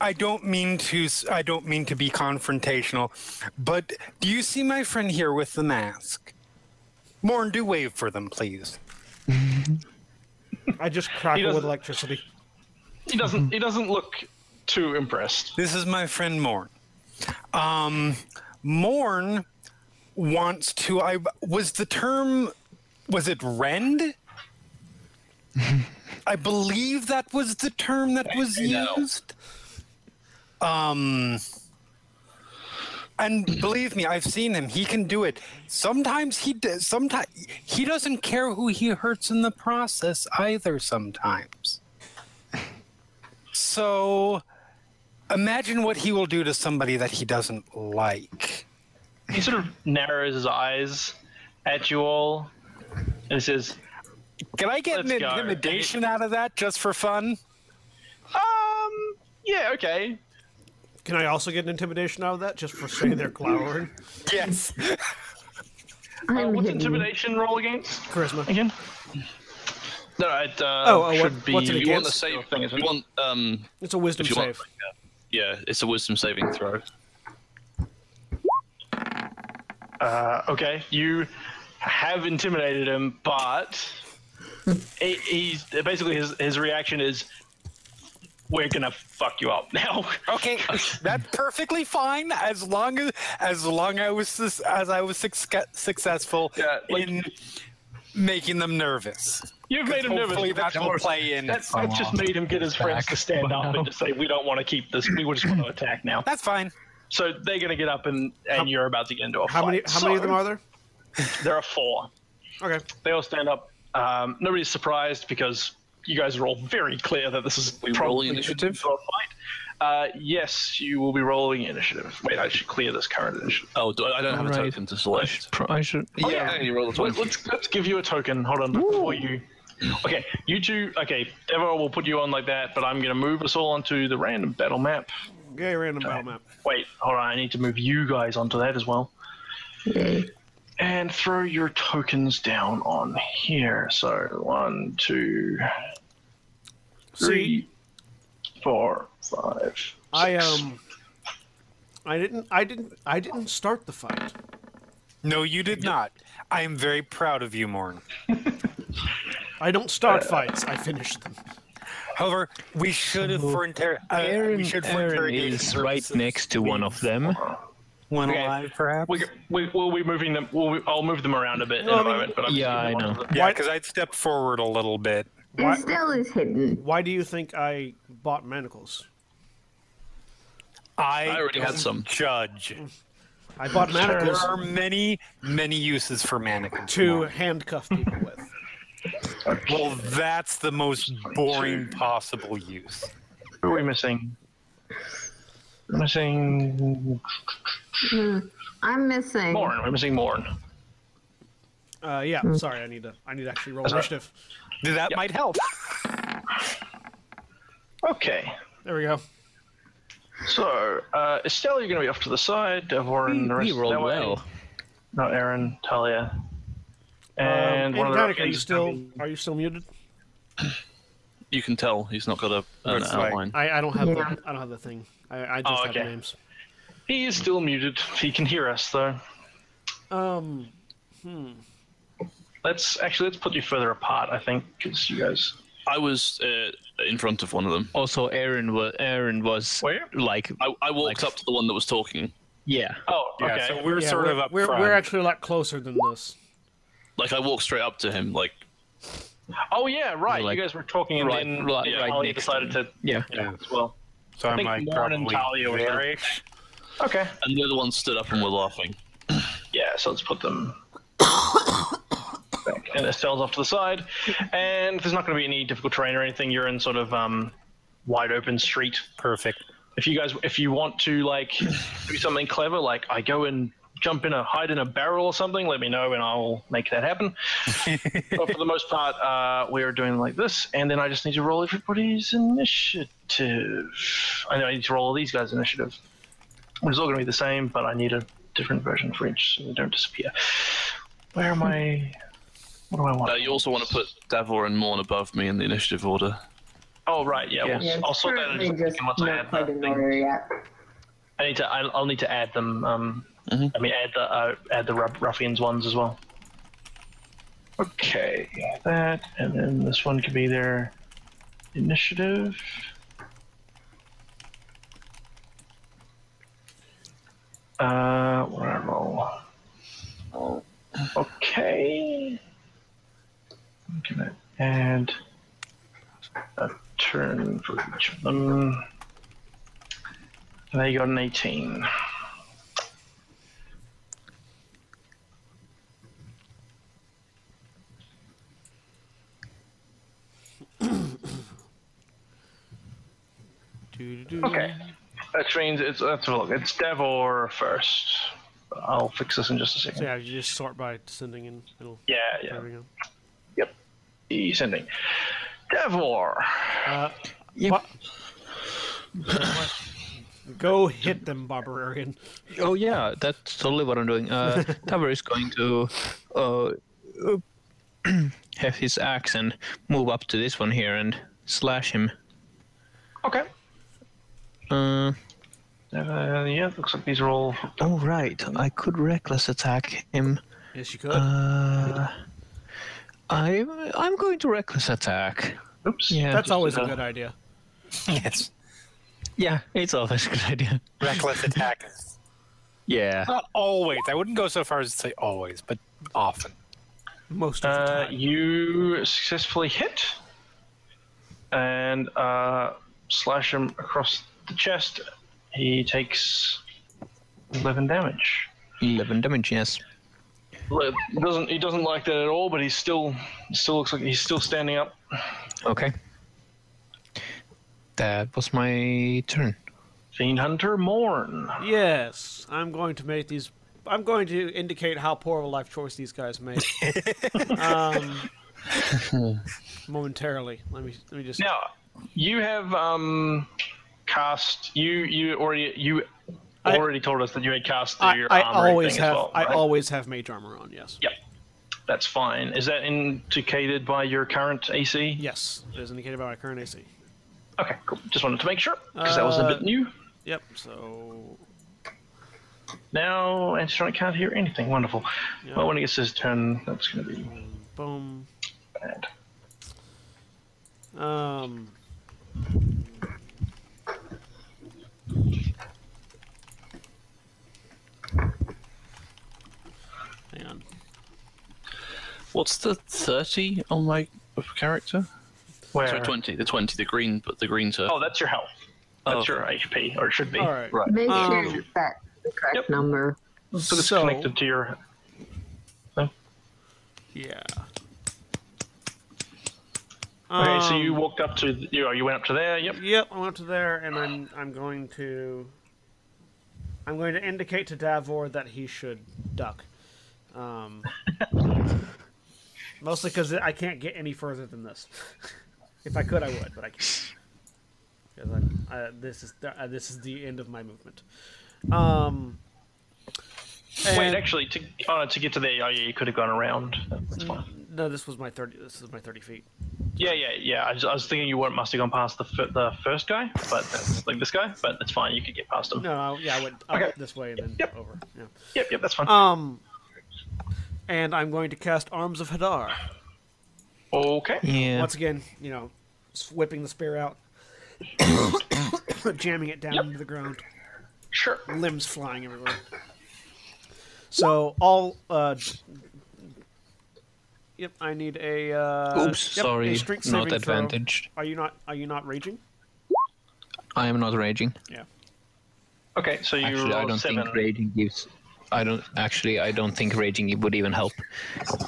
Speaker 6: I don't mean to. s- I don't mean to be confrontational, but do you see my friend here with the mask? Morn, do wave for them, please.
Speaker 1: I just
Speaker 2: He
Speaker 1: crackle
Speaker 2: doesn't-
Speaker 1: with electricity.
Speaker 2: he doesn't. He doesn't look too impressed.
Speaker 6: This is my friend Morn. Um, Morn wants to. I was the term. Was it rend? I believe that was the term that was
Speaker 5: no.
Speaker 6: used. Um, and believe me, I've seen him. He can do it. Sometimes he does. Sometimes he doesn't care who he hurts in the process either. Sometimes. So, imagine what he will do to somebody that he doesn't like.
Speaker 2: He sort of narrows his eyes at you all, and he says,
Speaker 6: Can I get
Speaker 2: Let's
Speaker 6: an
Speaker 2: go.
Speaker 6: intimidation out of that just for fun?
Speaker 2: Um, yeah, okay.
Speaker 1: Can I also get an intimidation out of that just for saying they're glowering?
Speaker 6: Yes.
Speaker 2: Uh,
Speaker 7: I'm
Speaker 2: what's
Speaker 7: hidden.
Speaker 2: intimidation roll against
Speaker 1: Charisma.
Speaker 2: again? No, it uh,
Speaker 1: Oh, uh,
Speaker 2: should
Speaker 1: what-
Speaker 2: be.
Speaker 1: what's it
Speaker 5: You want the
Speaker 1: Against-
Speaker 5: save
Speaker 2: thing,
Speaker 5: thing?
Speaker 2: isn't
Speaker 5: You
Speaker 2: it?
Speaker 5: want um,
Speaker 1: It's a wisdom
Speaker 5: if you want,
Speaker 1: save.
Speaker 5: like, a- yeah, it's a wisdom saving throw.
Speaker 2: Uh, okay, you have intimidated him, but he, he's basically his, his reaction is, "We're gonna fuck you up now."
Speaker 6: Okay, that's perfectly fine as long as as long I was sus- as I was succe- successful
Speaker 2: Yeah, like-
Speaker 6: in making them nervous.
Speaker 2: You've made him nervous.
Speaker 6: Hopefully that
Speaker 2: That's
Speaker 6: will play in.
Speaker 2: That's, that's just made him get his friends to stand up and to say, "We don't want to keep this. We just want to attack now."
Speaker 6: That's fine.
Speaker 2: So they're going to get up, and, and you're about to get into a fight.
Speaker 1: How many? How many of them are there?
Speaker 2: there? There are four.
Speaker 1: Okay.
Speaker 2: They all stand up. Um, nobody's surprised because you guys are all very clear that this is
Speaker 5: We roll
Speaker 2: probably
Speaker 5: initiative?
Speaker 2: a fight. Uh, yes, you will be rolling initiative. Wait, I should clear this current initiative. Um,
Speaker 5: Oh, do, I I don't have a
Speaker 3: Right.
Speaker 5: token to
Speaker 3: I
Speaker 5: select.
Speaker 3: should, pro- I should
Speaker 5: Oh, yeah, you roll a
Speaker 2: Let,
Speaker 5: 20.
Speaker 2: let's let's give you a token. Hold on before you. Okay, you two. Okay, Evo will put you on like that, but I'm going to move us all onto the random battle map.
Speaker 1: Yeah, random battle map.
Speaker 2: Wait, hold on. I need to move you guys onto that as well.
Speaker 7: Yay.
Speaker 2: and throw your tokens down on here. So one, two,
Speaker 1: See,
Speaker 2: three, four, five.
Speaker 1: I
Speaker 2: six.
Speaker 1: um, I didn't, I didn't, I didn't start the fight.
Speaker 6: No, you did not. I am very proud of you, Morn.
Speaker 1: I don't start fights. I finish them.
Speaker 6: However, we should have for inter- uh, we
Speaker 3: Aaron,
Speaker 6: should for
Speaker 3: Aaron
Speaker 6: interrogation
Speaker 3: is right
Speaker 6: purposes
Speaker 3: next to one
Speaker 6: leave
Speaker 3: of them.
Speaker 6: One
Speaker 2: Okay.
Speaker 6: alive, perhaps.
Speaker 2: We, we, we'll be moving them. We'll be, I'll move them around a bit
Speaker 1: No,
Speaker 2: in
Speaker 1: I
Speaker 2: a
Speaker 1: mean-
Speaker 2: moment. But I'm just
Speaker 3: Yeah,
Speaker 2: moving
Speaker 3: I
Speaker 2: on
Speaker 3: know.
Speaker 2: to the-
Speaker 6: yeah,
Speaker 1: Why-
Speaker 6: because I'd step forward a little bit.
Speaker 1: Why-
Speaker 7: Estelle is hidden.
Speaker 1: Why do you think I bought manacles?
Speaker 6: I,
Speaker 5: I already had some.
Speaker 6: Judge.
Speaker 1: I bought
Speaker 6: There
Speaker 1: manacles
Speaker 6: are many, many uses for mannequins.
Speaker 1: to handcuff people with.
Speaker 6: Well, that's the most boring possible use.
Speaker 2: Who are we missing? Missing
Speaker 7: I'm missing.
Speaker 2: Morn. We're missing Morn.
Speaker 1: Uh, yeah.
Speaker 2: Hmm.
Speaker 1: Sorry, I need to. I need to actually roll
Speaker 2: Sorry.
Speaker 1: initiative.
Speaker 6: That might help.
Speaker 2: Okay.
Speaker 1: There we go. Um,
Speaker 2: So uh, Estelle, you're going to be off to the side. Devor and the rest
Speaker 3: He rolled
Speaker 2: that way.
Speaker 3: well.
Speaker 2: Not Aaron, Talia,
Speaker 1: Um,
Speaker 2: and one of the
Speaker 1: Danica, are you
Speaker 2: ruffians is
Speaker 1: still?
Speaker 2: coming.
Speaker 1: Are you still muted?
Speaker 5: You can tell he's not got a, an
Speaker 6: Looks like-
Speaker 5: outline.
Speaker 1: I, I don't have.
Speaker 7: Yeah.
Speaker 1: The, I don't have the thing. I, I just
Speaker 2: Oh,
Speaker 1: have
Speaker 2: okay.
Speaker 1: names.
Speaker 2: He is still muted. He can hear us though.
Speaker 1: Um.
Speaker 2: Let's actually let's put you further apart. I think because you guys.
Speaker 5: I was uh, in front of one of them.
Speaker 3: Also, Aaron was Aaron was
Speaker 2: Where?
Speaker 3: like
Speaker 5: I, I walked
Speaker 3: Like-
Speaker 5: up to the one that was talking.
Speaker 3: yeah.
Speaker 2: Oh,
Speaker 6: Yeah,
Speaker 2: okay.
Speaker 6: so we're
Speaker 1: yeah,
Speaker 6: sort
Speaker 1: we're,
Speaker 6: of up
Speaker 1: we're,
Speaker 6: front.
Speaker 1: we're actually a lot closer than this.
Speaker 5: Like I walked straight up to him. Like
Speaker 2: oh yeah, right.
Speaker 3: Like-
Speaker 2: you guys were talking, and
Speaker 3: right-
Speaker 2: then
Speaker 3: right-
Speaker 2: yeah,
Speaker 3: right
Speaker 2: Talia
Speaker 3: next
Speaker 2: decided to
Speaker 3: Yeah.
Speaker 6: yeah.
Speaker 2: as well.
Speaker 6: So
Speaker 2: I
Speaker 6: I'm
Speaker 2: think
Speaker 6: like
Speaker 2: Morn and
Speaker 6: probably
Speaker 2: Talia were
Speaker 6: very-
Speaker 2: Okay.
Speaker 5: and the other one stood up and were laughing.
Speaker 2: Yeah. So let's put them. back. And Estelle's off to the side, and there's not going to be any difficult terrain or anything. You're in sort of um, wide open street.
Speaker 6: perfect.
Speaker 2: If you guys, if you want to like do something clever, like I go and jump in a hide in a barrel or something, let me know and I'll make that happen. but for the most part, uh, we are doing like this, and then I just need to roll everybody's initiative. I know I need to roll all these guys' initiative. It's all going to be the same, but I need a different version for each, so they don't disappear. Where am I? What do I want?
Speaker 5: Uh, you also want to put Davor and Morn above me in the initiative order.
Speaker 2: oh right, yeah.
Speaker 7: Yeah,
Speaker 2: We'll, I'll sort that out
Speaker 7: currently
Speaker 2: in just a
Speaker 7: just
Speaker 2: second once I
Speaker 7: not
Speaker 2: add that
Speaker 7: quite in
Speaker 2: thing.
Speaker 7: order yet.
Speaker 2: I need to. I, I'll need to add them. Um, I mean, add the uh, add the ruff- ruffians ones as well. Okay, that, and then this one could be their initiative. Uh, what do I roll? Okay. I'm gonna add a turn for each of them. They got an 18. Okay. Which means it's let's have a look. It's Devor first. I'll fix this in just a
Speaker 1: So
Speaker 2: second.
Speaker 1: yeah, you just sort by descending and it'll.
Speaker 2: Yeah,
Speaker 1: There we
Speaker 2: yeah.
Speaker 1: go.
Speaker 2: Descending. Devor.
Speaker 1: Uh, bu- go hit them, barbarian.
Speaker 3: Oh yeah, that's totally what I'm doing. Uh, Taver is going to uh, have his axe and move up to this one here and slash him.
Speaker 2: Okay.
Speaker 3: Uh,
Speaker 2: Uh, yeah, looks like these are all.
Speaker 3: Oh right, I could reckless attack him.
Speaker 1: Yes, you could.
Speaker 3: Uh, I'm I'm going to reckless attack.
Speaker 2: Oops.
Speaker 3: Yeah,
Speaker 1: That's always
Speaker 2: uh,
Speaker 1: a good idea.
Speaker 6: yes.
Speaker 3: yeah, it's always a good idea.
Speaker 6: Reckless attack.
Speaker 3: Yeah,
Speaker 6: Not always. I wouldn't go so far as to say always, but often.
Speaker 1: Most of the
Speaker 2: Uh,
Speaker 1: time.
Speaker 2: you successfully hit and uh, slash him across the chest. He takes 11 damage.
Speaker 3: eleven damage. Yes.
Speaker 2: Look, He doesn't he doesn't like that at all, but he's still still looks like he's still standing up.
Speaker 3: Okay. That was my turn.
Speaker 2: Fiend Hunter Morn.
Speaker 1: Yes, I'm going to make these. I'm going to indicate how poor of a life choice these guys made. um, momentarily, let me let me just.
Speaker 2: Now, you have um, cast you you already you
Speaker 1: I-
Speaker 2: already told us that you had cast the,
Speaker 1: I,
Speaker 2: your
Speaker 1: I
Speaker 2: armory
Speaker 1: always
Speaker 2: thing
Speaker 1: have
Speaker 2: as well.
Speaker 1: I
Speaker 2: right?
Speaker 1: always have mage armor on. Yes.
Speaker 2: Yep. That's fine. Is that indicated by your current AC?
Speaker 1: Yes, it is indicated by my current AC.
Speaker 2: Okay, cool. Just wanted to make sure because that was a
Speaker 1: Uh,
Speaker 2: bit new.
Speaker 1: Yep. So
Speaker 2: Now Anstronic can't hear anything. Wonderful. Well, when it gets his turn, that's going to be
Speaker 1: boom.
Speaker 2: bad.
Speaker 1: Um. Hang on.
Speaker 5: What's the thirty on my character?
Speaker 2: Where?
Speaker 5: Sorry, twenty. The twenty. The green, but the green turf.
Speaker 2: Oh, that's your health. That's
Speaker 5: Oh.
Speaker 2: your HP, or it should be.
Speaker 1: All right.
Speaker 5: Right.
Speaker 7: Make
Speaker 1: Um,
Speaker 7: sure that's the correct
Speaker 2: Yep.
Speaker 7: number.
Speaker 2: So it's
Speaker 1: So-
Speaker 2: connected to your.
Speaker 1: Yeah.
Speaker 2: Okay, so you
Speaker 1: Um,
Speaker 2: walked up to you. Know, you went up to there. Yep.
Speaker 1: Yep, I went to there, and I'm I'm going to. I'm going to indicate to Davor that he should duck, um, mostly because I can't get any further than this. if I could, I would, but I can't. 'Cause I'm- uh, this is the, uh, this is the end of my movement. Um,
Speaker 2: Wait,
Speaker 1: and-
Speaker 2: actually, to oh, no, to get to there, oh yeah, you could have gone around. That's fine.
Speaker 1: no, this was my thirty. This is my thirty feet.
Speaker 2: Yeah, yeah, yeah. I was, I was thinking you weren't must have gone past the fir- the first guy, but that's like this guy. But that's fine. You could get past him.
Speaker 1: No, I, yeah, I went up
Speaker 2: Okay.
Speaker 1: this way and then
Speaker 2: Yep.
Speaker 1: over. Yeah.
Speaker 2: Yep, yep. That's fine.
Speaker 1: Um, and I'm going to cast Arms of Hadar.
Speaker 2: okay.
Speaker 3: Yeah.
Speaker 1: Once again, you know, s- whipping the spear out, jamming it down into the ground,
Speaker 2: Sure.
Speaker 1: limbs flying everywhere. So all, uh, d- yep, I need a. Uh,
Speaker 3: Oops.
Speaker 1: yep, a
Speaker 3: sorry.
Speaker 1: strength
Speaker 3: Not
Speaker 1: saving throw.
Speaker 3: advantaged.
Speaker 1: Are you not? Are you not raging?
Speaker 3: I am not raging.
Speaker 1: Yeah.
Speaker 2: Okay, so you
Speaker 3: Actually, I
Speaker 2: rolled
Speaker 3: don't
Speaker 2: seven.
Speaker 3: think raging gives. I don't actually. I don't think raging would even help.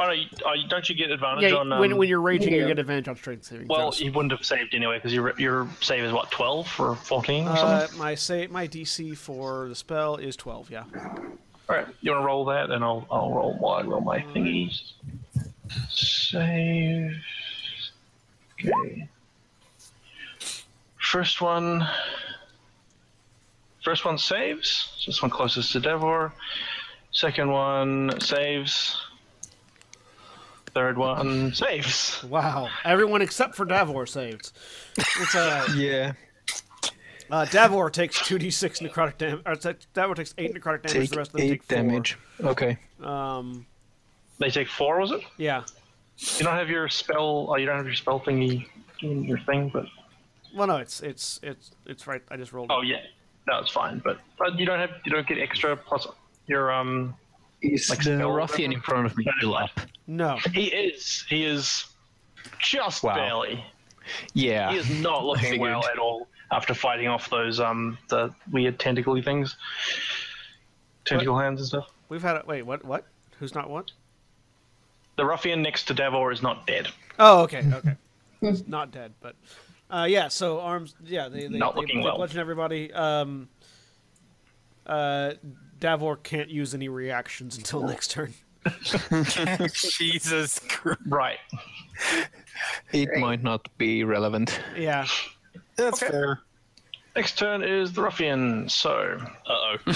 Speaker 2: Oh, no, you, oh, you- don't you get advantage
Speaker 1: Yeah.
Speaker 2: on? Um,
Speaker 1: when, when you're raging, you
Speaker 7: yeah.
Speaker 1: get advantage on strength saving
Speaker 2: well,
Speaker 1: throws.
Speaker 2: you wouldn't have saved anyway because your your save is what twelve or fourteen or
Speaker 1: Uh,
Speaker 2: something.
Speaker 1: my say my DC for the spell is twelve. Yeah.
Speaker 2: All right, you want to roll that, and I'll I'll roll my roll my thingies. Save. Okay. First one. First one saves. So this one closest to Devor. Second one saves. Third one saves.
Speaker 1: Wow. Everyone except for Davor saved. It's uh,
Speaker 3: Yeah.
Speaker 1: Uh, Davor takes 2d6 necrotic damage. Or ta- Davor takes 8 necrotic damage,
Speaker 3: Take
Speaker 1: the rest of them
Speaker 3: eight
Speaker 1: take 4.
Speaker 3: damage. Okay.
Speaker 1: Um,
Speaker 2: They take four, was it?
Speaker 1: yeah.
Speaker 2: You don't have your spell. Oh, you don't have your spell thingy doing your thing, but
Speaker 1: Well, no, it's it's it's it's right. I just rolled.
Speaker 2: oh
Speaker 1: it.
Speaker 2: yeah, no, it's fine. But, but you don't have you don't get extra plus your um.
Speaker 3: Is
Speaker 2: Like
Speaker 3: the
Speaker 2: spell or
Speaker 3: ruffian in
Speaker 2: whatever?
Speaker 3: front of me
Speaker 2: Never
Speaker 3: still
Speaker 2: mind.
Speaker 3: up?
Speaker 1: No.
Speaker 2: He is he is just
Speaker 3: Wow.
Speaker 2: barely. He
Speaker 3: Yeah.
Speaker 2: is not looking
Speaker 3: figured.
Speaker 2: well at all after fighting off those um the weird tentacly things, tentacle hands and stuff.
Speaker 1: We've had a. Wait, what? What? Who's not what?
Speaker 2: The ruffian next to Davor is not dead.
Speaker 1: Oh, okay, okay. not dead, but. Uh, yeah, so arms. Yeah, they, they,
Speaker 2: Not
Speaker 1: they,
Speaker 2: looking
Speaker 1: they
Speaker 2: well.
Speaker 1: bludgeon everybody. Um, uh, Davor can't use any reactions until next turn.
Speaker 6: Jesus Christ.
Speaker 2: Right.
Speaker 3: It might not be relevant.
Speaker 1: Yeah.
Speaker 6: That's fair.
Speaker 2: Next turn is the ruffian. So
Speaker 5: Uh oh.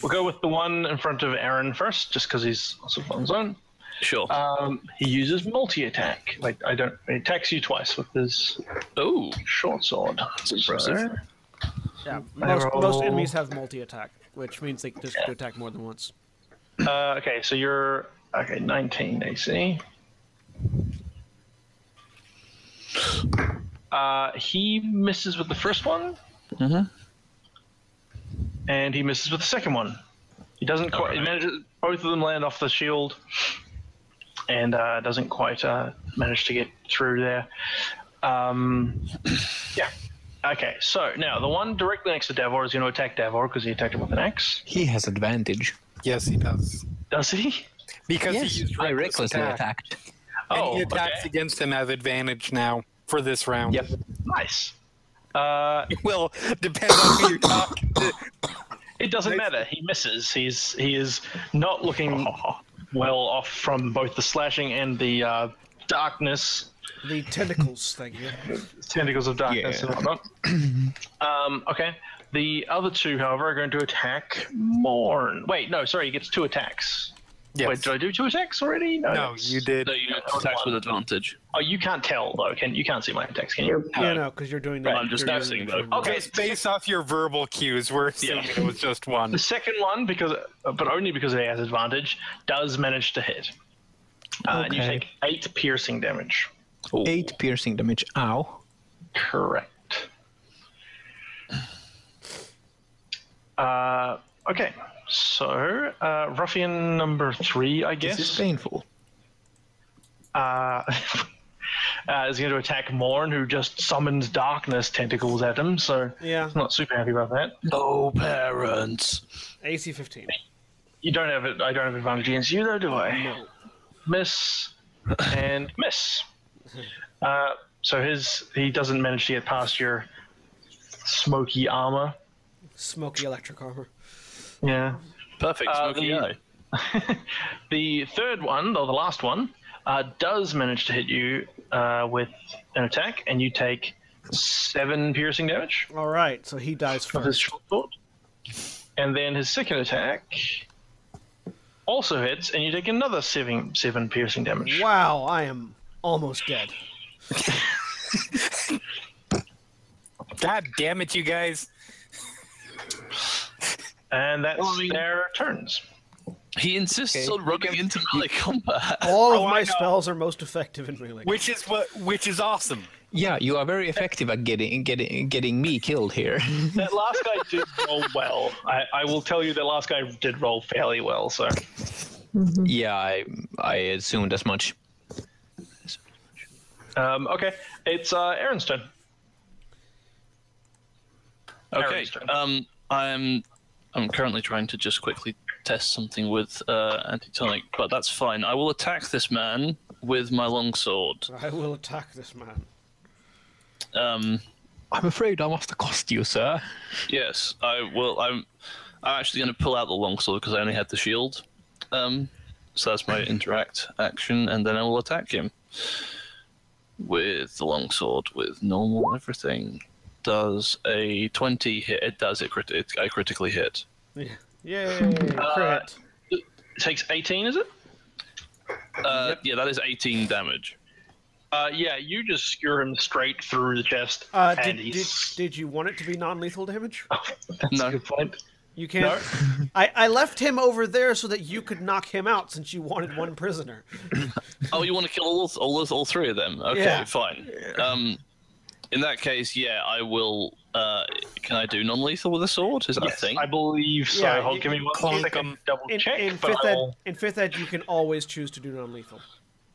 Speaker 2: we'll go with the one in front of Aaron first, just because he's also on his own.
Speaker 5: sure.
Speaker 2: Um, he uses multi attack. Like I don't. He attacks you twice with his
Speaker 5: oh.
Speaker 2: short sword. That's
Speaker 5: impressive.
Speaker 1: Yeah, most, most
Speaker 6: roll-
Speaker 1: enemies have multi attack, which means they can just attack more than once.
Speaker 2: Uh, okay, so you're okay. 19 AC. Uh, he misses with the first one,
Speaker 5: Mhm.
Speaker 2: and he misses with the second one. He doesn't quite. he manages, both of them land off the shield, and uh, doesn't quite uh, manage to get through there. Um, yeah. Okay, so now the one directly next to Davor is going to attack Davor because he attacked him with an axe.
Speaker 3: He has advantage.
Speaker 6: Yes, he does.
Speaker 2: Does he?
Speaker 6: Because he used
Speaker 3: I recklessly attacked.
Speaker 6: And
Speaker 2: Oh,
Speaker 6: he attacks
Speaker 2: okay.
Speaker 6: against him at advantage now for this round.
Speaker 3: Yep.
Speaker 2: Nice. Uh,
Speaker 6: Well, depends on who you're talking to.
Speaker 2: It doesn't matter. He misses. He's he is not looking well off from both the slashing and the uh, darkness
Speaker 1: The tentacles, thank you.
Speaker 2: tentacles of darkness and whatnot. um, okay. The other two, however, are going to attack Morn. Wait, no, sorry, he gets two attacks.
Speaker 6: Yes.
Speaker 2: Wait, did I do two attacks already? No,
Speaker 6: no,
Speaker 2: that's-
Speaker 6: you did.
Speaker 5: No, you attacks with advantage.
Speaker 2: Oh, you can't tell though. Can you can't see my attacks? Can you?
Speaker 1: Yeah, no, because you're doing that.
Speaker 5: I'm just
Speaker 1: you're using
Speaker 5: noticing,
Speaker 1: the-
Speaker 5: though.
Speaker 2: Okay.
Speaker 6: Based, based off your verbal cues, we're assuming it was just one.
Speaker 2: The second one, because but only because it has advantage, does manage to hit. Uh, And you
Speaker 3: Okay.
Speaker 2: take eight piercing damage.
Speaker 3: Eight piercing damage. Ow.
Speaker 2: Correct. Uh, okay, so uh, ruffian number three, I
Speaker 3: This is
Speaker 2: guess, uh,
Speaker 3: painful.
Speaker 2: uh, is going to attack Morn, who just summons darkness tentacles at him. So
Speaker 1: Yeah,
Speaker 2: I'm not super happy about that.
Speaker 5: No parents.
Speaker 1: AC 15.
Speaker 2: You don't have it. I don't have advantage against you, though, do I?
Speaker 1: No.
Speaker 2: Miss and miss. Uh, so his he doesn't manage to get past your smoky armor.
Speaker 1: Smoky electric armor.
Speaker 2: Yeah.
Speaker 5: Perfect
Speaker 2: Uh,
Speaker 5: smoky
Speaker 2: the-
Speaker 5: eye.
Speaker 2: The third one, or the last one, uh, does manage to hit you uh, with an attack, and you take seven piercing damage
Speaker 1: All right, so he dies
Speaker 2: with his
Speaker 1: first.
Speaker 2: short sword. And then his second attack also hits, and you take another seven, seven piercing damage.
Speaker 1: Wow, I am almost dead.
Speaker 6: God damn it, you guys.
Speaker 2: And that's
Speaker 5: Well, I mean-
Speaker 2: their turns.
Speaker 5: He insists on running into melee combat.
Speaker 1: All
Speaker 6: Oh,
Speaker 1: of
Speaker 6: I
Speaker 1: my
Speaker 6: know.
Speaker 1: spells are most effective in melee.
Speaker 6: Which is what which is awesome.
Speaker 3: Yeah, you are very effective at getting getting getting me killed here.
Speaker 2: That last guy did roll well. I, I will tell you, that last guy did roll fairly well. So
Speaker 3: yeah, I I assumed as much.
Speaker 2: um, okay, it's uh, Aaron's turn.
Speaker 5: Okay.
Speaker 2: Aaron's turn.
Speaker 5: Um, I'm I'm currently trying to just quickly test something with uh, antitonic, but that's fine. I will attack this man with my longsword.
Speaker 1: I will attack this man.
Speaker 5: Um,
Speaker 3: I'm afraid I must cost you, sir.
Speaker 5: yes, I will. I'm I'm actually going to pull out the longsword because I only had the shield. Um, so that's my interact action, and then I will attack him with the longsword with normal everything. Does a twenty hit? It does. It, crit- it I critically hit.
Speaker 1: Yay,
Speaker 2: Uh,
Speaker 1: crit.
Speaker 2: It takes 18, is it?
Speaker 5: Uh, Yeah, that is eighteen damage.
Speaker 2: Uh, yeah, you just skewer him straight through the chest,
Speaker 1: Uh,
Speaker 2: and
Speaker 1: did, did,
Speaker 2: he's.
Speaker 1: did you want it to be non-lethal damage?
Speaker 5: no.
Speaker 2: point.
Speaker 1: You can't. I, I left him over there so that you could knock him out since you wanted one prisoner.
Speaker 5: Oh, you want to kill all all, those- all three of them? Okay,
Speaker 1: Yeah.
Speaker 5: fine. Um, in that case, yeah, I will. Uh, can I do non-lethal with a sword? Is that
Speaker 2: Yes,
Speaker 5: a thing?
Speaker 2: I believe so.
Speaker 1: Yeah,
Speaker 2: Hold,
Speaker 1: you-
Speaker 2: give me one
Speaker 6: clunk
Speaker 2: second.
Speaker 6: him.
Speaker 2: Double
Speaker 1: In,
Speaker 2: check.
Speaker 1: in,
Speaker 2: but
Speaker 1: fifth ed,
Speaker 2: I'll-
Speaker 1: in fifth ed, you can always choose to do non-lethal.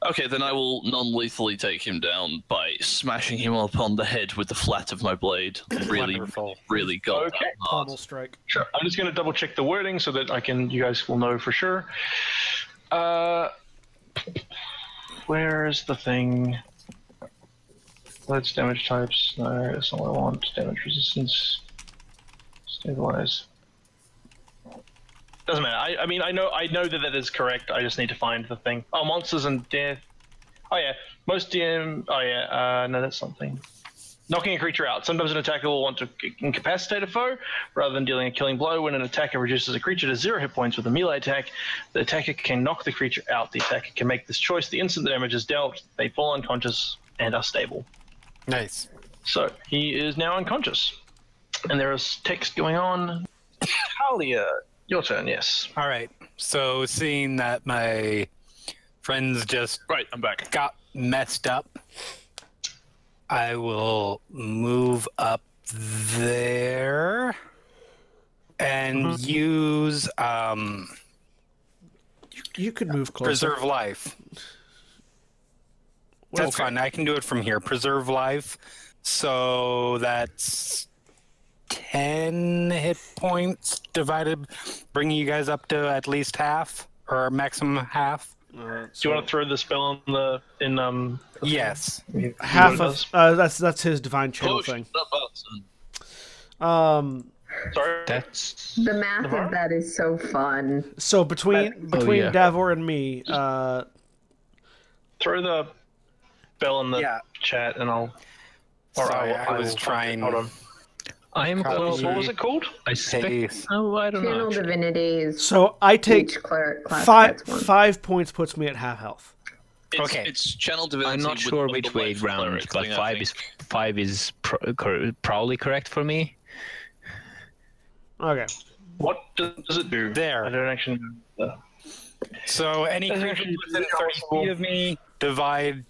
Speaker 5: Okay, then I will non-lethally take him down by smashing him upon the head with the flat of my blade. Really,
Speaker 6: Wonderful.
Speaker 5: really got
Speaker 2: Okay.
Speaker 5: that hard.
Speaker 1: Pommel strike.
Speaker 2: Sure. I'm just going to double check the wording so that I can, you guys will know for sure. Uh, where is the thing? Let's damage types. No, that's not what I want. Damage resistance. Stabilize. Doesn't matter. I, I mean, I know, I know that that is correct. I just need to find the thing. Oh, monsters and death. Oh yeah, most DM. Oh yeah. Uh, no, that's something. Knocking a creature out. Sometimes an attacker will want to incapacitate a foe rather than dealing a killing blow. When an attacker reduces a creature to zero hit points with a melee attack, the attacker can knock the creature out. The attacker can make this choice the instant the damage is dealt. They fall unconscious and are stable.
Speaker 6: Nice.
Speaker 2: So he is now unconscious. And there is text going on. Talia, your turn, yes.
Speaker 6: All right. So seeing that my friends just
Speaker 5: Right, I'm back.
Speaker 6: got messed up, I will move up there and use um,
Speaker 1: You could move closer.
Speaker 6: preserve life. That's fine. I can do it from here. Preserve life. So that's 10 hit points divided, bringing you guys up to at least half or maximum half.
Speaker 2: Do you want to throw the spell on the in um?
Speaker 6: Yes.
Speaker 1: half
Speaker 2: what it
Speaker 1: of
Speaker 2: does?
Speaker 1: uh, that's that's his divine channel
Speaker 5: Push
Speaker 1: thing.
Speaker 5: the button.
Speaker 1: Um,
Speaker 2: Sorry,
Speaker 3: That's
Speaker 7: The math of that is so fun.
Speaker 1: so between
Speaker 2: Oh,
Speaker 1: between
Speaker 3: yeah.
Speaker 1: Davor and me, uh,
Speaker 2: throw the spell in the
Speaker 6: Yeah.
Speaker 2: chat, and I'll. Or
Speaker 6: Sorry, I,
Speaker 2: will-
Speaker 6: was trying.
Speaker 2: Hold on.
Speaker 3: I am
Speaker 2: What was,
Speaker 3: close.
Speaker 2: what was it called?
Speaker 3: I
Speaker 6: Hey,
Speaker 3: think. Oh, I don't know.
Speaker 7: Channel
Speaker 3: actually.
Speaker 7: divinities.
Speaker 1: so I take
Speaker 7: Each clerk class
Speaker 1: five
Speaker 7: gets one.
Speaker 1: five points, puts me at half health.
Speaker 5: It's,
Speaker 6: Okay.
Speaker 5: It's channel divinity.
Speaker 3: I'm not
Speaker 5: with
Speaker 3: sure
Speaker 5: the
Speaker 3: which way
Speaker 5: life
Speaker 3: round,
Speaker 5: cleric
Speaker 3: but
Speaker 5: thing, I
Speaker 3: five
Speaker 5: think.
Speaker 3: is five is pro- cor- probably correct for me.
Speaker 1: Okay,
Speaker 2: What does does it do?
Speaker 6: There.
Speaker 2: I don't actually. know.
Speaker 6: So any
Speaker 2: That's
Speaker 6: creature
Speaker 2: actually
Speaker 6: within
Speaker 2: pretty
Speaker 6: 30 feet
Speaker 2: helpful.
Speaker 6: of me divide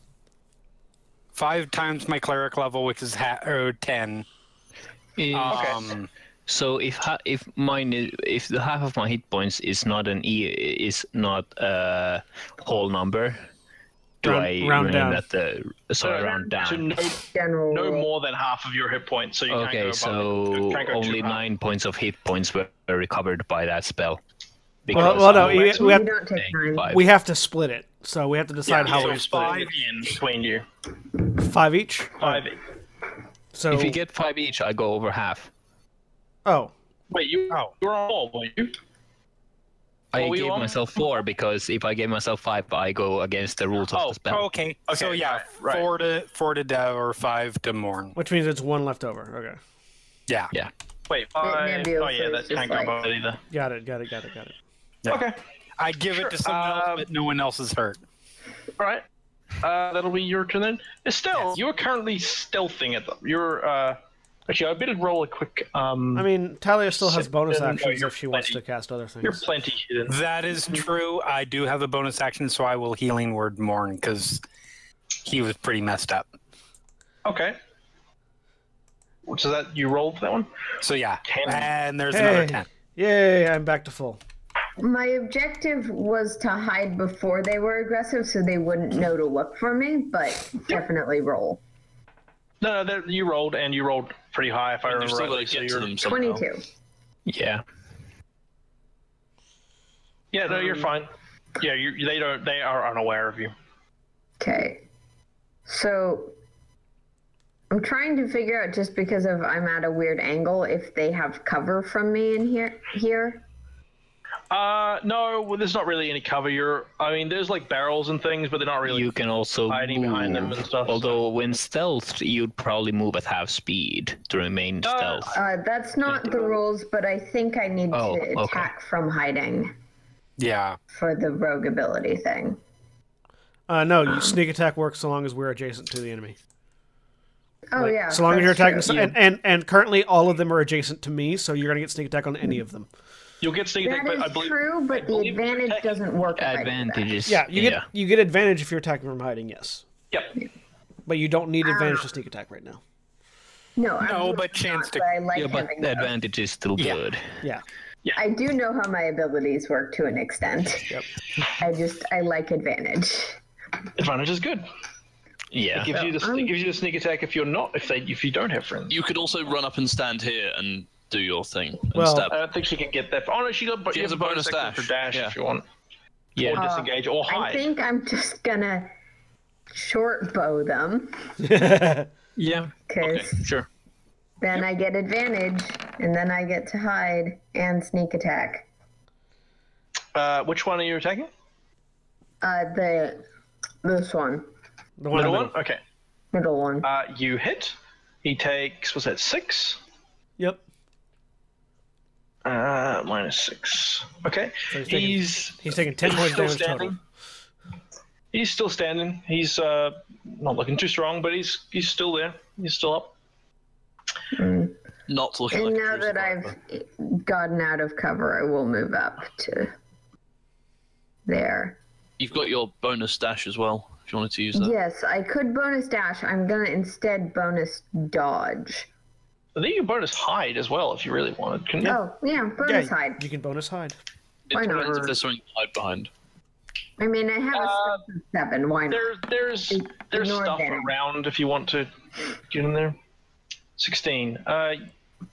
Speaker 6: five times my cleric level, which is ha- or 10.
Speaker 3: Uh,
Speaker 6: Um,
Speaker 3: So if ha- if mine is, if the half of my hit points is not an e is not a whole number, do
Speaker 1: Round-
Speaker 3: I
Speaker 1: round
Speaker 3: remain
Speaker 1: down.
Speaker 3: at the sorry round
Speaker 2: So
Speaker 3: down?
Speaker 2: no,
Speaker 7: General.
Speaker 2: no
Speaker 7: rule.
Speaker 2: more than half of your hit points, so you can't go
Speaker 3: Okay,
Speaker 2: above.
Speaker 3: so
Speaker 2: you can't go too
Speaker 3: only
Speaker 2: high.
Speaker 3: nine points of hit points were were recovered by that spell.
Speaker 1: well, well no,
Speaker 3: I
Speaker 1: you-
Speaker 3: was
Speaker 1: we
Speaker 7: You
Speaker 1: have
Speaker 7: don't take
Speaker 3: saying
Speaker 7: nine.
Speaker 3: five.
Speaker 1: we have to split it. So we have to decide how
Speaker 2: so
Speaker 1: we split
Speaker 2: five in between you.
Speaker 1: it. Five each.
Speaker 2: Five.
Speaker 1: So
Speaker 3: if you get five each, I go over half.
Speaker 1: oh
Speaker 2: Wait, you you were on all, weren't you?
Speaker 3: I
Speaker 2: What were you
Speaker 3: gave
Speaker 2: on?
Speaker 3: myself four because if I gave myself five, I go against the rules of the spell.
Speaker 6: okay. So
Speaker 2: Okay,
Speaker 6: yeah,
Speaker 2: right, right.
Speaker 6: four to four to Dev or five to Morn.
Speaker 1: which means it's one left over. Okay,
Speaker 6: Yeah.
Speaker 3: Yeah.
Speaker 2: Wait, five.
Speaker 7: Nebula
Speaker 2: Oh yeah, that
Speaker 7: is just
Speaker 2: can't go
Speaker 7: like-
Speaker 2: above it either.
Speaker 1: got it, got it, got it, got it.
Speaker 2: Okay,
Speaker 6: I give it to someone
Speaker 2: um,
Speaker 6: else, but no one else is hurt.
Speaker 2: all right. Uh, that'll be your turn then. Estelle, you're currently stealthing at them. You're uh, actually, I better roll a quick. Um,
Speaker 1: I mean, Talia still has
Speaker 2: Sit
Speaker 1: bonus
Speaker 2: down, no,
Speaker 1: actions
Speaker 2: you're
Speaker 1: if she wants to
Speaker 2: plenty-
Speaker 1: cast other things.
Speaker 2: you're plenty hidden.
Speaker 6: That is true. I do have a bonus action, so I will healing word Morn because he was pretty messed up.
Speaker 2: Okay. So that you rolled that one.
Speaker 6: So yeah,
Speaker 2: Ten.
Speaker 6: and there's another
Speaker 1: Hey,
Speaker 6: ten.
Speaker 1: yay! I'm back to full.
Speaker 7: My objective was to hide before they were aggressive so they wouldn't know to look for me, but definitely roll.
Speaker 2: No, no, that, you rolled and you rolled pretty high if I
Speaker 5: You've
Speaker 2: remember
Speaker 5: still got
Speaker 2: rightly.
Speaker 5: to
Speaker 2: So
Speaker 5: get to
Speaker 2: you're,
Speaker 5: them somehow.
Speaker 7: 22.
Speaker 3: Yeah.
Speaker 2: yeah, no,
Speaker 7: Um,
Speaker 2: you're fine. Yeah, you, they don't. They are unaware of you.
Speaker 7: Okay. So I'm trying to figure out just because of I'm at a weird angle if they have cover from me in here here.
Speaker 2: Uh, no, well, there's not really any cover. You're, I mean, there's like barrels and things, but they're not really.
Speaker 3: You can also
Speaker 2: hiding behind them
Speaker 3: move,
Speaker 2: and stuff, so-
Speaker 3: Although when stealthed, you'd probably move at half speed to remain
Speaker 2: Uh,
Speaker 3: stealth.
Speaker 7: Uh, that's not the rules, but I think I need
Speaker 3: Oh, okay.
Speaker 7: to attack from hiding
Speaker 6: Yeah.
Speaker 7: for the rogue ability thing.
Speaker 1: Uh, no, you sneak attack works so long as we're adjacent to the enemy.
Speaker 7: Oh yeah.
Speaker 1: So long as
Speaker 7: that's
Speaker 1: you're attacking,
Speaker 7: true.
Speaker 1: so, and, and and currently all of them are adjacent to me, so you're gonna get sneak attack on any of them.
Speaker 2: You'll get sneak attack,
Speaker 7: That
Speaker 2: but I
Speaker 7: is
Speaker 2: believe.
Speaker 7: true, but the
Speaker 2: believe you're
Speaker 7: advantage
Speaker 2: attacking-
Speaker 7: doesn't work. if I do that.
Speaker 3: Advantages.
Speaker 1: Yeah, you get you get advantage if you're attacking from hiding, yes,
Speaker 2: Yep.
Speaker 1: but you don't
Speaker 7: Ah.
Speaker 1: need advantage to sneak attack right now.
Speaker 7: No,
Speaker 6: No,
Speaker 7: absolutely
Speaker 6: but chance
Speaker 7: not,
Speaker 6: to.
Speaker 7: but I like
Speaker 3: Yeah, but
Speaker 7: having
Speaker 3: the
Speaker 7: those.
Speaker 3: advantage is still
Speaker 6: Yeah.
Speaker 3: good.
Speaker 1: Yeah,
Speaker 7: I do know how my abilities work to an extent.
Speaker 1: Yep.
Speaker 7: I just I like advantage.
Speaker 2: Advantage is good.
Speaker 3: Yeah.
Speaker 2: It gives you
Speaker 7: Um,
Speaker 2: the, it gives you the sneak attack if you're not if they if you don't have friends.
Speaker 5: You could also run up and stand here and do your thing and
Speaker 1: Well-
Speaker 5: stab.
Speaker 2: I don't think she can get that. Oh no, she got.
Speaker 5: She
Speaker 2: you
Speaker 5: has
Speaker 2: have
Speaker 5: a bonus
Speaker 2: action
Speaker 5: dash.
Speaker 2: for dash
Speaker 5: Yeah.
Speaker 2: if you want.
Speaker 3: Yeah.
Speaker 2: Or disengage or
Speaker 7: I
Speaker 2: hide.
Speaker 7: think I'm just gonna short bow them
Speaker 3: Yeah.
Speaker 7: because
Speaker 5: Sure.
Speaker 7: then I get advantage and then I get to hide and sneak attack.
Speaker 2: Uh, which one are you attacking?
Speaker 7: Uh, the this one,
Speaker 1: the one.
Speaker 2: Middle
Speaker 1: I
Speaker 2: one.
Speaker 1: know.
Speaker 2: Okay.
Speaker 7: middle one.
Speaker 2: Uh, you hit. He takes was that six?
Speaker 1: Yep.
Speaker 2: Uh, minus six. Okay.
Speaker 1: he's taking-
Speaker 2: he's
Speaker 1: He's taking ten points
Speaker 2: still
Speaker 1: damage
Speaker 2: standing.
Speaker 1: total.
Speaker 2: He's still standing. He's uh, not looking too strong, but he's he's still there. He's still up.
Speaker 5: not looking
Speaker 7: Mm. And
Speaker 5: like a
Speaker 7: now
Speaker 5: true
Speaker 7: that
Speaker 5: survivor.
Speaker 7: I've gotten out of cover, I will move up to there.
Speaker 5: You've got your bonus dash as well, if you wanted to use that.
Speaker 7: Yes, I could bonus dash. I'm gonna instead bonus dodge.
Speaker 2: I think you can bonus hide as well if you really wanted. Couldn't you?
Speaker 7: Oh yeah,
Speaker 1: Yeah,
Speaker 7: bonus hide.
Speaker 1: you can bonus hide.
Speaker 7: why
Speaker 5: it depends
Speaker 7: not?
Speaker 5: if there's something to hide behind.
Speaker 7: I mean, I have a
Speaker 2: Uh,
Speaker 7: strength of seven. Why not?
Speaker 2: There, there's there's
Speaker 7: Ignore
Speaker 2: stuff
Speaker 7: that.
Speaker 2: around if you want to get in there. Sixteen. Uh,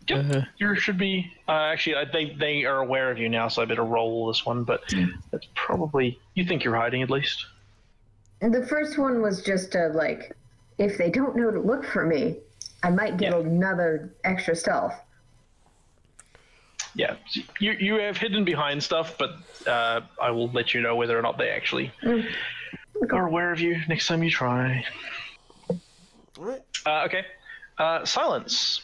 Speaker 2: yep,
Speaker 3: Uh-huh.
Speaker 2: you should be. Uh, actually, I, they they are aware of you now, so I better roll this one. But that's probably you think you're hiding at least.
Speaker 7: And the first one was just a like, if they don't know to look for me, I might get
Speaker 2: Yeah.
Speaker 7: another extra stealth.
Speaker 2: Yeah, you you have hidden behind stuff, but uh, I will let you know whether or not they actually are aware of you next time you try.
Speaker 1: All right.
Speaker 2: Uh, okay, uh, silence.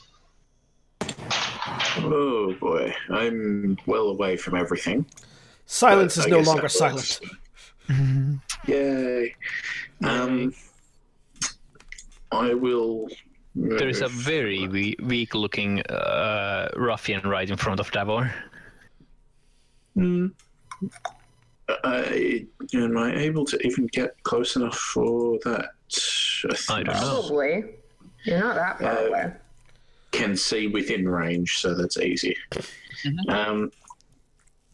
Speaker 4: Oh boy, I'm well away from everything.
Speaker 1: Silence
Speaker 4: but
Speaker 1: is
Speaker 4: I
Speaker 1: no
Speaker 4: guess
Speaker 1: longer
Speaker 4: that works.
Speaker 1: silent.
Speaker 4: Yay! Um, I will.
Speaker 3: There is a very we- weak looking uh, ruffian right in front of Davor.
Speaker 4: I, am I able to even get close enough for that?
Speaker 3: I don't
Speaker 4: think
Speaker 3: know.
Speaker 7: Probably. You're not that far
Speaker 4: Oh. Uh,
Speaker 7: away.
Speaker 4: Can see within range, so that's easy. Um,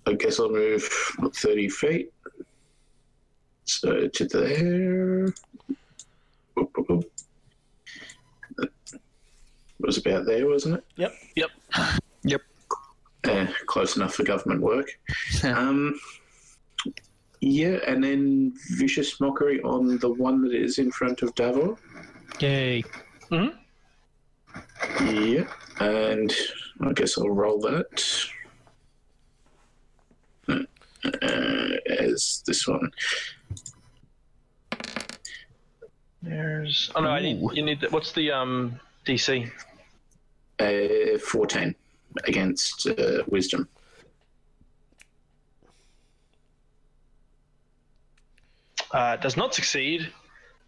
Speaker 4: I guess I'll move what, thirty feet. So to there. Boop, boop, boop. It was about there, wasn't it?
Speaker 5: Yep.
Speaker 4: eh, close enough for government work. um, yeah, and then vicious mockery on the one that is in front of Davor.
Speaker 3: Yay.
Speaker 4: Yeah, and I guess I'll roll that uh, as this one.
Speaker 2: There's. Oh no, I need, you need. The, what's the um DC?
Speaker 4: Uh, Fourteen against uh, wisdom.
Speaker 2: Uh, does not succeed.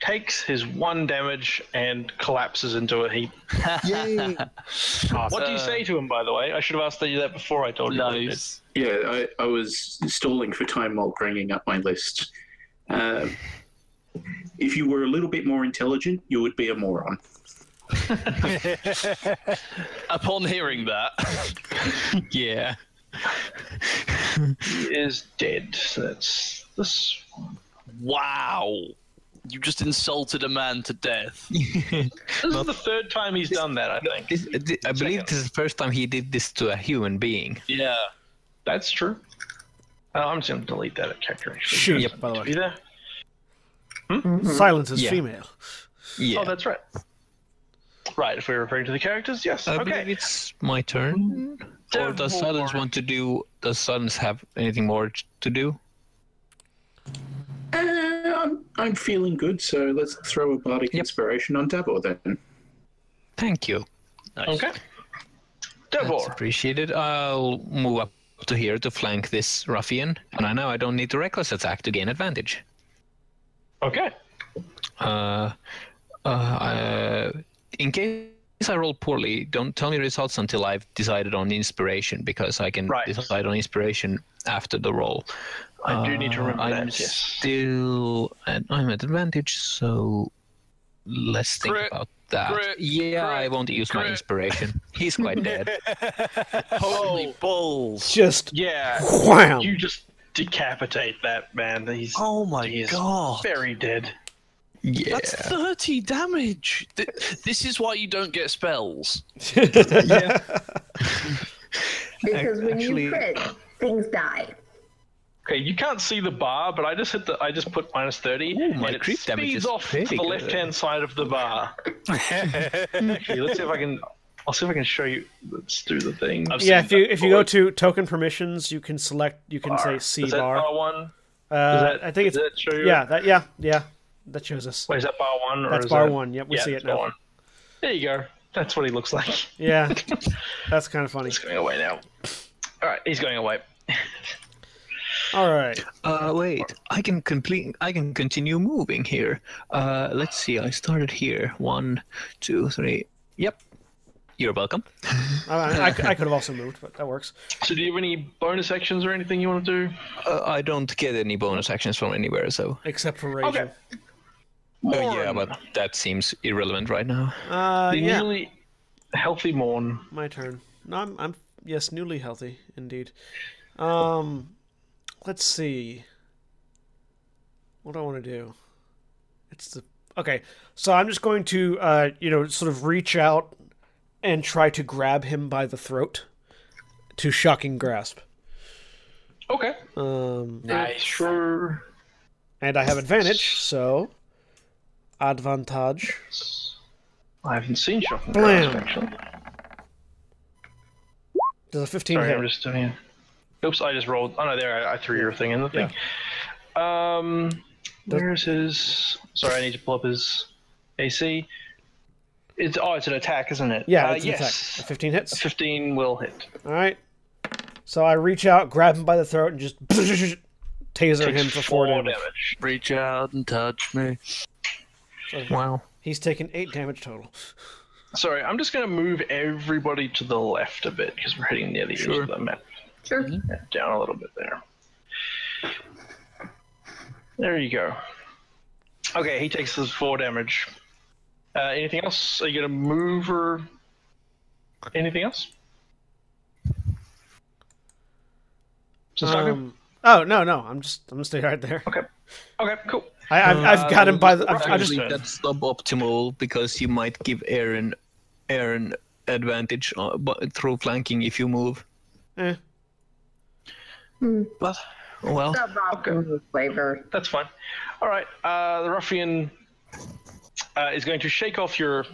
Speaker 2: Takes his one damage and collapses into a heap. What do you say to him, by the way? I should have asked you that before I told you. what it is.
Speaker 5: Nice.
Speaker 4: Yeah, I, I was stalling for time while bringing up my list. Uh, if you were a little bit more intelligent, you would be a moron.
Speaker 5: Upon hearing that,
Speaker 3: Yeah.
Speaker 2: He is dead. So that's this.
Speaker 5: wow, you just insulted a man to death.
Speaker 2: This is the third time he's done that. I think
Speaker 3: This, th- I believe this is the first time he did this to a human being.
Speaker 5: Yeah.
Speaker 2: that's true. Uh, I'm just gonna delete that character. Actually.
Speaker 1: Shoot. By the
Speaker 2: You
Speaker 1: way,
Speaker 2: there? Oh,
Speaker 7: Mm-hmm.
Speaker 1: silence is
Speaker 3: Yeah.
Speaker 1: female.
Speaker 3: Yeah.
Speaker 2: Oh, that's right. Right. If we're referring to the characters, yes.
Speaker 3: I believe
Speaker 2: okay.
Speaker 3: it's my turn. Or does Silence want to do? Does Silence have anything more to do?
Speaker 4: Uh, I'm, I'm feeling good, so let's throw a bardic inspiration on Dabor then.
Speaker 3: Thank you.
Speaker 2: Okay.
Speaker 3: That's
Speaker 2: Devor.
Speaker 3: appreciated. I'll move up to here to flank this ruffian, and I know I don't need to reckless attack to gain advantage.
Speaker 2: Okay.
Speaker 3: Uh, uh, uh, in case I roll poorly, don't tell me results until I've decided on inspiration, because I can
Speaker 2: Right.
Speaker 3: decide on inspiration after the roll. Uh,
Speaker 2: I do need to remember
Speaker 3: I'm
Speaker 2: that. Yes.
Speaker 3: still at, I'm at advantage, so let's think
Speaker 5: Crit.
Speaker 3: about that.
Speaker 5: Crit.
Speaker 3: yeah, I won't use my
Speaker 5: Crit.
Speaker 3: inspiration. He's quite dead.
Speaker 5: Holy balls.
Speaker 1: Just
Speaker 2: Yeah.
Speaker 1: wham.
Speaker 2: You just decapitate that man. He's
Speaker 5: Oh my
Speaker 2: he is
Speaker 5: god.
Speaker 2: very dead.
Speaker 3: Yeah.
Speaker 5: That's 30 damage. Th- this is why you don't get spells.
Speaker 7: Because when
Speaker 3: actually-
Speaker 7: you crit, things die.
Speaker 2: Okay, you can't see the bar, but I just hit the. I just put minus thirty,
Speaker 3: my
Speaker 2: and it
Speaker 3: creep damage
Speaker 2: speeds
Speaker 3: is
Speaker 2: off to
Speaker 3: pretty
Speaker 2: the
Speaker 3: good.
Speaker 2: left hand side of the bar. Actually, let's see if I can. I'll see if I can show you. Let's do the thing.
Speaker 5: I've
Speaker 1: yeah,
Speaker 5: seen
Speaker 1: if you
Speaker 5: that
Speaker 1: if you go to
Speaker 5: before.
Speaker 1: token permissions, you can select. You can say C
Speaker 2: is that
Speaker 1: bar.
Speaker 2: bar one?
Speaker 1: Uh,
Speaker 2: that-
Speaker 1: I think
Speaker 2: does
Speaker 1: it's
Speaker 2: that show you-
Speaker 1: yeah, that yeah, yeah, that shows us.
Speaker 2: Wait, is that bar one? Or
Speaker 1: That's
Speaker 2: is
Speaker 1: bar
Speaker 2: that-
Speaker 1: one. Yep, we
Speaker 2: yeah,
Speaker 1: see it
Speaker 2: that's bar
Speaker 1: now.
Speaker 2: one. There you go. That's what he looks like. He's
Speaker 1: Yeah, that's kind of funny.
Speaker 2: going away now. All right, he's going away.
Speaker 1: All right,
Speaker 3: Uh, wait, I can complete. I can continue moving here. Uh, let's see. I started here. One, two, three. Yep. You're welcome.
Speaker 1: I, mean, I, c- I could have also moved, but that works.
Speaker 2: So, do you have any bonus actions or anything you want to do?
Speaker 3: Uh, I don't get any bonus actions from anywhere, so.
Speaker 1: Except for Rachel.
Speaker 2: Okay.
Speaker 3: Oh, yeah, but that seems irrelevant right now.
Speaker 1: Uh,
Speaker 2: The
Speaker 1: yeah,
Speaker 2: newly healthy Morn.
Speaker 1: my turn. No, I'm, I'm yes, newly healthy indeed. Um, let's see. What do I want to do? It's the okay. So I'm just going to uh, you know, sort of reach out and try to grab him by the throat to shocking grasp.
Speaker 2: Okay.
Speaker 1: Um,
Speaker 6: Nice.
Speaker 2: Sure.
Speaker 1: and I have advantage, so advantage.
Speaker 2: I haven't seen Shocking
Speaker 1: Blam.
Speaker 2: Grasp, actually.
Speaker 1: Does a 15
Speaker 2: Sorry,
Speaker 1: hit?
Speaker 2: I'm just doing it. Oops, I just rolled. Oh no, there I, I threw your thing in the thing. Um, where's his? Sorry, I need to pull up his AC. It's oh, it's an attack, isn't it?
Speaker 1: Yeah,
Speaker 2: Uh,
Speaker 1: it's an
Speaker 2: yes.
Speaker 1: attack. A 15 hits.
Speaker 2: Fifteen will hit.
Speaker 1: All right. So I reach out, grab him by the throat, and just taser
Speaker 2: Takes
Speaker 1: him for four damage.
Speaker 5: Reach out and touch me.
Speaker 3: Wow.
Speaker 1: He's taken eight damage total.
Speaker 2: Sorry, I'm just gonna move everybody to the left a bit because we're hitting near the edge of the map.
Speaker 7: Sure.
Speaker 2: Down a little bit there. There you go. Okay, he takes his four damage. Uh, anything else? Are you gonna move or anything else? Sasaka?
Speaker 1: Um, oh no, no, I'm just I'm gonna stay right there.
Speaker 2: okay. Okay. Cool.
Speaker 1: I, I've, I've got him by the. I've, I just
Speaker 3: Actually, that's suboptimal because you might give Aaron, Aaron advantage uh, bu- through flanking if you move.
Speaker 1: eh.
Speaker 3: But, well,
Speaker 7: That Robin flavor.
Speaker 2: That's fine. All right. Uh, the ruffian uh, is going to shake off your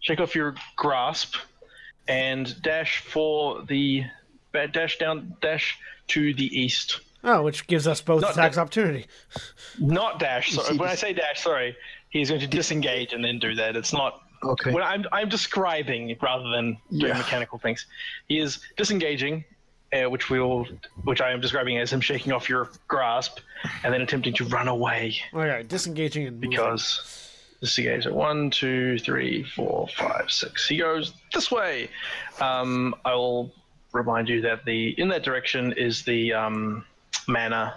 Speaker 2: shake off your grasp and dash for the ba- dash down dash to the east.
Speaker 1: Oh, which gives us both
Speaker 2: Not
Speaker 1: attacks opportunity.
Speaker 2: Not dash. Sorry. When I say dash, sorry, he's going to disengage and then do that. It's not.
Speaker 3: okay.
Speaker 2: When I'm I'm describing rather than doing mechanical things. He is disengaging. Uh, which we will, which I am describing as him shaking off your grasp, and then attempting to run away.
Speaker 1: Okay, disengaging and moving.
Speaker 2: because this he goes one, two, three, four, five, six. He goes this way. Um, I will remind you that the in that direction is the um, manor.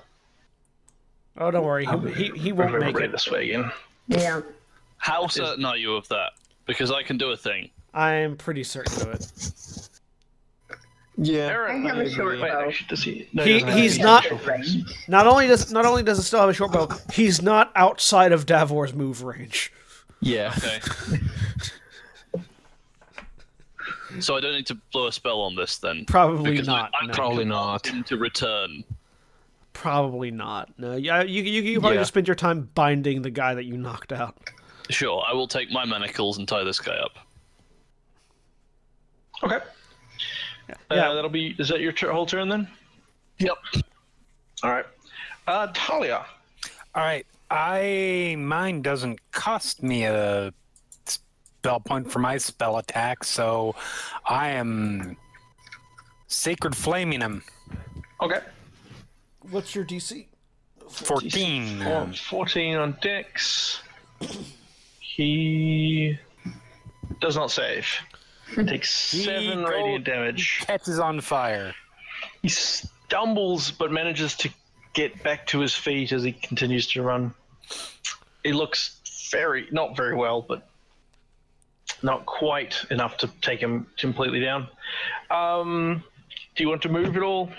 Speaker 1: Oh, don't worry, he he, he won't make
Speaker 2: Everybody
Speaker 1: it.
Speaker 2: this way again.
Speaker 7: Yeah.
Speaker 5: How certain are you of that? Because I can do a thing.
Speaker 1: I'm pretty certain of it.
Speaker 6: Yeah.
Speaker 7: I
Speaker 2: Aaron,
Speaker 7: have a short
Speaker 2: wait,
Speaker 7: bow.
Speaker 2: actually, does he? No,
Speaker 1: He-
Speaker 2: doesn't have
Speaker 1: he's
Speaker 2: any
Speaker 1: not-
Speaker 2: actual things.
Speaker 1: Not only does not only does it still have a short bow, he's not outside of Davor's move range.
Speaker 3: yeah.
Speaker 5: Okay. so I don't need to blow a spell on this then.
Speaker 1: Probably
Speaker 5: Because I-
Speaker 1: not,
Speaker 5: I
Speaker 1: no.
Speaker 5: can
Speaker 3: Probably not.
Speaker 5: ask him to return.
Speaker 1: Probably not. No, yeah, you you, you probably
Speaker 3: Yeah.
Speaker 1: just spend your time binding the guy that you knocked out.
Speaker 5: Sure, I will take my manacles and tie this guy up.
Speaker 2: Okay.
Speaker 1: Yeah.
Speaker 2: Uh, that'll be. Is that your tur- whole turn then?
Speaker 5: Yep.
Speaker 2: All right. Uh, Talia.
Speaker 6: All right. I mine doesn't cost me a spell point for my spell attack, so I am sacred flaming him.
Speaker 2: Okay.
Speaker 1: What's your DC?
Speaker 6: Fourteen.
Speaker 2: Four- 14 on Dex. He does not save. Takes seven
Speaker 6: goes-
Speaker 2: radiant damage.
Speaker 6: Catches on fire.
Speaker 2: He stumbles but manages to get back to his feet as he continues to run. He looks very, not very well, but not quite enough to take him completely down. Um, do you want to move at all?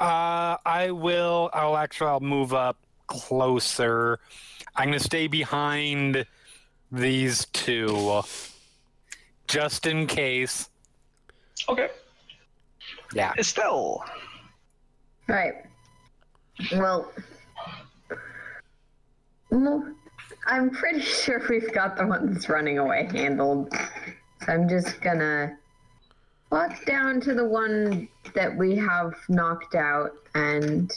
Speaker 6: Uh, I will. I'll actually. I'll move up closer. I'm gonna stay behind these two, just in case.
Speaker 2: Okay.
Speaker 6: Yeah.
Speaker 2: Estelle.
Speaker 7: Right. Well, well, I'm pretty sure we've got the one that's running away handled. So I'm just gonna walk down to the one that we have knocked out and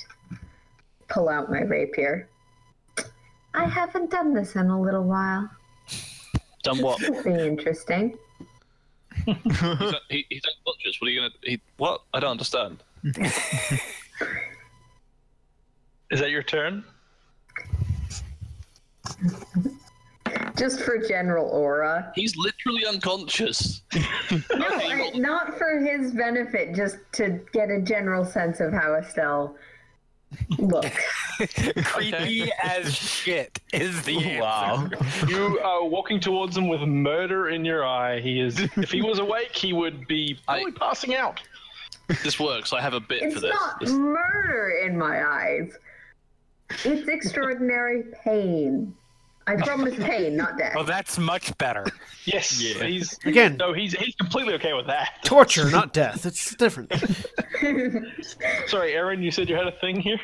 Speaker 7: pull out my rapier. I haven't done this in a little while.
Speaker 5: Done what?
Speaker 7: It'll be interesting.
Speaker 5: he's, un- he, he's unconscious. What are you gonna? He, what? I don't understand.
Speaker 2: Is that your turn?
Speaker 7: Just for general aura.
Speaker 5: He's literally unconscious.
Speaker 7: No, I- not for his benefit, just to get a general sense of how Estelle looks.
Speaker 6: Creepy as shit is the answer.
Speaker 5: Wow.
Speaker 2: You are walking towards him with murder in your eye. He is. If he was awake, he would be
Speaker 5: I-
Speaker 2: probably passing out.
Speaker 5: this works. I have a bit
Speaker 7: It's
Speaker 5: for this.
Speaker 7: not
Speaker 5: This-
Speaker 7: murder in my eyes. It's extraordinary pain. I promise pain, not death.
Speaker 6: Well, Oh, that's much better.
Speaker 2: Yes. He's
Speaker 1: Again.
Speaker 2: No, he's he's completely okay with that.
Speaker 1: Torture, not death. It's different.
Speaker 2: Sorry, Aaron. You said you had a thing here.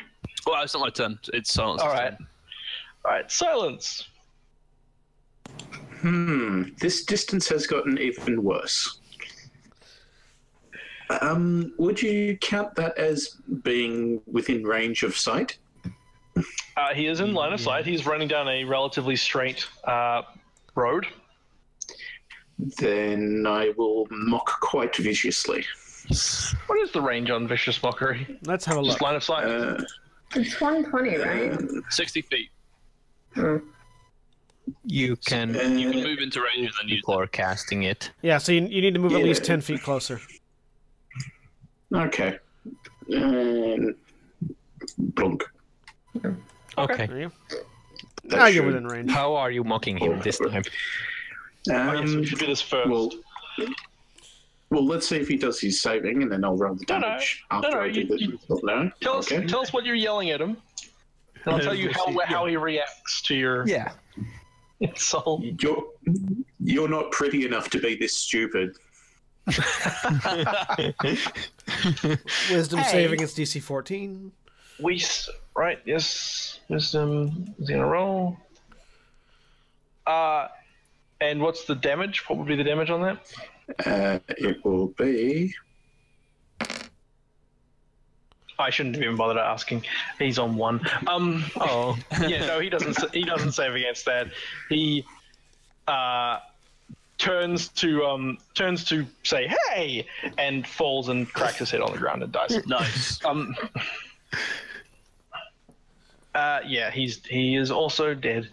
Speaker 5: Well, it's not my turn. It's silence.
Speaker 2: All right. All right. Silence.
Speaker 4: Hmm. This distance has gotten even worse. Um, would you count that as being within range of sight?
Speaker 2: Uh, he is in line of sight. He's running down a relatively straight uh, road.
Speaker 4: Then I will mock quite viciously.
Speaker 2: What is the range on vicious mockery?
Speaker 1: Let's have a look.
Speaker 2: Just line of sight.
Speaker 4: Uh,
Speaker 7: it's 120, right?
Speaker 5: Sixty feet.
Speaker 3: You can
Speaker 5: You can
Speaker 4: uh,
Speaker 5: move into range and then use
Speaker 3: before casting it.
Speaker 1: Yeah, so you, you need to move at
Speaker 4: Yeah.
Speaker 1: least ten feet closer.
Speaker 4: okay. Um, blunk.
Speaker 3: Okay.
Speaker 1: Are you?
Speaker 4: That
Speaker 1: Now you're
Speaker 4: should-
Speaker 1: within range.
Speaker 3: How are you mocking him this time?
Speaker 2: Oh, yes, we
Speaker 4: Um,
Speaker 2: should do this first.
Speaker 4: well, well, let's see if he does his saving, and then I'll roll the
Speaker 2: No, no.
Speaker 4: damage
Speaker 2: No,
Speaker 4: after
Speaker 2: no,
Speaker 4: I do
Speaker 2: you-
Speaker 4: the.
Speaker 2: you-
Speaker 4: no?
Speaker 2: tell us,
Speaker 4: okay.
Speaker 2: tell us what you're yelling at him. And I'll tell you how how he reacts to your
Speaker 6: Yeah.
Speaker 2: insult.
Speaker 4: You're, you're not pretty enough to be this stupid.
Speaker 1: Wisdom
Speaker 6: Hey.
Speaker 1: saving it's DC fourteen.
Speaker 2: We s- right? Yes, wisdom is gonna roll. Uh, and what's the damage? What would be the damage on that?
Speaker 4: Uh, it will be.
Speaker 2: I shouldn't have even bothered asking. He's on one. Um. Oh. yeah. No, he doesn't. s- He doesn't save against that. He uh, turns to um turns to say hey and falls and cracks his head on the ground and dies.
Speaker 5: Nice.
Speaker 2: Um. Uh, yeah, he's he is also dead.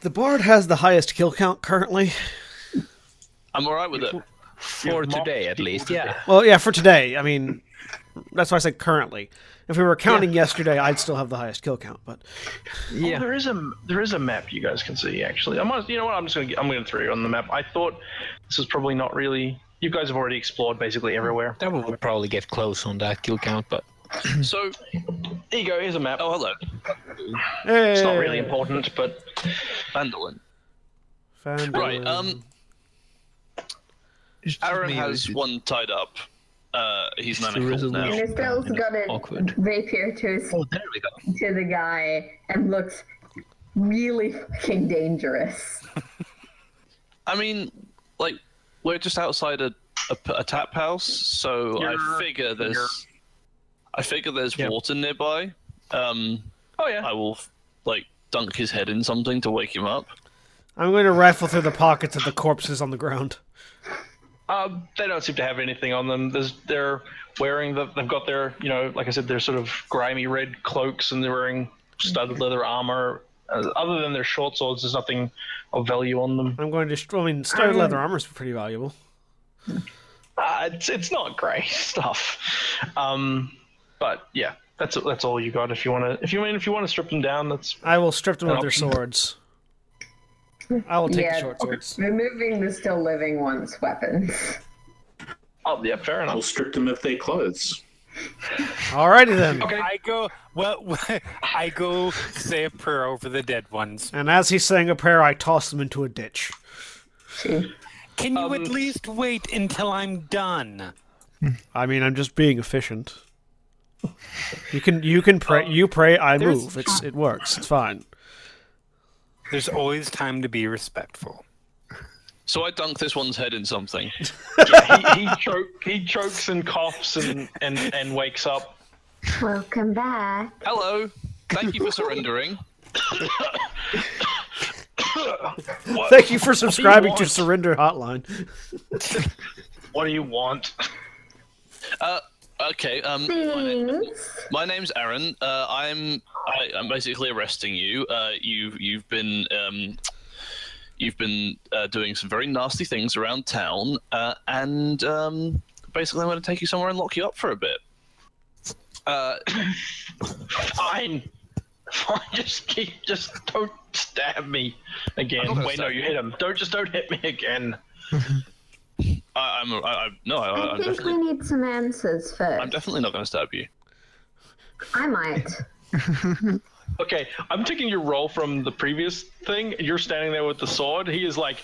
Speaker 1: The bard has the highest kill count currently.
Speaker 5: I'm all right with it.
Speaker 3: For today, at least. Yeah.
Speaker 1: Well, yeah, for today. I mean, that's why I said currently. If we were counting yesterday, I'd still have the highest kill count. But
Speaker 2: Oh, there is a there is a map you guys can see actually. I'm gonna, you know what? I'm just gonna get- I'm gonna throw you on the map. I thought this is probably not really. You guys have already explored basically everywhere.
Speaker 3: That would probably get close on that kill count, but
Speaker 5: So,
Speaker 2: Here you go. Here's a map.
Speaker 5: oh hello,
Speaker 2: It's not really important, but
Speaker 5: Vandalin.
Speaker 1: Found
Speaker 5: Right.
Speaker 1: one.
Speaker 5: Um, Aaron has one tied up. Uh, he's
Speaker 3: It's the
Speaker 5: manacled now.
Speaker 7: And
Speaker 3: resolution.
Speaker 7: Estelle's
Speaker 3: Kinda
Speaker 7: got a
Speaker 3: awkward.
Speaker 7: rapier to his
Speaker 5: Oh, there we go.
Speaker 7: to the guy and looks really fucking dangerous.
Speaker 5: I mean, like, we're just outside a, a, a tap house, so I
Speaker 2: You're-
Speaker 5: figure there's, I figure there's
Speaker 2: Yep.
Speaker 5: water nearby. Um,
Speaker 2: oh yeah.
Speaker 5: I will like dunk his head in something to wake him up.
Speaker 1: I'm going to rifle through the pockets of the corpses on the ground.
Speaker 2: Um, they don't seem to have anything on them. There's, they're wearing the, they've got their, you know, like I said, their sort of grimy red cloaks, and they're wearing studded leather armor. Uh, other than their short swords, there's nothing of value on them.
Speaker 1: I'm going to. sh- I mean, studded leather armor is pretty valuable.
Speaker 2: Uh, it's it's not great stuff. Um, but yeah, that's that's all you got. If you want to, if you mean, if you want to strip them down, that's
Speaker 1: I will strip them of their swords. I will take
Speaker 7: Yeah.
Speaker 1: the short swords.
Speaker 7: Removing the still living one's weapons.
Speaker 2: oh yeah, fair
Speaker 4: I'll
Speaker 2: enough.
Speaker 4: strip them of their clothes.
Speaker 1: Alrighty then.
Speaker 6: I go, well, I go say a prayer over the dead ones.
Speaker 1: And as he's saying a prayer, I toss them into a ditch.
Speaker 6: Can you at least wait until I'm done?
Speaker 1: I mean, I'm just being efficient. You can you can pray you pray I
Speaker 6: there's-
Speaker 1: move. It's it works. It's fine.
Speaker 6: There's always time to be respectful.
Speaker 5: So I dunk this one's head in something.
Speaker 2: Yeah, he, he choke, he chokes and coughs and and and wakes up.
Speaker 7: Welcome back.
Speaker 5: Hello, thank you for surrendering.
Speaker 1: Thank you for subscribing to
Speaker 2: want?
Speaker 1: Surrender Hotline.
Speaker 2: What do you want?
Speaker 5: Uh, okay. Um,
Speaker 7: Thanks.
Speaker 5: My name's Aaron. Uh, I'm I, I'm basically arresting you. Uh, you you've been um, You've been uh, doing some very nasty things around town, uh, and um, basically, I'm going to take you somewhere and lock you up for a bit. Uh,
Speaker 2: Fine. Fine. Just keep. Just don't stab me
Speaker 5: I'm
Speaker 2: again.
Speaker 5: not
Speaker 2: Wait, no,
Speaker 5: stabbing
Speaker 2: you
Speaker 5: you.
Speaker 2: hit him. Don't just don't hit me again.
Speaker 5: I, I'm, I, I, no, I,
Speaker 7: I
Speaker 5: I'm
Speaker 7: think
Speaker 5: definitely,
Speaker 7: we need some answers first.
Speaker 5: I'm definitely not going to stab you.
Speaker 7: I might.
Speaker 2: Okay, I'm taking your role from the previous thing. You're standing there with the sword. He is like,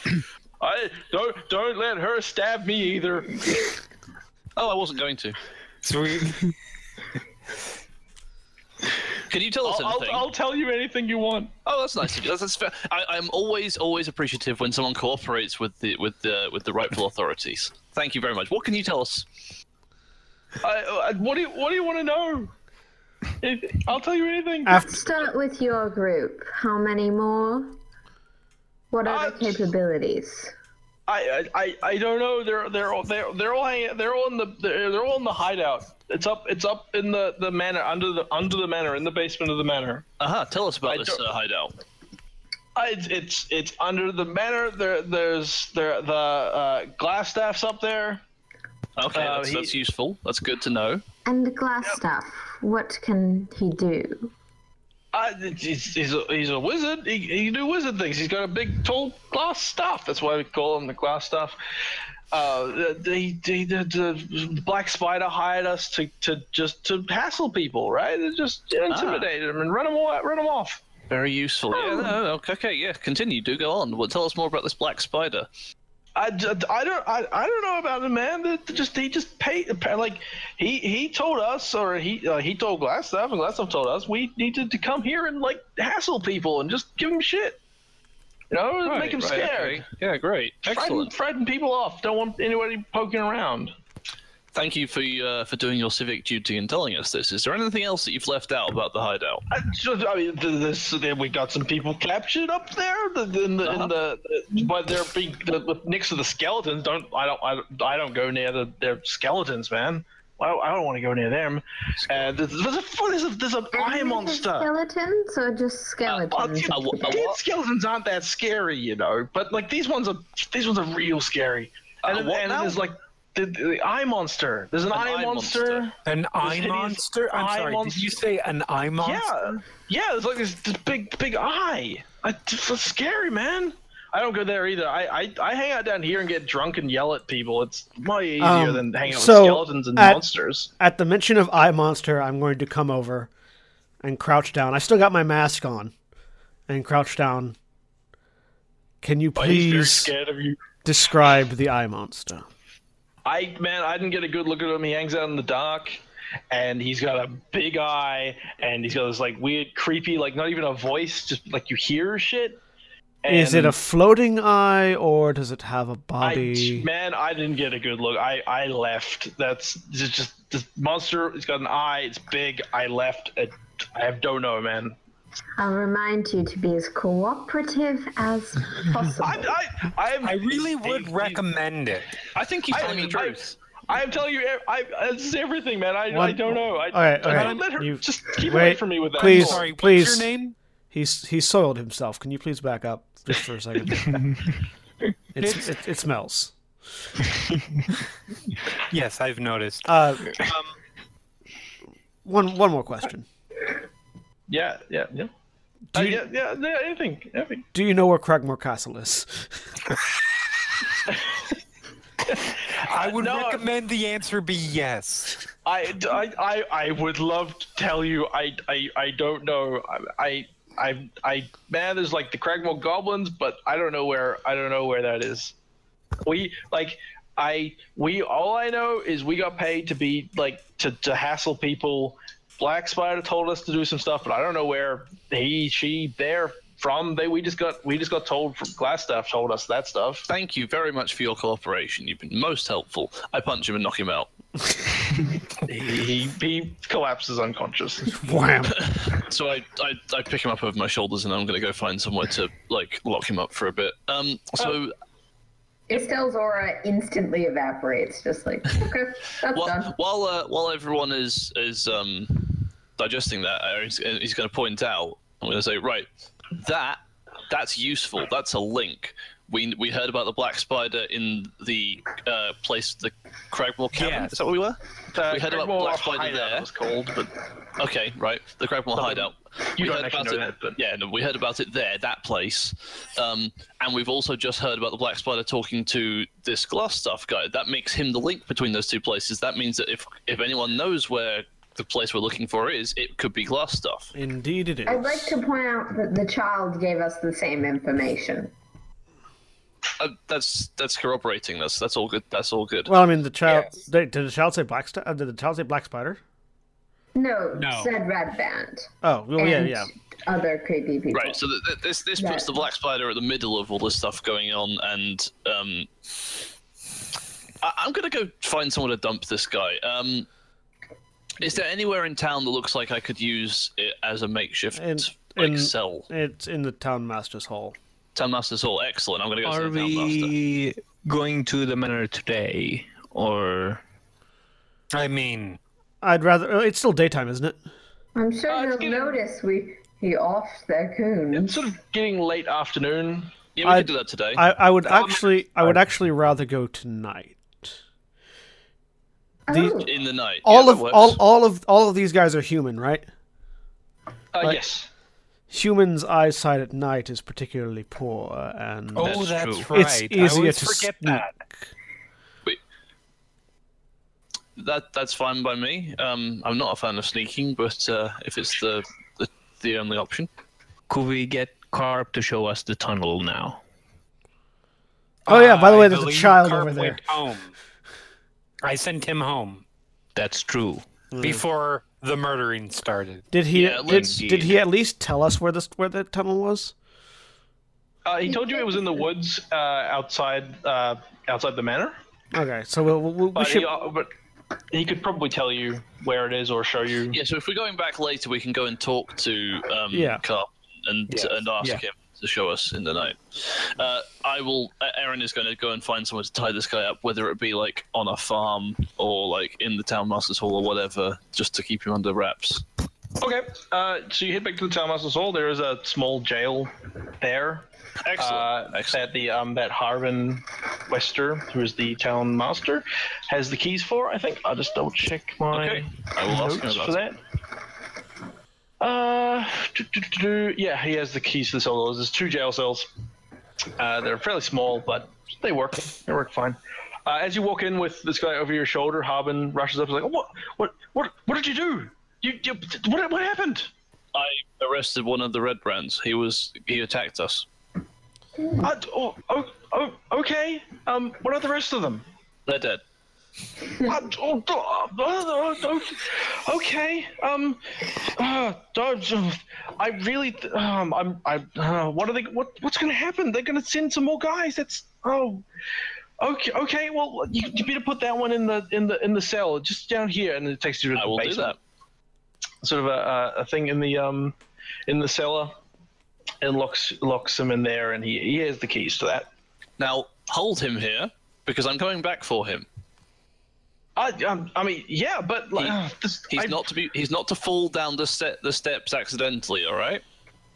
Speaker 2: I don't don't let her stab me either.
Speaker 5: Oh, I wasn't going to.
Speaker 6: So we,
Speaker 5: Can you tell us
Speaker 2: I'll, I'll,
Speaker 5: anything?
Speaker 2: I'll tell you anything you want.
Speaker 5: Oh, that's nice of you. That's, that's fair. I, I'm always, always appreciative when someone cooperates with the with the with the rightful authorities. Thank you very much. What can you tell us?
Speaker 2: I, I, what do you What do you want to know? If, I'll tell you anything.
Speaker 1: After
Speaker 7: Start with your group. How many more? What other
Speaker 2: Uh,
Speaker 7: capabilities?
Speaker 2: I, I, I, I don't know. They're they're all they're, they're all hanging, they're all in the they're, they're all in the hideout. It's up it's up in the the manor under the under the manor in the basement of the manor.
Speaker 5: Aha, tell us about this
Speaker 2: don't-
Speaker 5: uh, hideout.
Speaker 2: I, it's, it's it's under the manor. There there's there the uh, glass staff's up there.
Speaker 5: Okay,
Speaker 2: Uh,
Speaker 5: that's,
Speaker 2: he-
Speaker 5: that's useful. That's good to know.
Speaker 7: And the glass stuff. What can he do?
Speaker 2: Uh, he's, he's, a, he's a wizard. He, he can do wizard things. He's got a big, tall glass staff. That's why we call him the glass staff. Uh, the, the, the, the, the black spider hired us to, to just to hassle people, right? They Just intimidate them and run them away, run them off.
Speaker 5: Very useful. Yeah, no, no, okay, okay, yeah. Continue. Do go on. Well, tell us more about this black spider.
Speaker 2: I, j- I don't I, I don't know about him, man. They they just he just paid like he he told us or he uh, he told glass staff and glass staff told us we needed to come here and like hassle people and just give them shit. You know,
Speaker 5: Oh,
Speaker 2: make them scared.
Speaker 5: okay. Yeah, great.
Speaker 2: frighten,
Speaker 5: Excellent.
Speaker 2: frighten people off. Don't want anybody poking around.
Speaker 5: Thank you for uh, for doing your civic duty and telling us this. Is there anything else that you've left out about the hideout?
Speaker 2: I, just- I mean, th- this, there we got some people captured up there. The, the, in the, in the, but they're being the, with next to the skeletons. Don't I don't I, don't- I don't go near the their skeletons, man. I, I don't want to go near them. Uh, there's, there's a there's a, there's a eye
Speaker 7: Any
Speaker 2: monster.
Speaker 7: Skeletons or just
Speaker 2: Well,
Speaker 7: skeletons?
Speaker 2: these-
Speaker 5: uh, what- uh,
Speaker 2: these
Speaker 5: what?
Speaker 2: skeletons aren't that scary, you know. But like these ones are these ones are real scary. And,
Speaker 5: Uh,
Speaker 2: then-
Speaker 5: what
Speaker 2: and
Speaker 5: now?
Speaker 2: there's like the, the eye monster. There's an, eye,
Speaker 5: eye
Speaker 2: monster.
Speaker 5: monster.
Speaker 6: an eye
Speaker 2: hideous
Speaker 6: monster. I'm
Speaker 2: eye
Speaker 6: sorry.
Speaker 2: monster.
Speaker 6: Did you say an eye monster?
Speaker 2: Yeah, yeah. It's like this, this big, big eye. I, it's scary, man. I don't go there either. I, I, I hang out down here and get drunk and yell at people. It's much easier
Speaker 1: Um,
Speaker 2: than hanging out
Speaker 1: so,
Speaker 2: with skeletons and
Speaker 1: at-
Speaker 2: monsters.
Speaker 1: at the mention of eye monster, I'm going to come over and crouch down. I still got my mask on, and crouch down. Can you please
Speaker 2: of you.
Speaker 1: describe the eye monster?
Speaker 2: I man, I didn't get a good look at him. He hangs out in the dark, and he's got a big eye, and he's got this like weird, creepy, like not even a voice, just like you hear shit.
Speaker 1: Is it
Speaker 2: And-
Speaker 1: a floating eye or does it have a
Speaker 2: I,
Speaker 1: body?
Speaker 2: man, I didn't get a good look. I, I left. That's it's just this monster. It's got an eye. It's big. I left. It, I don't know, man.
Speaker 7: I'll remind you to be as cooperative as possible.
Speaker 2: I, I, I, am,
Speaker 6: I really would
Speaker 2: Hey,
Speaker 6: recommend it.
Speaker 5: I think you've
Speaker 2: I-
Speaker 5: told me the
Speaker 2: I-
Speaker 5: truth.
Speaker 2: I am telling you, I, I, this is everything, man. I, I
Speaker 1: One-
Speaker 2: don't know. I,
Speaker 1: Alright,
Speaker 2: I-
Speaker 1: alright,
Speaker 2: let her
Speaker 1: you-
Speaker 2: just keep away
Speaker 1: wait,
Speaker 2: from me with that.
Speaker 1: please.
Speaker 2: I'm sorry.
Speaker 6: Sorry.
Speaker 1: please.
Speaker 6: What's your name?
Speaker 1: He's he soiled himself. Can you please back up just for a second? it's, it, it smells.
Speaker 6: Yes, I've noticed.
Speaker 1: Uh, Um, one one more question.
Speaker 2: Yeah, yeah, yeah.
Speaker 1: Do
Speaker 2: Uh,
Speaker 1: you,
Speaker 2: yeah, yeah, yeah, anything, anything.
Speaker 1: do you know where Cragmore Castle is?
Speaker 6: I would
Speaker 2: no.
Speaker 6: recommend the answer be yes.
Speaker 2: I, I, I, I would love to tell you. I, I, I don't know. I, I, I, I man, there's like the Cragmore goblins, but I don't know where. I don't know where that is. We like, I, we. All I know is we got paid to be like to to hassle people. Black Spider told us to do some stuff, but I don't know where he, she, they're from. They we just got we just got told from Glass Staff told us that stuff.
Speaker 5: Thank you very much for your cooperation. You've been most helpful. I punch him and knock him out.
Speaker 2: He, he, he collapses unconscious.
Speaker 1: Wham!
Speaker 5: So I, I, I pick him up over my shoulders and I'm going to go find somewhere to like lock him up for a bit. Um, so
Speaker 7: Estelle's aura instantly evaporates, just like, Oh, okay, that's
Speaker 5: while while, uh, while everyone is is um, digesting that, uh, he's, he's going to point out. I'm going to say, right, that That's useful. That's a link. We, we heard about the black spider in the uh, place, the Cragmore cabin.
Speaker 2: Yeah.
Speaker 5: Is that where we were? we heard about
Speaker 2: Cragmore
Speaker 5: black spider
Speaker 2: Hideout,
Speaker 5: there.
Speaker 2: It was called, but
Speaker 5: Okay, right. The Cragmore hideout.
Speaker 2: you
Speaker 5: we
Speaker 2: don't
Speaker 5: heard
Speaker 2: actually
Speaker 5: about
Speaker 2: know
Speaker 5: it.
Speaker 2: that. But
Speaker 5: Yeah, no, we heard about it there, that place. Um, and we've also just heard about the Black Spider talking to this glass stuff guy. That makes him the link between those two places. That means that if if anyone knows where the place we're looking for is, it could be glass stuff.
Speaker 1: Indeed, it is.
Speaker 7: I'd like to point out that the child gave us the same information.
Speaker 5: Uh, that's that's corroborating this. That's all good. That's all good.
Speaker 1: Well, I mean, the child. they- did the child say black? St- uh, did the child say black spider?
Speaker 7: No,
Speaker 6: No.
Speaker 7: said Red Band.
Speaker 1: Oh, well, yeah,
Speaker 7: and
Speaker 1: yeah.
Speaker 7: Other creepy people.
Speaker 5: Right, so th- th- this this puts
Speaker 7: Yeah.
Speaker 5: the Black Spider at the middle of all this stuff going on, and um, I- I'm gonna go find someone to dump this guy. Um, is there anywhere in town that looks like I could use it as a makeshift
Speaker 1: And-
Speaker 5: like
Speaker 1: and-
Speaker 5: cell?
Speaker 1: It's in the town master's hall.
Speaker 5: Townmaster's Hall, excellent. I'm gonna go
Speaker 3: Are
Speaker 5: to the Townmaster.
Speaker 3: we going to the manor today, or
Speaker 6: I mean,
Speaker 1: I'd rather. oh, It's still daytime, isn't it?
Speaker 7: I'm sure
Speaker 2: Uh, it's
Speaker 7: they'll
Speaker 2: getting-
Speaker 7: notice we he offed their
Speaker 2: it's
Speaker 7: coons.
Speaker 2: sort of getting late afternoon.
Speaker 5: Yeah, we
Speaker 1: I-
Speaker 5: could do that today.
Speaker 1: I, I would actually. Um, I would actually rather go tonight. the-
Speaker 7: oh,
Speaker 5: in the night.
Speaker 1: All
Speaker 5: yeah,
Speaker 1: of
Speaker 5: that works.
Speaker 1: all all of all of these guys are human, right?
Speaker 2: Uh,
Speaker 1: Like-
Speaker 2: yes.
Speaker 1: Humans' eyesight at night is particularly poor, and
Speaker 6: oh,
Speaker 5: That's
Speaker 6: that's,
Speaker 5: true.
Speaker 6: right.
Speaker 1: it's easier
Speaker 6: I always
Speaker 1: to
Speaker 6: forget
Speaker 1: sneak.
Speaker 6: that.
Speaker 5: that that's fine by me. Um, I'm not a fan of sneaking, but uh, if it's the, the the only option,
Speaker 3: could we get Carp to show us the tunnel now?
Speaker 1: Oh yeah, by the
Speaker 6: I
Speaker 1: way, there's a
Speaker 6: believe
Speaker 1: child
Speaker 6: Carp
Speaker 1: over there.
Speaker 6: went home. I sent him home
Speaker 3: That's true.
Speaker 2: Mm.
Speaker 6: before the murdering started.
Speaker 1: Did he?
Speaker 5: Yeah,
Speaker 1: did,
Speaker 5: indeed.
Speaker 1: did he at least tell us where this where the tunnel was?
Speaker 2: Uh, he told you it was in the woods uh, outside uh, outside the manor,
Speaker 1: Okay, so we'll, we'll, we
Speaker 2: but,
Speaker 1: should.
Speaker 2: he, uh, but he could probably tell you where it is or show you.
Speaker 5: yeah. So if we're going back later, we can go and talk to um,
Speaker 1: Yeah.
Speaker 5: Carp and and ask him to show us in the night. Uh, I will. uh, Aaron is going to go and find someone to tie this guy up, whether it be like on a farm or like in the town master's hall or whatever, just to keep him under wraps.
Speaker 2: Okay, uh, so you head back to the townmaster's hall. There is a small jail there
Speaker 5: Excellent.
Speaker 2: uh,
Speaker 5: Excellent.
Speaker 2: that the um, that Harvin Wester, who is the town master, has the keys for. I think I'll just double check my
Speaker 5: Okay. I will ask him
Speaker 2: notes for
Speaker 5: about it.
Speaker 2: that. Uh, do, do, do, do. yeah, he has the keys to the cells. There's two jail cells. Uh, they're fairly small, but they work. They work fine. Uh, as you walk in with this guy over your shoulder, Harbin rushes up and is like, "What? What? What? What did you do? You, you what? What happened?"
Speaker 5: I arrested one of the red brands. He was he attacked us.
Speaker 2: Uh, d- oh, oh, oh, okay. Um, what are the rest of them?
Speaker 5: They're dead.
Speaker 2: Uh, d- oh, d- uh, uh, uh, okay. Um, uh, don't- uh, I really. th- Um, I'm. I. Uh, what are they? What? What's gonna happen? They're gonna send some more guys. That's. Oh. Okay. Okay. Well, you, you better put that one in the in the in the cell, just down here, and it takes you to
Speaker 5: I
Speaker 2: the
Speaker 5: will do
Speaker 2: basement.
Speaker 5: that.
Speaker 2: Sort of a, a, a thing in the um, in the cellar, and locks locks him in there, and he he has the keys to that.
Speaker 5: Now hold him here because I'm coming back for him.
Speaker 2: I, um, I mean, yeah, but like,
Speaker 5: He-
Speaker 2: this,
Speaker 5: He's
Speaker 2: I-
Speaker 5: not to be. He's not to fall down the set the steps accidentally. All right.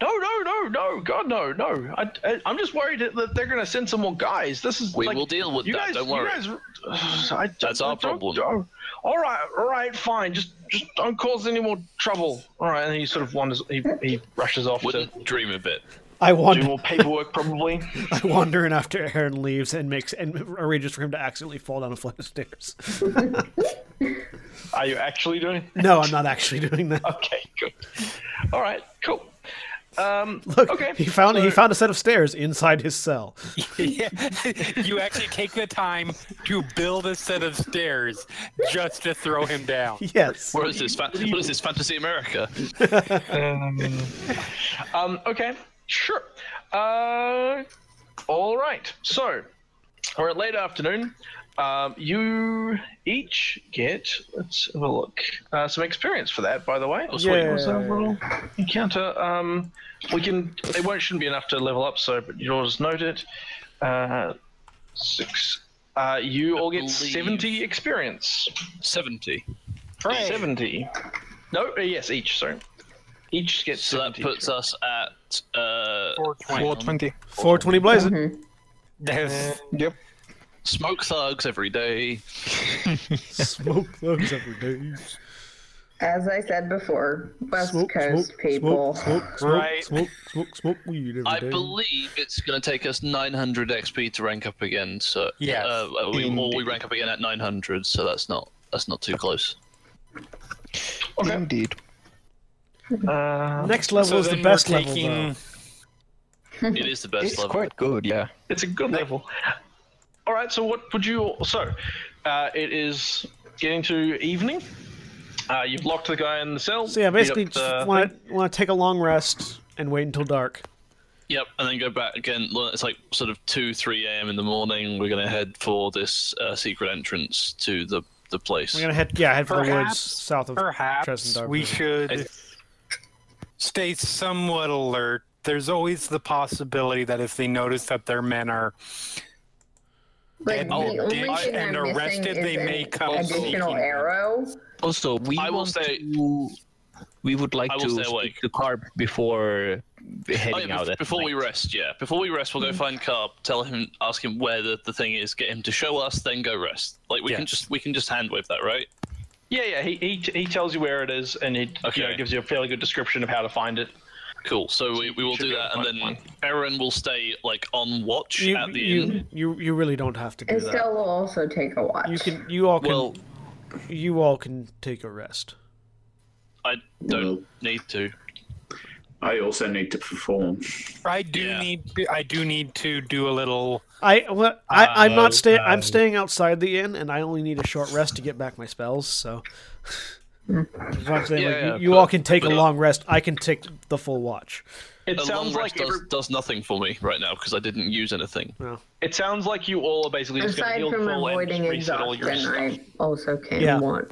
Speaker 2: No, no, no, no, God, no, no. I, I, I'm just worried that they're gonna send some more guys. This is
Speaker 5: We
Speaker 2: like,
Speaker 5: will deal with
Speaker 2: you
Speaker 5: that,
Speaker 2: Guys,
Speaker 5: don't worry.
Speaker 2: You guys, I, don't-
Speaker 5: That's our
Speaker 2: I don't-
Speaker 5: problem.
Speaker 2: oh, all right, all right, fine. Just, just don't cause any more trouble. All right, and he sort of wanders. He, he rushes off to
Speaker 5: Wouldn't dream of it.
Speaker 1: I
Speaker 2: do
Speaker 1: wander,
Speaker 2: more paperwork, probably.
Speaker 1: I wander in after Aaron leaves and makes and arranges for him to accidentally fall down a flight of stairs.
Speaker 2: Are you actually doing?
Speaker 1: No, I'm not actually doing that.
Speaker 2: Okay, good. All right, cool. Um,
Speaker 1: Look,
Speaker 2: okay.
Speaker 1: he found he
Speaker 2: so-
Speaker 1: found a set of stairs inside his cell.
Speaker 6: Yeah. you actually take the time to build a set of stairs just to throw him down.
Speaker 1: Yes,
Speaker 5: Where is this? Fa- what is this? Fantasy America?
Speaker 2: Um, okay, sure. Uh, all right. So we're at late afternoon. Um, you each get. Let's have a look. Uh, some experience for that, by the way.
Speaker 5: Oh, sweet.
Speaker 2: There's a little encounter. Um, we can. It won't shouldn't be enough to level up. So, but you'll just note it. Uh, six. Uh, you all get
Speaker 5: believe-
Speaker 2: seventy experience.
Speaker 5: Seventy.
Speaker 2: Seventy. No. uh, Yes, each. Sorry. Each gets
Speaker 5: So that
Speaker 2: 70
Speaker 5: puts us at uh, Uh,
Speaker 6: 420.
Speaker 1: 420 blazing.
Speaker 6: Yep.
Speaker 5: smoke thugs every day.
Speaker 1: Smoke thugs every day.
Speaker 7: As I said before, West
Speaker 1: Smoke,
Speaker 7: Coast
Speaker 1: smoke,
Speaker 7: people.
Speaker 1: smoke, smoke, smoke,
Speaker 2: Right.
Speaker 1: smoke, smoke, smoke weed every
Speaker 5: I
Speaker 1: day.
Speaker 5: believe it's going to take us 900 XP to rank up again. So
Speaker 6: Yes,
Speaker 5: uh, we, or we
Speaker 6: indeed.
Speaker 5: rank up again at 900. So that's not that's not too close.
Speaker 3: Indeed.
Speaker 2: Uh,
Speaker 1: Next level
Speaker 6: So
Speaker 1: is the
Speaker 6: then we're
Speaker 1: best level.
Speaker 6: taking-
Speaker 1: though.
Speaker 5: It is the best
Speaker 3: It's
Speaker 5: level.
Speaker 3: quite good, yeah.
Speaker 2: It's a good level. All right. So what would you? So uh, it is getting to evening. Uh, you've locked the guy in the cell. uh,
Speaker 1: So yeah,
Speaker 2: beat
Speaker 1: basically,
Speaker 2: up the
Speaker 5: uh,
Speaker 1: just want to want to take a long rest and wait until dark.
Speaker 5: Yep, and then go back again. Lo- It's like sort of two, three a.m. in the morning. We're gonna head for this uh, secret entrance to the the place.
Speaker 1: We're gonna head yeah head for the woods
Speaker 6: Perhaps-
Speaker 1: south of
Speaker 6: Perhaps
Speaker 1: Tresendar
Speaker 6: we
Speaker 1: Prison.
Speaker 6: should stay somewhat alert. There's always the possibility that if they notice that their men are
Speaker 7: Like, the
Speaker 6: Oh,
Speaker 7: only
Speaker 6: ditched
Speaker 7: thing
Speaker 6: and
Speaker 7: I'm missing
Speaker 6: arrested,
Speaker 7: is
Speaker 6: they
Speaker 7: an
Speaker 6: may come
Speaker 7: additional
Speaker 6: seeking.
Speaker 7: arrow.
Speaker 3: Also, we
Speaker 5: I will
Speaker 3: want
Speaker 5: stay-
Speaker 3: to. We would like
Speaker 5: I will
Speaker 3: to
Speaker 5: stay
Speaker 3: speak
Speaker 5: awake.
Speaker 3: to Carp before
Speaker 5: Oh,
Speaker 3: heading
Speaker 5: yeah,
Speaker 3: out.
Speaker 5: bef-
Speaker 3: at
Speaker 5: before we
Speaker 3: night.
Speaker 5: rest, yeah. Before we rest,
Speaker 2: Hmm.
Speaker 5: we'll go find Carp, tell him, ask him where the, the thing is, get him to show us, then go rest. Like we can
Speaker 6: Yes.
Speaker 5: just we can just hand wave that, right?
Speaker 2: Yeah, yeah. He, he, he tells you where it is, and he
Speaker 5: Okay.
Speaker 2: you know, gives you a fairly good description of how to find it.
Speaker 5: Cool. So we, we will
Speaker 2: should
Speaker 5: do
Speaker 2: be
Speaker 5: that,
Speaker 2: on
Speaker 5: and then
Speaker 2: point.
Speaker 5: Aaron will stay like on watch
Speaker 1: You,
Speaker 5: at the
Speaker 1: you,
Speaker 5: inn.
Speaker 1: you you really don't have to do
Speaker 7: Estelle
Speaker 1: that.
Speaker 7: will also take a watch.
Speaker 1: You can you all can
Speaker 5: Well,
Speaker 1: you all can take a rest.
Speaker 5: I don't
Speaker 4: Well.
Speaker 5: need to.
Speaker 4: I also need to perform.
Speaker 6: I do
Speaker 5: Yeah.
Speaker 6: need to- I do need to do a little
Speaker 1: I well, I I'm not
Speaker 6: Uh,
Speaker 1: staying. I'm
Speaker 6: uh,
Speaker 1: staying outside the inn, and I only need a short rest to get back my spells. So. That's what I'm saying, like,
Speaker 5: Yeah,
Speaker 1: you
Speaker 5: yeah,
Speaker 1: you
Speaker 5: but-
Speaker 1: all can take a
Speaker 5: but- uh,
Speaker 1: long rest. I can take the full watch.
Speaker 2: It
Speaker 5: A long
Speaker 2: sounds
Speaker 5: rest
Speaker 2: like
Speaker 5: does,
Speaker 2: every-
Speaker 5: does nothing for me right now because I didn't use anything.
Speaker 2: it sounds like you all are basically just going to
Speaker 7: Aside
Speaker 2: heal
Speaker 7: from
Speaker 2: full and
Speaker 7: avoiding
Speaker 2: just reset all your
Speaker 7: exhaustion,
Speaker 2: stuff.
Speaker 7: I also can
Speaker 1: Yeah.
Speaker 7: want.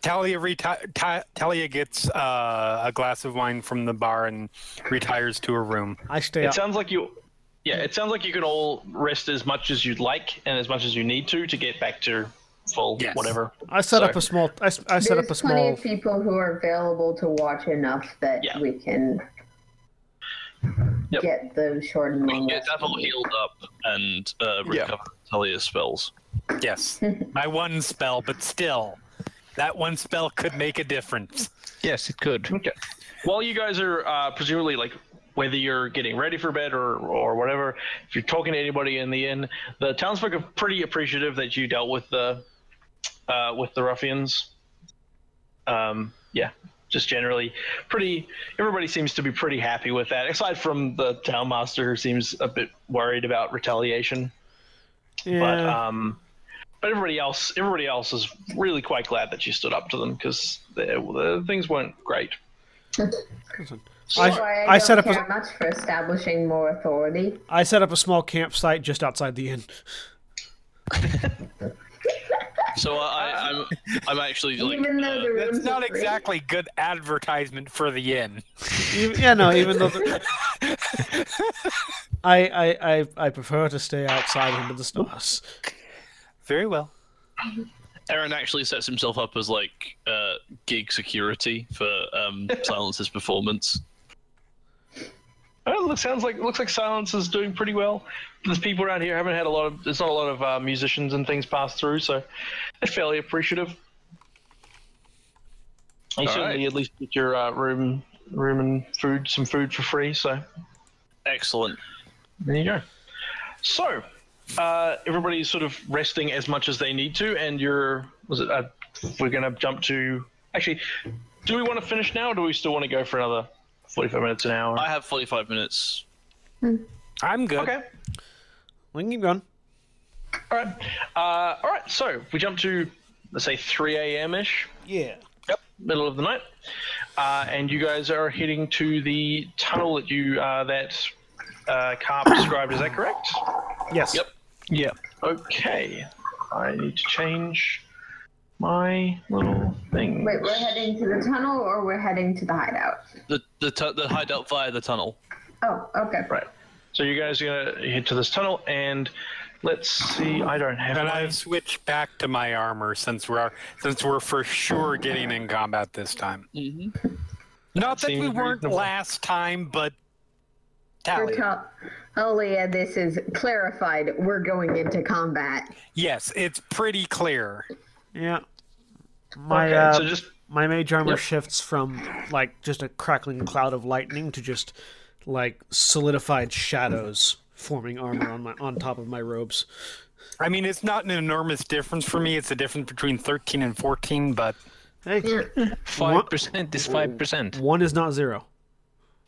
Speaker 6: Talia reti- ta- Talia gets uh, a glass of wine from the bar and retires to her room.
Speaker 1: I stay
Speaker 2: It
Speaker 1: out.
Speaker 2: sounds like you. Yeah, it sounds like you can all rest as much as you'd like and as much as you need to to get back to full
Speaker 6: Yes.
Speaker 2: whatever.
Speaker 1: I set up a small. I, s- I set
Speaker 7: There's
Speaker 1: up a
Speaker 7: plenty
Speaker 1: small.
Speaker 7: of people who are available to watch enough that
Speaker 2: Yeah.
Speaker 7: we can
Speaker 2: Yep.
Speaker 7: get the short and
Speaker 5: We can
Speaker 7: long
Speaker 5: get
Speaker 7: rest.
Speaker 5: Devil
Speaker 7: we need.
Speaker 5: healed up and uh,
Speaker 6: Yeah.
Speaker 5: recover Talia's spells.
Speaker 6: Yes, my one spell, but still, that one spell could make a difference.
Speaker 3: Yes, it could.
Speaker 2: Okay. While you guys are uh, presumably like whether you're getting ready for bed or or whatever, if you're talking to anybody in the inn, the townsfolk are pretty appreciative that you dealt with the uh, with the ruffians. Um, yeah, just generally pretty. Everybody seems to be pretty happy with that, aside from the townmaster who seems a bit worried about retaliation.
Speaker 1: yeah.
Speaker 2: But
Speaker 5: uh,
Speaker 2: um, but everybody else, everybody else is really quite glad that you stood up to them because the things weren't great.
Speaker 1: I-
Speaker 7: That's why I,
Speaker 1: I
Speaker 7: don't
Speaker 1: set up a-
Speaker 7: care much for establishing more authority.
Speaker 1: I set up a small campsite just outside the inn.
Speaker 5: So I, I, I'm I'm actually like
Speaker 7: Even though the
Speaker 6: That's
Speaker 7: rooms
Speaker 6: not
Speaker 7: are free.
Speaker 6: exactly good advertisement for the inn.
Speaker 1: Even, yeah, no, even though the, I, I I I prefer to stay outside under the stars.
Speaker 6: Very well.
Speaker 5: Aaron actually sets himself up as like uh, gig security for um, Silence's performance.
Speaker 2: Oh, look, sounds like looks like Silence is doing pretty well. There's people around here haven't had a lot of. There's not a lot of uh, musicians and things pass through, so they're fairly appreciative. You certainly
Speaker 5: right.
Speaker 2: at least get your uh, room, room and food, some food for free. So
Speaker 5: Excellent.
Speaker 2: there you go. So uh, everybody's sort of resting as much as they need to, and you're. Was it? Uh, we're gonna jump to. Actually, do we want to finish now, or do we still want to go for another forty-five minutes an hour?
Speaker 5: I have 45 minutes.
Speaker 6: I'm good.
Speaker 2: okay.
Speaker 1: We can keep going.
Speaker 2: All right. Uh, all right. So we jump to let's say 3 a.m. ish,
Speaker 1: Yeah.
Speaker 2: middle of the night, uh, and you guys are heading to the tunnel that you uh, that uh, Carp described. Is that correct?
Speaker 1: Yes.
Speaker 5: Yep.
Speaker 3: Yeah.
Speaker 2: Okay. I need to change my little thing.
Speaker 7: Wait, we're heading to the tunnel or we're heading to the hideout?
Speaker 5: The the, tu- the hideout via the tunnel.
Speaker 7: Oh, okay.
Speaker 2: Right. So you guys are gonna head to this tunnel, and let's see. I don't have.
Speaker 6: And
Speaker 2: my-
Speaker 6: I've switched back to my armor since we're since we're for sure getting in combat this time.
Speaker 5: Mm-hmm.
Speaker 6: Not that we
Speaker 2: seems
Speaker 6: weren't
Speaker 2: reasonable.
Speaker 6: last time, but
Speaker 7: You're
Speaker 6: Tally.
Speaker 7: top. Oh, yeah, this is clarified. We're going into combat.
Speaker 6: Yes, it's pretty clear.
Speaker 1: Yeah. My
Speaker 2: okay,
Speaker 1: uh,
Speaker 2: so just
Speaker 1: my mage armor
Speaker 5: Yep.
Speaker 1: shifts from like just a crackling cloud of lightning to just like solidified shadows forming armor on my on top of my robes.
Speaker 6: I mean, it's not an enormous difference for me. It's a difference between 13 and 14, but
Speaker 1: Hey,
Speaker 3: Five percent is five percent.
Speaker 1: one is not zero.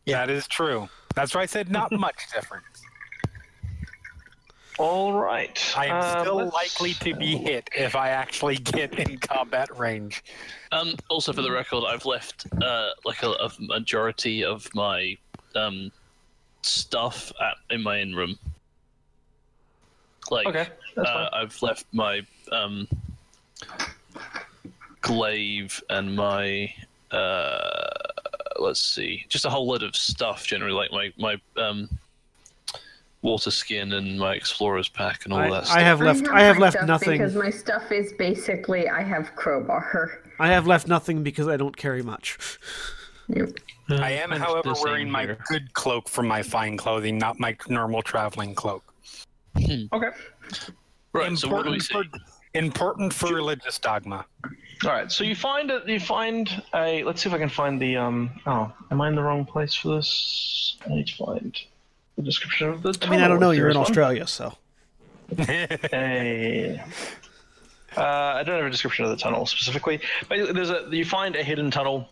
Speaker 6: that is true. That's why I said not much difference.
Speaker 2: all right.
Speaker 6: I am
Speaker 2: Uh,
Speaker 6: still
Speaker 2: let's-
Speaker 6: likely to be hit if I actually get in combat range.
Speaker 5: Um, also,
Speaker 1: Mm-hmm.
Speaker 5: for the record, I've left uh, like a, a majority of my um, stuff at, in my in room. Like,
Speaker 2: Okay, that's
Speaker 5: uh, I've left my um, glaive and my uh, let's see, just a whole lot of stuff generally, like my my um, water skin and my explorer's pack and all
Speaker 1: I, I
Speaker 5: that stuff.
Speaker 1: have left. I have
Speaker 7: my
Speaker 1: left
Speaker 7: stuff
Speaker 1: nothing.
Speaker 7: Because my stuff is basically I have crowbar.
Speaker 1: I have left nothing because I don't carry much.
Speaker 6: I am,
Speaker 3: much
Speaker 6: however,
Speaker 3: the same
Speaker 6: wearing my
Speaker 3: here.
Speaker 6: good cloak from my fine clothing, not my normal traveling cloak.
Speaker 2: Okay.
Speaker 5: Right, so what do we see?
Speaker 6: for, important for religious dogma.
Speaker 2: All right. So you find a, you find a. Let's see if I can find the um. Oh, am I in the wrong place for this? I need to find the description of the.
Speaker 1: I mean, I don't know. You're in
Speaker 2: Australia.
Speaker 1: Australia, so
Speaker 2: Hey. Uh, I don't have a description of the tunnel specifically. Basically, there's a you find a hidden tunnel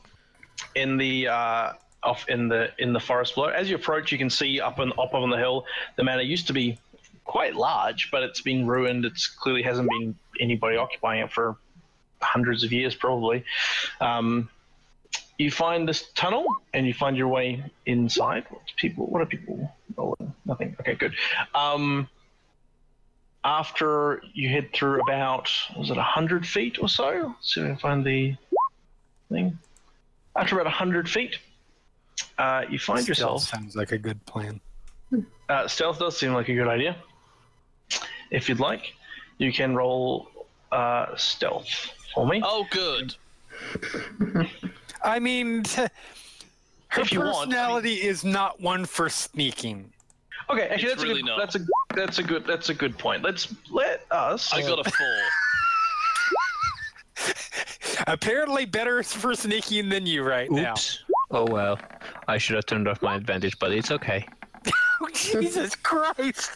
Speaker 2: in the uh, off in the in the forest below. As you approach, you can see up on up on the hill the manor used to be quite large, but it's been ruined. It's clearly hasn't been anybody occupying it for hundreds of years, probably. Um, you find this tunnel and you find your way inside. What do people? What are people? rolling? nothing. Okay, good. Um, after you head through about was it hundred feet or so? Let's see if I can find the thing. After about hundred feet, uh, you find yourself
Speaker 6: sounds like a good plan.
Speaker 2: uh, stealth does seem like a good idea. If you'd like, you can roll uh, stealth for me.
Speaker 5: Oh, good.
Speaker 6: I mean, t- her
Speaker 5: If you want, I mean-
Speaker 6: personality is not one for sneaking.
Speaker 2: okay, actually,
Speaker 5: it's
Speaker 2: that's
Speaker 5: really
Speaker 2: a good,
Speaker 5: not.
Speaker 2: that's a that's a good that's a good point. Let's let us.
Speaker 1: Uh,
Speaker 5: I got a four.
Speaker 6: Apparently, better for sneaking than you right now.
Speaker 3: Oops. Oh well. I should have turned off my advantage, but it's okay.
Speaker 6: Oh, Jesus Christ!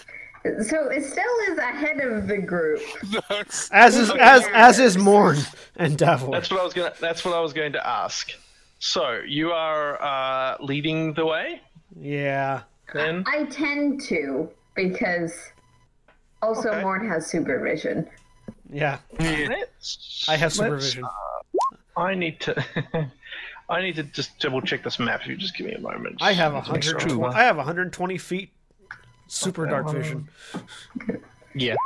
Speaker 7: So Estelle is ahead of the group.
Speaker 6: That's-
Speaker 1: as is as as is Morn and
Speaker 2: That's
Speaker 1: Davor.
Speaker 2: what I was gonna. That's what I was going to ask. So you are uh, leading the way,
Speaker 1: Yeah.
Speaker 2: then.
Speaker 7: I tend to because also
Speaker 2: Okay.
Speaker 7: Morn has supervision.
Speaker 1: Yeah.
Speaker 2: Let's-
Speaker 1: I have
Speaker 2: let's-
Speaker 1: supervision.
Speaker 2: I need to. I need to just double check this map. If you just give me a moment.
Speaker 1: I have
Speaker 2: Just make sure
Speaker 1: 120.
Speaker 2: I'm-
Speaker 1: I have 120 feet. Super dark vision.
Speaker 3: Yeah.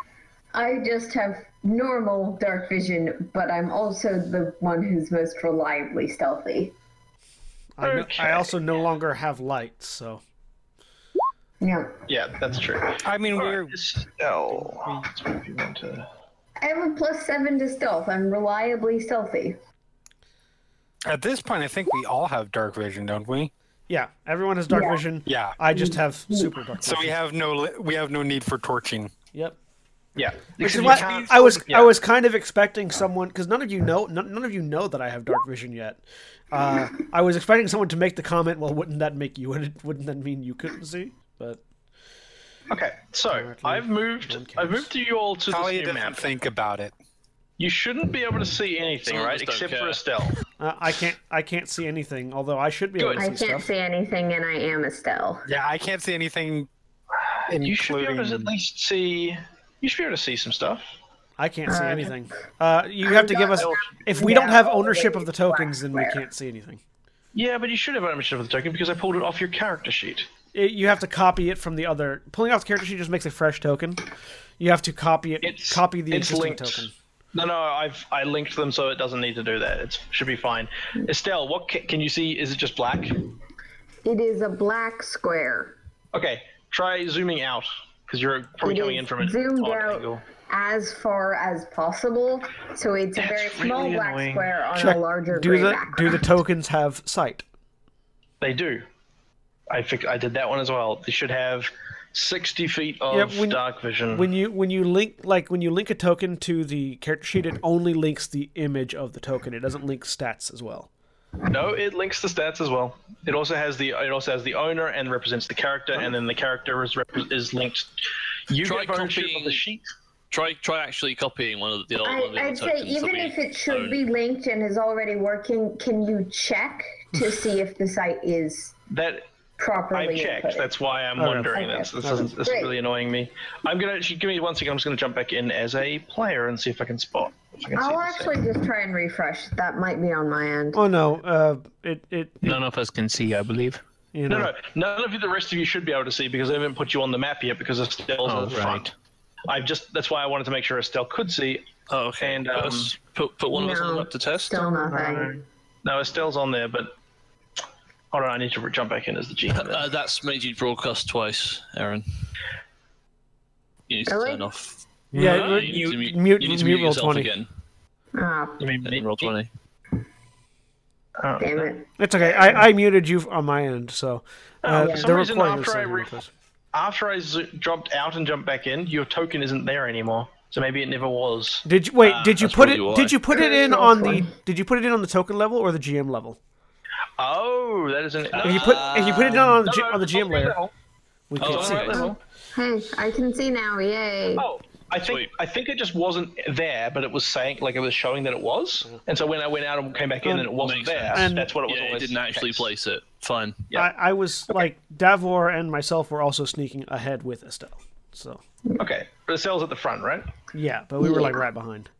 Speaker 7: I just have normal dark vision, but I'm also the one who's most reliably stealthy.
Speaker 1: I, no- I
Speaker 2: Okay.
Speaker 1: also no longer have light, so
Speaker 7: Yeah.
Speaker 2: Yeah, that's true.
Speaker 6: I mean, we're
Speaker 2: Alright, Estelle. If you want to.
Speaker 7: I have a plus seven to stealth. I'm reliably stealthy.
Speaker 6: at this point. I think we all have dark vision, don't we?
Speaker 1: yeah. Everyone has dark
Speaker 7: Yeah.
Speaker 1: vision.
Speaker 6: Yeah.
Speaker 1: I just have super dark.
Speaker 6: So
Speaker 1: vision.
Speaker 6: we have no li- we have no need for torching.
Speaker 1: Yep.
Speaker 2: Yeah.
Speaker 1: Which is
Speaker 2: Except you
Speaker 1: what
Speaker 2: can't-
Speaker 1: I was.
Speaker 2: yeah.
Speaker 1: I was kind of expecting someone because none of you know. None, none of you know that I have dark vision yet. Uh, I was expecting someone to make the comment. Well, wouldn't that make you? Wouldn't that mean you couldn't see? But
Speaker 2: Okay, so I've moved. I've moved you all to this
Speaker 6: Talia
Speaker 2: new
Speaker 6: doesn't
Speaker 2: map.
Speaker 6: think about it.
Speaker 2: You shouldn't be able to see anything,
Speaker 5: Some of
Speaker 2: right?
Speaker 5: us don't
Speaker 2: Except for
Speaker 5: care.
Speaker 2: Estelle.
Speaker 1: uh, I can't. I can't see anything. Although I should be able
Speaker 2: Good.
Speaker 1: to see stuff.
Speaker 7: see anything, and I am Estelle.
Speaker 6: Yeah, I can't see anything.
Speaker 2: You should be able to at
Speaker 6: including-
Speaker 2: least see. You should be able to see some stuff.
Speaker 1: I can't see
Speaker 7: Uh,
Speaker 1: anything. Uh, you have to give us. If we don't have ownership of the tokens, then we can't see anything.
Speaker 2: Yeah, but you should have ownership of the token because I pulled it off your character sheet.
Speaker 1: It, you have to copy it from the other. Pulling off the character sheet just makes a fresh token. You have to copy it.
Speaker 2: It's
Speaker 1: copy the
Speaker 2: it's
Speaker 1: existing
Speaker 2: linked.
Speaker 1: token.
Speaker 2: No, no, I've I linked them so it doesn't need to do that. It should be fine. Estelle, what ca- can you see? Is it just black?
Speaker 7: It is a black square.
Speaker 2: Okay, try zooming out because you're probably
Speaker 7: It
Speaker 2: coming
Speaker 7: is
Speaker 2: in from an
Speaker 7: zoomed
Speaker 2: odd
Speaker 7: out
Speaker 2: angle.
Speaker 7: as far as possible, so it's a very
Speaker 2: That's
Speaker 7: small
Speaker 2: really
Speaker 7: black
Speaker 2: annoying.
Speaker 7: square on
Speaker 1: Check.
Speaker 7: a larger
Speaker 1: do
Speaker 7: gray
Speaker 1: the do
Speaker 7: background.
Speaker 1: the tokens have sight?
Speaker 2: They do. I fix, I did that one as well. They should have sixty feet of
Speaker 1: Yep, when-
Speaker 2: dark vision.
Speaker 1: When you when you link like when you link a token to the character sheet, it only links the image of the token. It doesn't link stats as well.
Speaker 2: no, it links the stats as well. It also has the it also has the owner and represents the character, and then the character is rep- is linked. You
Speaker 5: Try
Speaker 2: get ownership of the
Speaker 5: copying-
Speaker 2: sheet.
Speaker 5: Try try actually copying one of the old.
Speaker 7: I,
Speaker 5: one of the
Speaker 7: I'd say
Speaker 5: tokens that
Speaker 7: even
Speaker 5: we
Speaker 7: if it should
Speaker 5: own.
Speaker 7: be linked and is already working, can you check to see if the site is
Speaker 2: That
Speaker 7: properly?
Speaker 2: I've checked.
Speaker 7: inputted?
Speaker 2: That's why I'm
Speaker 1: Okay.
Speaker 2: wondering.
Speaker 7: Okay.
Speaker 2: That's, this, is, this is
Speaker 7: Great.
Speaker 2: really annoying me. I'm gonna actually give me one second. I'm just gonna jump back in as a player and see if I can spot. If I can see
Speaker 7: I'll
Speaker 2: this thing.
Speaker 7: actually just try and refresh. That might be on my end.
Speaker 1: Oh no, uh, it it
Speaker 3: None of us can see, I believe.
Speaker 1: you know
Speaker 2: No, no, none of you. The rest of you should be able to see because I haven't put you on the map yet because Estelle's
Speaker 3: Oh,
Speaker 2: on the front.
Speaker 3: right.
Speaker 2: I've just that's why I wanted to make sure Estelle could see.
Speaker 5: Oh, okay.
Speaker 2: And,
Speaker 5: Put
Speaker 2: um,
Speaker 5: us- put, put one of us on
Speaker 7: No.
Speaker 5: the map to test.
Speaker 7: Still nothing.
Speaker 2: No, Estelle's on there, but hold on, I need to re- jump back in as the GM.
Speaker 5: Uh, that's made you broadcast twice, Aaron. You need to
Speaker 7: Really?
Speaker 5: turn off.
Speaker 1: yeah
Speaker 5: No,
Speaker 1: it-
Speaker 5: you, need to mu-
Speaker 1: mute-
Speaker 5: you need to
Speaker 1: mute
Speaker 5: mute
Speaker 1: roll
Speaker 5: yourself
Speaker 1: 20.
Speaker 5: again.
Speaker 7: Oh,
Speaker 2: you mean
Speaker 5: And roll twenty.
Speaker 2: Oh,
Speaker 7: damn it.
Speaker 1: it's okay. I, I muted you on my end, so uh,
Speaker 2: for some
Speaker 1: the
Speaker 2: reason,
Speaker 1: recording
Speaker 2: after
Speaker 1: is
Speaker 2: I
Speaker 1: not
Speaker 2: re-
Speaker 1: because-
Speaker 2: After I zo- dropped out and jumped back in, your token isn't there anymore. So maybe it never was.
Speaker 1: Did you
Speaker 2: Ah,
Speaker 1: wait? did you
Speaker 5: that's
Speaker 1: put it?
Speaker 5: probably why.
Speaker 1: Did you put it in
Speaker 7: Yeah,
Speaker 1: on
Speaker 7: that's
Speaker 1: the? Did you put it in on the token level or the GM level?
Speaker 2: Oh, that isn't.
Speaker 1: If you put if you put it in on the G, on the GM layer,
Speaker 2: Oh,
Speaker 1: we
Speaker 5: Oh,
Speaker 1: can see.
Speaker 5: okay.
Speaker 1: it.
Speaker 7: Hey, I can see now. Yay.
Speaker 2: Oh, I think
Speaker 5: Sweet.
Speaker 2: I think it just wasn't there, but it was saying like it was showing that it was, and so when I went out and came back in, and it wasn't
Speaker 5: Mm-hmm. Makes
Speaker 2: there.
Speaker 5: sense.
Speaker 1: And-
Speaker 2: that's what it was.
Speaker 5: Yeah, it
Speaker 2: always
Speaker 5: didn't actually
Speaker 2: the case.
Speaker 5: place it. Fine.
Speaker 2: Yeah.
Speaker 1: I, I was like Davor and myself were also sneaking ahead with Estelle, so
Speaker 2: Okay, but the cell's at the front, right?
Speaker 1: yeah, but we were like right behind.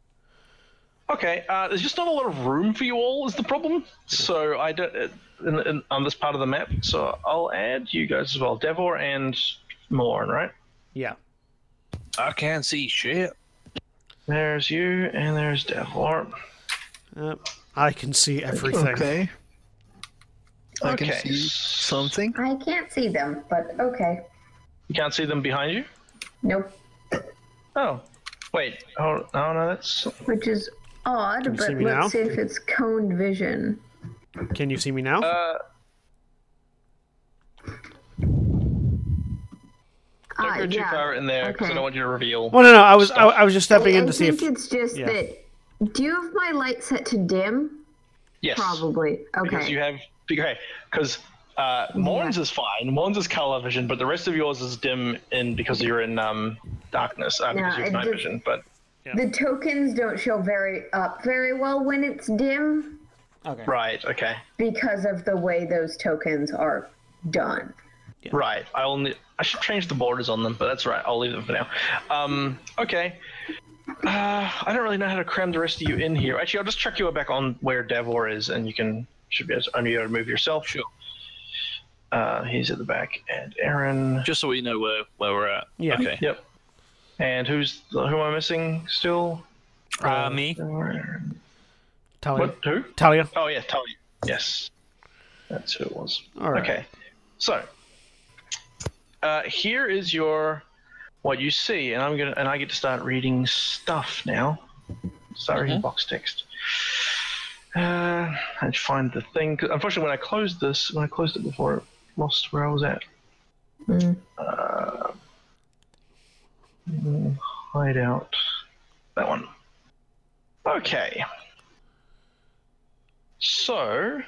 Speaker 2: Okay, uh, there's just not a lot of room for you all is the problem. So I don't uh, in, in, on this part of the map. So I'll add you guys as well, Devor and Morn, right?
Speaker 1: Yeah,
Speaker 5: I can't see shit.
Speaker 2: There's you and there's Devor.
Speaker 1: uh, I can see everything.
Speaker 3: I
Speaker 2: Okay.
Speaker 3: can see something.
Speaker 7: I can't see them, but okay.
Speaker 2: You can't see them behind you.
Speaker 7: Nope.
Speaker 2: Oh, wait. Oh, oh no, that's
Speaker 7: Which is odd,
Speaker 1: see
Speaker 7: but
Speaker 1: me
Speaker 7: let's
Speaker 1: now?
Speaker 7: see if it's coned vision.
Speaker 1: Can you see me now?
Speaker 2: Uh, don't
Speaker 7: Ah,
Speaker 2: go too
Speaker 7: yeah.
Speaker 2: far in there because I
Speaker 7: Okay.
Speaker 2: don't want you to reveal.
Speaker 1: well, no, no, I was I, I was just stepping
Speaker 7: I
Speaker 1: in to see
Speaker 7: think
Speaker 1: if
Speaker 7: it's just
Speaker 1: yeah.
Speaker 7: that. Do you have my light set to dim?
Speaker 2: Yes.
Speaker 7: Probably.
Speaker 2: Because
Speaker 7: Okay.
Speaker 2: you have okay. Because uh, Morn's is fine. Morn's is color vision, but the rest of yours is dim in because you're in um, darkness. Uh, because
Speaker 7: Yeah,
Speaker 2: you have
Speaker 7: it
Speaker 2: night
Speaker 7: did-
Speaker 2: vision. But
Speaker 7: the tokens don't show very up very well when it's dim
Speaker 2: right, okay,
Speaker 7: because of the way those tokens are done.
Speaker 2: right. I only I should change the borders on them, but that's right. I'll leave them for now. Um, okay. Uh, I don't really know how to cram the rest of you in here. Actually, I'll just chuck you back on where Devor is, and you can should be able to, only able to move yourself. Sure. Uh, he's at the back, and Aaron.
Speaker 5: Just so we know where, where we're at.
Speaker 1: Yeah.
Speaker 5: Okay.
Speaker 2: Yep. And who's who am I missing still?
Speaker 6: Uh, me.
Speaker 1: Talia.
Speaker 2: What? Who?
Speaker 1: Talia.
Speaker 2: Oh yeah, Tully. Yes, that's who it was.
Speaker 1: All right.
Speaker 2: Okay, so uh, here is your what you see, and I'm gonna and I get to start reading stuff now. Start
Speaker 1: Mm-hmm.
Speaker 2: reading box text. Uh, I find the thing. 'cause Unfortunately, when I closed this, when I closed it before, it lost where I was at.
Speaker 1: Mm.
Speaker 2: Uh, hideout. That one. Okay. So,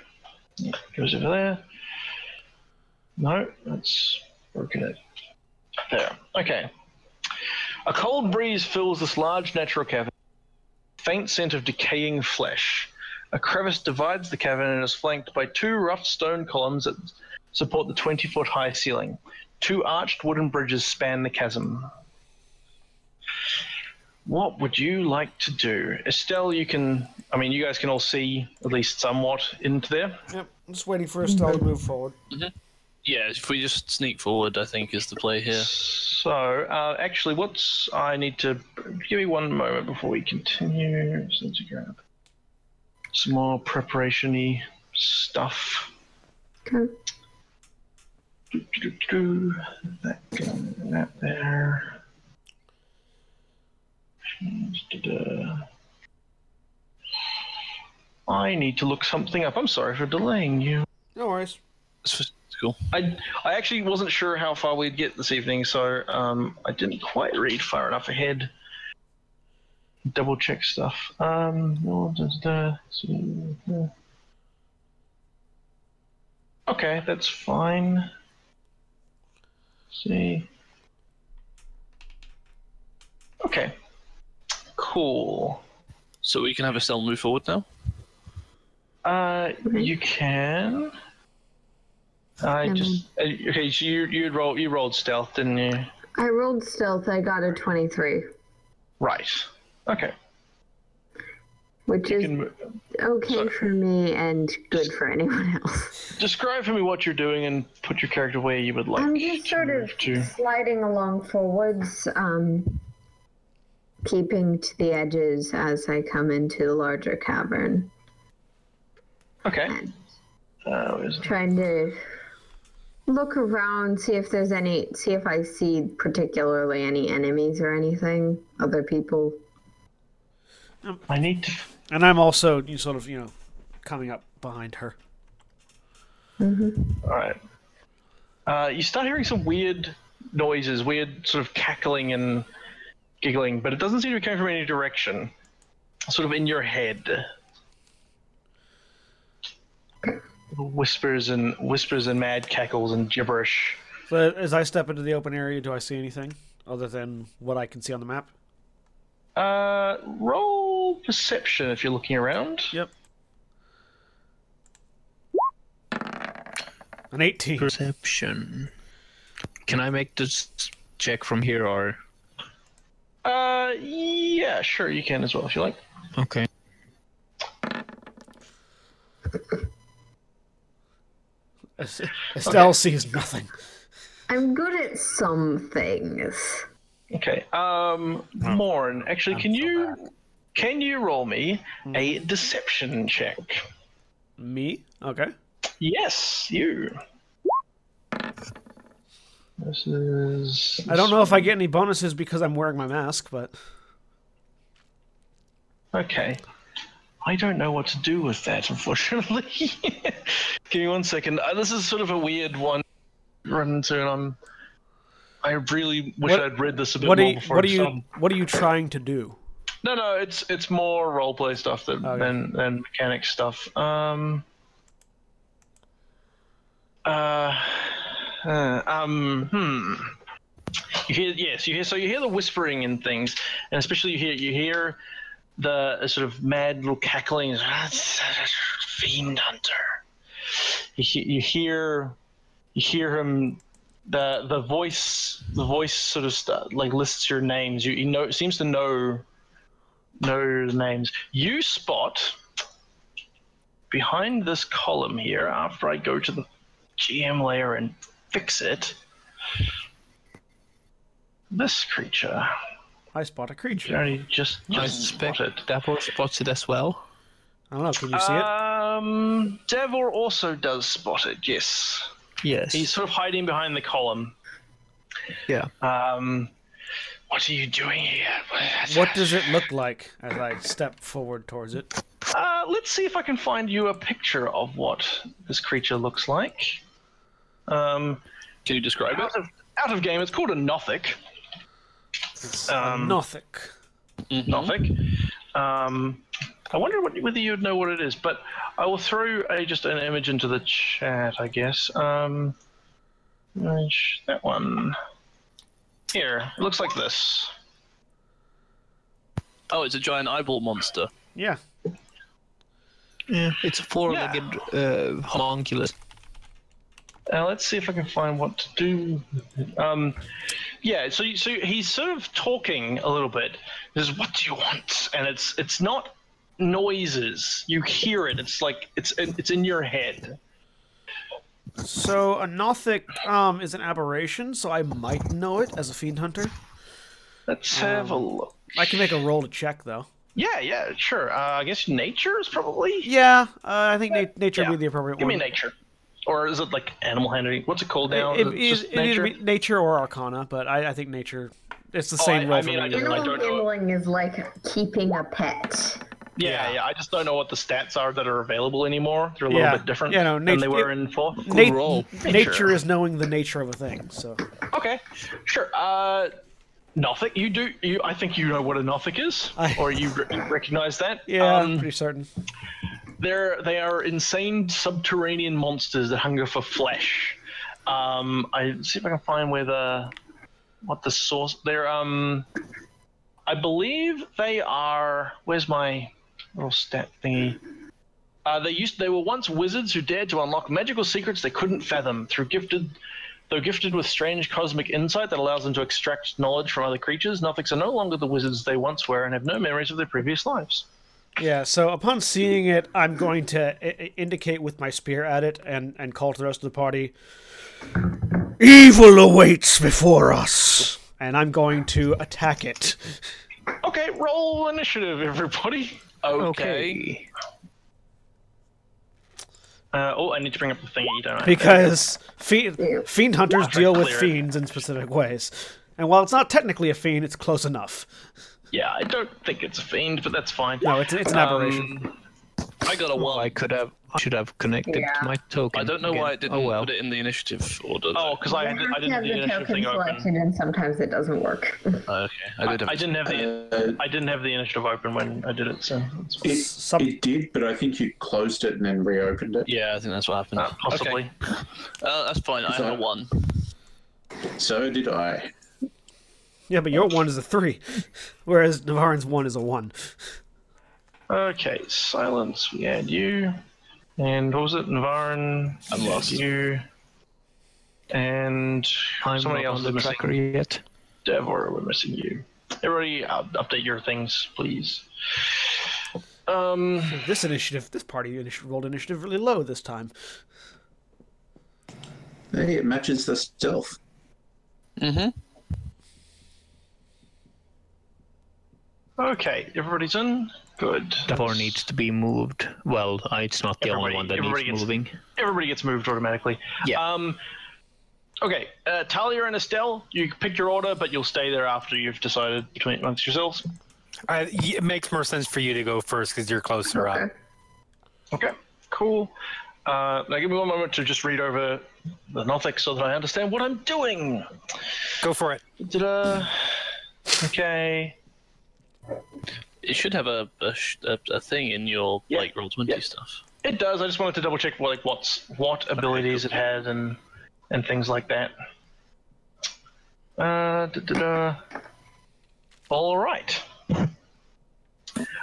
Speaker 2: goes over there. No, that's broken it. There. Okay. A cold breeze fills this large natural cavern. Faint scent of decaying flesh. A crevice divides the cavern and is flanked by two rough stone columns that support the 20 foot high ceiling. Two arched wooden bridges span the chasm. What would you like to do? Estelle, you can, I mean, you guys can all see at least somewhat into there.
Speaker 1: Yep. Just waiting for Estelle to move forward.
Speaker 5: Yeah, if we just sneak forward, I think is the play here.
Speaker 2: So, uh, actually, what's I need to give me one moment before we continue. Just need to grab some more preparation-y stuff.
Speaker 7: Okay.
Speaker 2: Do, do, do, do. That, going in that there. Da-da. I need to look something up. I'm sorry for delaying you.
Speaker 1: No worries.
Speaker 5: It's just cool.
Speaker 2: I, I actually wasn't sure how far we'd get this evening, so um, I didn't quite read far enough ahead. Double check stuff. Um, well, just, uh, see, uh, okay, that's fine. See. Okay. Cool.
Speaker 5: So we can have a cell move forward now.
Speaker 2: Uh, you can. I just uh, okay. So you you rolled you rolled stealth, didn't you?
Speaker 7: I rolled stealth. I got a 23,
Speaker 2: Right. Okay.
Speaker 7: which
Speaker 2: You
Speaker 7: is
Speaker 2: can move.
Speaker 7: okay for me and good for anyone else.
Speaker 2: Describe for me what you're doing and put your character where you would like.
Speaker 7: I'm just
Speaker 2: to
Speaker 7: sort of
Speaker 2: move to.
Speaker 7: sliding along forwards, um, keeping to the edges as I come into the larger cavern,
Speaker 2: Okay. Uh, where's-
Speaker 7: trying to look around, see if there's any, see if I see particularly any enemies or anything, other people.
Speaker 2: I need to.
Speaker 1: And I'm also you sort of you know coming up behind her.
Speaker 2: All right. Uh, you start hearing some weird noises, weird sort of cackling and giggling, but it doesn't seem to be coming from any direction. Sort of in your head. Whispers and whispers and mad cackles and gibberish.
Speaker 1: But as I step into the open area, do I see anything other than what I can see on the map?
Speaker 2: Uh, roll perception if you're looking around.
Speaker 1: Yep. An 18.
Speaker 3: Perception. Can I make this check from here or?
Speaker 2: Uh, yeah, sure, you can as well if you like.
Speaker 3: Okay.
Speaker 1: Es- Estelle sees nothing.
Speaker 7: I'm good at some things.
Speaker 2: Okay. Um, Morn, actually, can you can you roll me a
Speaker 1: Hmm.
Speaker 2: deception check?
Speaker 1: Me? Okay.
Speaker 2: Yes, you. This is.
Speaker 1: I don't know if I get any bonuses because I'm wearing my mask, but
Speaker 2: Okay. I don't know what to do with that, unfortunately. Give me one second. Uh, this is sort of a weird one to run into, and I'm. I really wish
Speaker 1: What-
Speaker 2: I'd read this a bit
Speaker 1: what
Speaker 2: more
Speaker 1: are you,
Speaker 2: before
Speaker 1: what are
Speaker 2: I started.
Speaker 1: you what are you trying to do?
Speaker 2: No, no, it's it's more roleplay stuff than
Speaker 1: Okay.
Speaker 2: than, than mechanic stuff. Um. Uh, uh, um. Hmm. You hear? Yes, you hear. So you hear the whispering and things, and especially you hear you hear the uh, sort of mad little cackling. Fiend hunter. You, he- you hear you hear him the the voice the voice sort of st- like lists your names you, you know it seems to know know the names you spot behind this column here after i go to the gm layer and fix it this creature
Speaker 1: I spot a
Speaker 2: you
Speaker 1: creature.
Speaker 2: only just,
Speaker 3: I
Speaker 2: just
Speaker 3: suspect
Speaker 2: spotted
Speaker 3: Davor spots it as well.
Speaker 1: I don't know. Can you see it?
Speaker 2: um devor also does spot it yes
Speaker 3: Yes.
Speaker 2: he's sort of hiding behind the column
Speaker 3: yeah.
Speaker 2: um what are you doing here
Speaker 1: What does it look like as I step forward towards it?
Speaker 2: Uh, let's see if I can find you a picture of what this creature looks like. Um,
Speaker 5: Can you describe it?
Speaker 2: out of out of game, it's called a Nothic. Um,
Speaker 1: Nothic.
Speaker 2: Nothic. Um, I wonder what, whether you'd know what it is, but I will throw a, just an image into the chat, I guess. Um, image- that one. Here, it looks like this.
Speaker 5: Oh, it's a giant eyeball monster.
Speaker 1: Yeah.
Speaker 3: Yeah. It's a four-legged uh, homunculus.
Speaker 2: Uh, let's see if I can find what to do. Um, yeah, so you- so he's sort of talking a little bit. He says, "What do you want?" And it's it's not noises. You hear it. It's like it's in, it's in your head.
Speaker 1: So a Nothic um, is an aberration, so I might know it as a fiend hunter.
Speaker 2: Let's have a
Speaker 1: Um,
Speaker 2: look.
Speaker 1: I can make a roll to check though.
Speaker 2: Yeah, yeah, sure. Uh, I guess nature is probably.
Speaker 1: Yeah, uh, I think na- nature
Speaker 2: Yeah.
Speaker 1: would be the appropriate
Speaker 2: Give
Speaker 1: one.
Speaker 2: me nature, or is it like animal handling? What's it called now?
Speaker 1: It, it,
Speaker 2: Is it just
Speaker 1: it- it'd
Speaker 2: nature?
Speaker 1: either be nature or arcana, but I, I think nature. It's the
Speaker 2: Oh,
Speaker 1: same
Speaker 2: I-
Speaker 1: role
Speaker 2: I
Speaker 1: for
Speaker 2: mean, I
Speaker 1: me.
Speaker 2: just-
Speaker 7: Animal
Speaker 2: don't know.
Speaker 7: handling is like keeping a pet.
Speaker 2: Yeah, yeah,
Speaker 6: Yeah.
Speaker 2: I just don't know what the stats are that are available anymore. They're a little
Speaker 1: Yeah.
Speaker 2: bit different
Speaker 1: You know,
Speaker 2: than they
Speaker 1: nat-
Speaker 2: were in four.
Speaker 1: Nat-
Speaker 5: roll.
Speaker 1: Nature is knowing the nature of a thing. So
Speaker 2: Okay, sure. Uh, Nothic, you do. You, I think you know what a Nothic is,
Speaker 1: I-
Speaker 2: or you re- recognize that.
Speaker 1: yeah, I'm
Speaker 2: Um,
Speaker 1: pretty certain.
Speaker 2: They're they are insane subterranean monsters that hunger for flesh. Um, I see if I can find where the what the source. They're um, I believe they are. Where's my little stat thingy? Uh, they used they were once wizards who dared to unlock magical secrets they couldn't fathom through gifted. Though gifted with strange cosmic insight that allows them to extract knowledge from other creatures, Nothics are no longer the wizards they once were and have no memories of their previous lives.
Speaker 1: Yeah. So upon seeing it, I'm going to I- I- indicate with my spear at it and and call to the rest of the party. Evil awaits before us, and I'm going to attack it.
Speaker 2: Okay, roll initiative, everybody.
Speaker 5: Okay.
Speaker 2: Uh, oh, I need to bring up the thingy, don't I?
Speaker 1: because fiend,
Speaker 7: Yeah.
Speaker 1: fiend hunters deal with
Speaker 2: Clear it.
Speaker 1: fiends in specific ways. And while it's not technically a fiend, it's close enough.
Speaker 2: yeah, I don't think it's a fiend, but that's fine. Um,
Speaker 1: No, it's, it's an aberration.
Speaker 5: I got a
Speaker 3: Well, I
Speaker 5: one.
Speaker 3: could have, I should have connected
Speaker 7: Yeah.
Speaker 3: my token.
Speaker 5: I don't know
Speaker 3: again.
Speaker 5: why it didn't
Speaker 3: Oh well.
Speaker 5: put it in the initiative order.
Speaker 2: Oh, because I,
Speaker 7: I
Speaker 2: had- I
Speaker 7: have to
Speaker 2: didn't have
Speaker 7: have
Speaker 2: the
Speaker 7: the
Speaker 2: initiative
Speaker 7: token
Speaker 2: thing open.
Speaker 7: selected, and sometimes it doesn't work.
Speaker 5: okay. I did.
Speaker 2: I
Speaker 5: have-
Speaker 2: didn't have the
Speaker 4: Uh,
Speaker 2: I didn't have the initiative open when I did it, so that's fine.
Speaker 4: it,
Speaker 1: Some-
Speaker 4: it did, but I think you closed it and then reopened it.
Speaker 5: Yeah, I think that's what happened.
Speaker 2: Uh, possibly.
Speaker 5: Okay. Uh, that's fine. I
Speaker 4: So-
Speaker 5: have a one.
Speaker 4: So did I.
Speaker 1: Yeah, but your one is a three, whereas Navarin's one is a one.
Speaker 2: Okay. silence. We had you, and what was it, Navarin?
Speaker 5: I'm lost.
Speaker 2: You, and
Speaker 3: I'm
Speaker 2: somebody
Speaker 3: not
Speaker 2: else
Speaker 3: on
Speaker 2: is
Speaker 3: the
Speaker 2: missing.
Speaker 3: tracker yet.
Speaker 2: Dev, or we're missing you. Everybody, uh, update your things, please. Um.
Speaker 1: This initiative, this party initi- rolled initiative really low this time.
Speaker 4: Hey, it matches the stealth.
Speaker 2: Okay, everybody's in. Good.
Speaker 3: Davor needs to be moved. Well, I- it's not the
Speaker 2: Everybody-
Speaker 3: only one that
Speaker 2: everybody
Speaker 3: needs
Speaker 2: gets-
Speaker 3: moving.
Speaker 2: Everybody gets moved automatically.
Speaker 3: Yeah.
Speaker 2: Um, okay, uh, Talia and Estelle, you pick your order, but you'll stay there after you've decided between amongst yourselves.
Speaker 6: I, it makes more sense for you to go first because you're closer up.
Speaker 7: Okay.
Speaker 2: Okay, cool. Uh, now give me one moment to just read over the Nothic so that I understand what I'm doing.
Speaker 6: Go for it.
Speaker 2: Ta-da. Okay.
Speaker 5: It should have a a, sh- a, a thing in your
Speaker 2: Yeah.
Speaker 5: like roll twenty
Speaker 2: Yeah.
Speaker 5: stuff.
Speaker 2: It does. I just wanted to double check what like what's what abilities it had and and things like that. Uh, da, da, da. All right.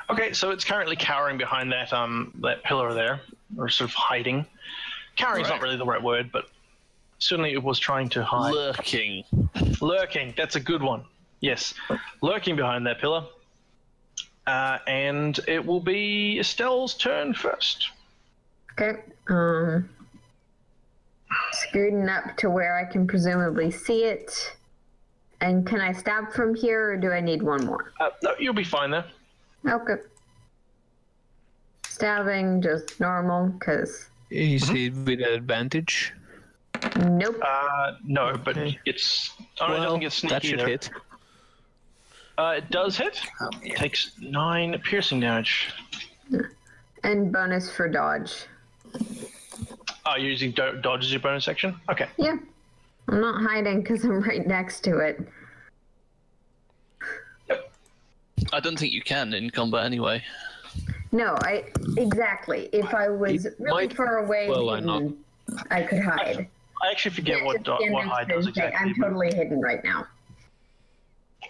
Speaker 2: Okay, so it's currently cowering behind that um that pillar there, or sort of hiding. Cowering's not
Speaker 5: Right.
Speaker 2: really the right word, but certainly it was trying to hide.
Speaker 5: Lurking.
Speaker 2: Lurking, that's a good one. Yes, lurking behind that pillar. Uh, and it will be Estelle's turn first.
Speaker 7: Okay. Um, scooting up to where I can presumably see it. And can I stab from here, or do I need one more?
Speaker 2: Uh, no, you'll be fine there.
Speaker 7: Okay. Stabbing, just normal, because
Speaker 2: Mm-hmm.
Speaker 3: Is it with advantage?
Speaker 7: nope.
Speaker 2: Uh, no, but it's. Oh, it doesn't get sneak
Speaker 3: that should
Speaker 2: either.
Speaker 3: hit.
Speaker 2: Uh, it does hit.
Speaker 3: Um,
Speaker 2: Takes nine piercing damage.
Speaker 7: And bonus for dodge.
Speaker 2: Oh, you're using do- dodge as your bonus action? Okay.
Speaker 7: Yeah. I'm not hiding because I'm right next to it.
Speaker 5: I don't think you can in combat anyway.
Speaker 7: No, I exactly. If I was really
Speaker 3: might-
Speaker 7: far away,
Speaker 3: well, I'm not-
Speaker 7: hidden, I could hide.
Speaker 2: I actually forget what do-
Speaker 7: Stand
Speaker 2: what
Speaker 7: next
Speaker 2: hide
Speaker 7: to
Speaker 2: does
Speaker 7: it, but
Speaker 2: exactly.
Speaker 7: I'm totally hidden right now.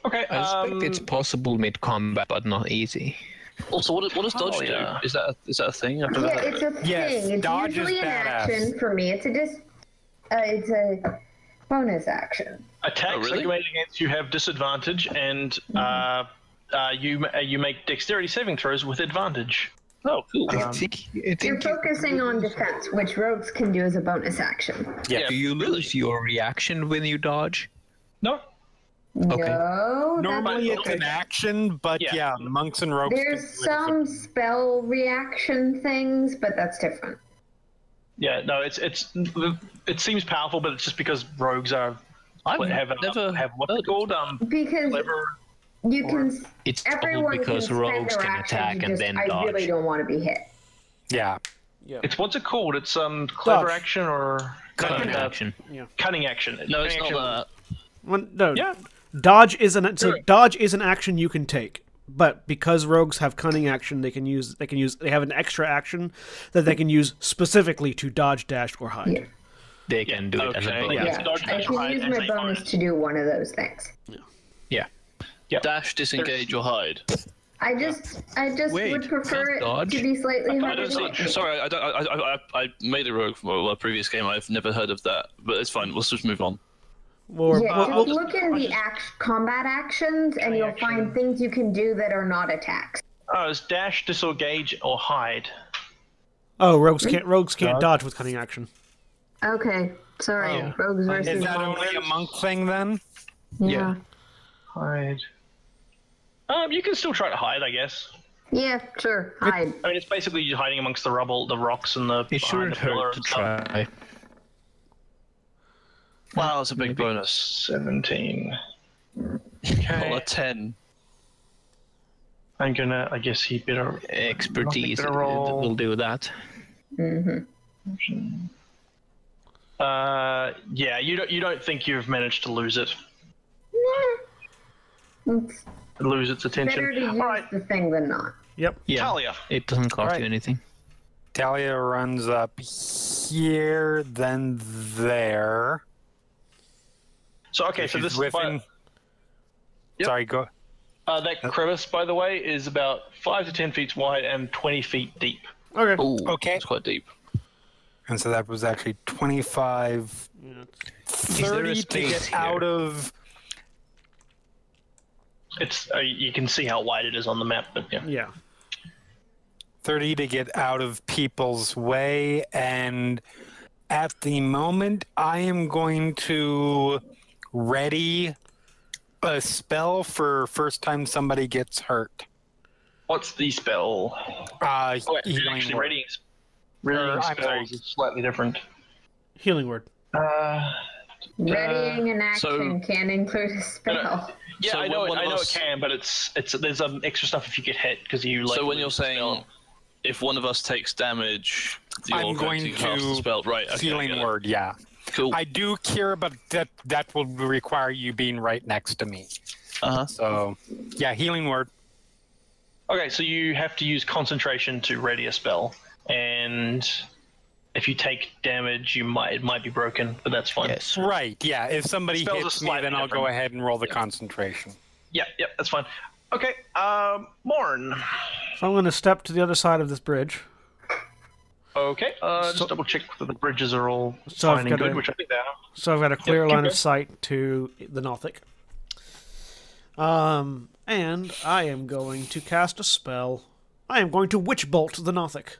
Speaker 2: Okay.
Speaker 3: I suspect
Speaker 2: Um,
Speaker 5: Oh,
Speaker 3: it's possible mid combat, but not easy.
Speaker 5: Also, what, what does dodge
Speaker 2: Oh, yeah.
Speaker 5: do? Is that a, is that a thing? I don't
Speaker 7: Yeah,
Speaker 5: know.
Speaker 7: it's a thing.
Speaker 6: Uh, Yes,
Speaker 7: it's
Speaker 6: dodge is
Speaker 7: usually an
Speaker 6: badass.
Speaker 7: action for me. It's a dis. Uh, it's a bonus action.
Speaker 2: attacks
Speaker 5: Oh,
Speaker 2: that
Speaker 5: really?
Speaker 2: you made against you have disadvantage, and
Speaker 7: Mm-hmm.
Speaker 2: uh, uh, you uh, you make dexterity saving throws with advantage.
Speaker 5: Oh, cool.
Speaker 3: I think, I
Speaker 7: You're
Speaker 3: think you-
Speaker 7: focusing on defense, which rogues can do as a bonus action.
Speaker 5: Yeah,
Speaker 3: do you
Speaker 5: really.
Speaker 3: lose your reaction when you dodge?
Speaker 2: No.
Speaker 7: No,
Speaker 6: Normally
Speaker 7: that's
Speaker 6: it's an action, but
Speaker 2: Yeah.
Speaker 6: yeah, monks and rogues. do it
Speaker 7: There's
Speaker 6: as a-
Speaker 7: some spell reaction things, but that's different.
Speaker 2: Yeah. No. It's it's it seems powerful, but it's just because rogues are
Speaker 5: I've
Speaker 2: have a,
Speaker 5: never
Speaker 2: have what's
Speaker 5: heard
Speaker 2: it
Speaker 5: of
Speaker 2: called um
Speaker 7: Because
Speaker 2: clever
Speaker 7: You can.
Speaker 8: It's
Speaker 7: Everyone
Speaker 8: only because
Speaker 7: can spend
Speaker 8: rogues
Speaker 7: their
Speaker 8: can
Speaker 7: actions,
Speaker 8: attack
Speaker 7: you
Speaker 8: and
Speaker 7: just-
Speaker 8: then
Speaker 7: I
Speaker 8: dodge.
Speaker 7: really don't want to be hit.
Speaker 6: Yeah.
Speaker 2: It's what's it called? It's um clever
Speaker 1: Dodge.
Speaker 2: action or
Speaker 8: Cunning
Speaker 2: uh,
Speaker 8: action.
Speaker 2: Cunning action.
Speaker 5: No, it's
Speaker 2: Cunning action.
Speaker 5: not
Speaker 1: When, no,
Speaker 2: Yeah.
Speaker 1: dodge is an so dodge is an action you can take, but because rogues have cunning action, they can use they can use they have an extra action that they can use specifically to dodge, dash, or hide.
Speaker 7: Yeah.
Speaker 8: They can do it as a
Speaker 5: Okay,
Speaker 8: bonus.
Speaker 5: yeah.
Speaker 7: Yeah.
Speaker 5: dodge,
Speaker 7: I
Speaker 5: dash,
Speaker 7: can
Speaker 5: hide,
Speaker 7: use
Speaker 5: and
Speaker 7: my
Speaker 5: they
Speaker 7: bonus
Speaker 5: hide.
Speaker 7: to do one of those things.
Speaker 5: that. Dash, disengage, or hide.
Speaker 7: I just, I just
Speaker 3: Wait,
Speaker 7: would prefer
Speaker 3: that's
Speaker 7: it
Speaker 3: dodge?
Speaker 7: to be slightly
Speaker 5: I
Speaker 7: harder.
Speaker 5: don't
Speaker 7: to
Speaker 5: see.
Speaker 7: hit.
Speaker 5: Sorry, I, don't, I, I, I, I made a rogue from a previous game. I've never heard of that, but it's fine. Let's just move on.
Speaker 1: Or,
Speaker 7: Yeah,
Speaker 1: well,
Speaker 7: just
Speaker 1: well,
Speaker 7: look in the act- combat actions, and you'll find things you can do that are not attacks.
Speaker 2: Oh, it's dash, disengage, or hide.
Speaker 1: oh, rogues can't rogues can't dodge with cunning action.
Speaker 7: Okay, sorry, rogues versus
Speaker 6: Is that
Speaker 7: monks.
Speaker 6: only a monk thing then?
Speaker 7: Yeah.
Speaker 2: Hide. Um, you can still try to hide, I guess.
Speaker 7: yeah, sure. Hide.
Speaker 2: I mean, it's basically you hiding amongst the rubble, the rocks, and the
Speaker 3: It
Speaker 2: behind
Speaker 3: shouldn't
Speaker 2: the pillar
Speaker 3: hurt to
Speaker 2: and stuff.
Speaker 3: try.
Speaker 5: Wow, that's a big bonus.
Speaker 2: Seventeen.
Speaker 5: Well, a ten.
Speaker 2: I'm gonna. I guess he better.
Speaker 3: Expertise
Speaker 2: Nothing to roll.
Speaker 3: will do that.
Speaker 2: Uh, yeah. You don't. You don't think you've managed to lose it?
Speaker 7: Nah. It's
Speaker 2: Lose its
Speaker 7: better to
Speaker 2: attention.
Speaker 7: use
Speaker 2: All right,
Speaker 7: the thing than not.
Speaker 1: Yep.
Speaker 3: Yeah,
Speaker 2: Talia.
Speaker 3: it doesn't cost
Speaker 6: Alright.
Speaker 3: you anything.
Speaker 6: Talia runs up here, then there.
Speaker 2: So okay. So this
Speaker 6: She's within. Sorry, go.
Speaker 2: uh, that crevice, by the way, is about five to ten feet wide and twenty feet deep.
Speaker 1: Okay.
Speaker 5: Ooh,
Speaker 6: Okay.
Speaker 5: It's quite deep.
Speaker 6: And so that was actually 25,
Speaker 3: there a
Speaker 6: 30 to get
Speaker 3: space here?
Speaker 6: out of.
Speaker 2: It's. Uh, you can see how wide it is on the map, but yeah.
Speaker 1: Yeah.
Speaker 6: 30 to get out of people's way. And at the moment, I am going to ready a spell for first time somebody gets hurt.
Speaker 2: What's the spell?
Speaker 6: Uh,
Speaker 2: Oh, wait,
Speaker 6: healing
Speaker 2: actually,
Speaker 6: word.
Speaker 2: reading, reading
Speaker 6: Uh, I'm sorry.
Speaker 2: spells is slightly different.
Speaker 1: Healing word.
Speaker 2: Uh,
Speaker 7: Readying an
Speaker 5: so-
Speaker 7: action can include a spell.
Speaker 2: yeah,
Speaker 5: So
Speaker 2: I know.
Speaker 5: when
Speaker 2: It,
Speaker 5: one
Speaker 2: I
Speaker 5: of
Speaker 2: know
Speaker 5: us-
Speaker 2: it can, but it's it's there's um extra stuff if you get hit because you like.
Speaker 5: so when you're
Speaker 2: lose the
Speaker 5: saying
Speaker 2: spell.
Speaker 5: if one of us takes damage, you're
Speaker 6: I'm
Speaker 5: going,
Speaker 6: going
Speaker 5: to cast the
Speaker 6: to
Speaker 5: spell. Right. Okay, I get
Speaker 6: healing
Speaker 5: it.
Speaker 6: word, yeah.
Speaker 5: Cool.
Speaker 6: I do cure, but that that will require you being right next to me.
Speaker 5: Uh-huh.
Speaker 6: So, yeah, healing word.
Speaker 2: Okay, so you have to use concentration to ready a spell, and if you take damage, you might it might be broken, but that's fine.
Speaker 5: Yes.
Speaker 6: Right, yeah. If somebody
Speaker 2: Spells are
Speaker 6: hits me, then
Speaker 2: slightly
Speaker 6: I'll go
Speaker 2: different.
Speaker 6: ahead and roll the concentration.
Speaker 2: Yeah, yeah, that's fine. Okay, um, Morn.
Speaker 1: So I'm going to step to the other side of this bridge.
Speaker 2: Okay, uh, just
Speaker 1: So-
Speaker 2: double check that the bridges are all
Speaker 1: So I've
Speaker 2: fine
Speaker 1: got
Speaker 2: and good,
Speaker 1: a-
Speaker 2: which I think they are.
Speaker 1: So I've got a clear
Speaker 2: keep
Speaker 1: line of
Speaker 2: going.
Speaker 1: sight to the Nothic. Um, and I am going to cast a spell. I am going to witch bolt the Nothic.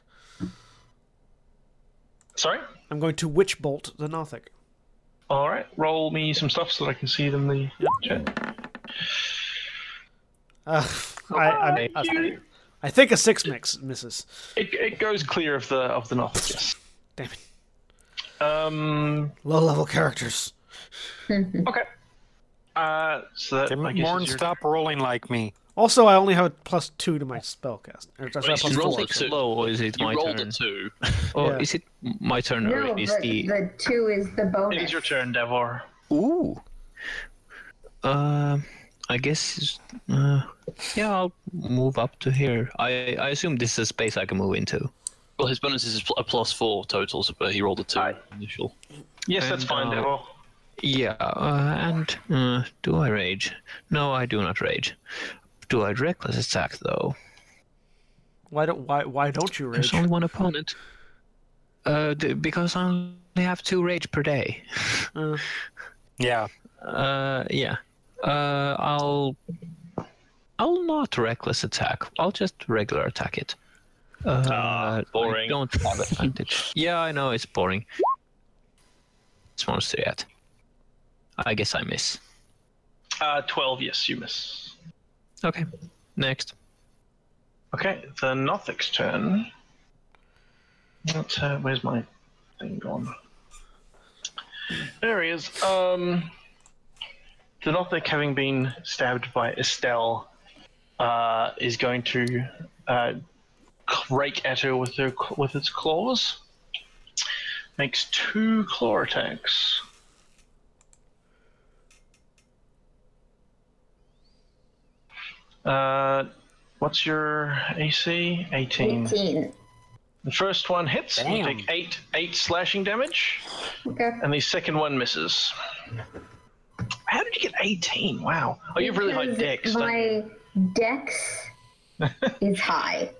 Speaker 2: Sorry.
Speaker 1: I'm going to witch bolt the Nothic.
Speaker 2: All right, roll me some stuff so that I can see them. The chat.
Speaker 1: Uh, I, I, I, I think a six mix misses.
Speaker 2: It, it goes clear of the of the north. Yes.
Speaker 1: Damn it.
Speaker 2: Um.
Speaker 1: Low level characters.
Speaker 2: Okay. Uh. So that I guess
Speaker 6: Morn,
Speaker 2: is your-
Speaker 6: stop rolling like me. Also,
Speaker 1: Also, I only have a plus two to my spellcast. Or sorry,
Speaker 5: Wait,
Speaker 1: plus
Speaker 5: roll
Speaker 1: four.
Speaker 5: it. So
Speaker 3: Low, or is it
Speaker 5: You
Speaker 3: my
Speaker 5: rolled
Speaker 3: turn?
Speaker 5: a two.
Speaker 3: Or
Speaker 1: Yeah.
Speaker 3: is it my turn,
Speaker 7: No,
Speaker 3: or
Speaker 7: but
Speaker 3: is the
Speaker 7: the two is the
Speaker 2: It
Speaker 7: bonus.
Speaker 2: is your turn, Davor.
Speaker 3: Ooh. Um, I guess. it's- Uh, yeah, I'll move up to here. I I assume this is a space I can move into.
Speaker 5: Well, his bonus is a plus four total, so- but he rolled a two initial.
Speaker 2: Yes, that's
Speaker 3: And,
Speaker 2: fine,
Speaker 3: uh,
Speaker 2: Davor.
Speaker 3: Yeah, uh, and uh, do I rage? No, I do not rage. Do I reckless attack though?
Speaker 1: Why don't why why don't you rage?
Speaker 3: There's only one opponent. Uh, d- because I only have two rage per day.
Speaker 6: yeah.
Speaker 3: Uh, yeah. Uh, I'll. I'll not reckless attack. I'll just regular attack it. Uh, I
Speaker 5: Ah, boring.
Speaker 3: don't have advantage. yeah, I know it's boring. It's monster yet. I guess I miss.
Speaker 2: Uh, twelve. Yes, you miss.
Speaker 3: Okay, next.
Speaker 2: Okay, the Nothic's turn. Let's, uh, where's my thing gone? There he is. Um, the Nothic, having been stabbed by Estelle, uh, is going to uh, rake at her with her with its claws. Makes two claw attacks. Uh, what's your AC? 18.
Speaker 7: 18.
Speaker 2: The first one hits. You
Speaker 6: Damn.
Speaker 2: take eight eight slashing damage,
Speaker 7: Okay.
Speaker 2: and the second one misses. How did you get 18? Wow. Oh, you have really high
Speaker 7: Because
Speaker 2: dex. don't you?
Speaker 7: My dex is high,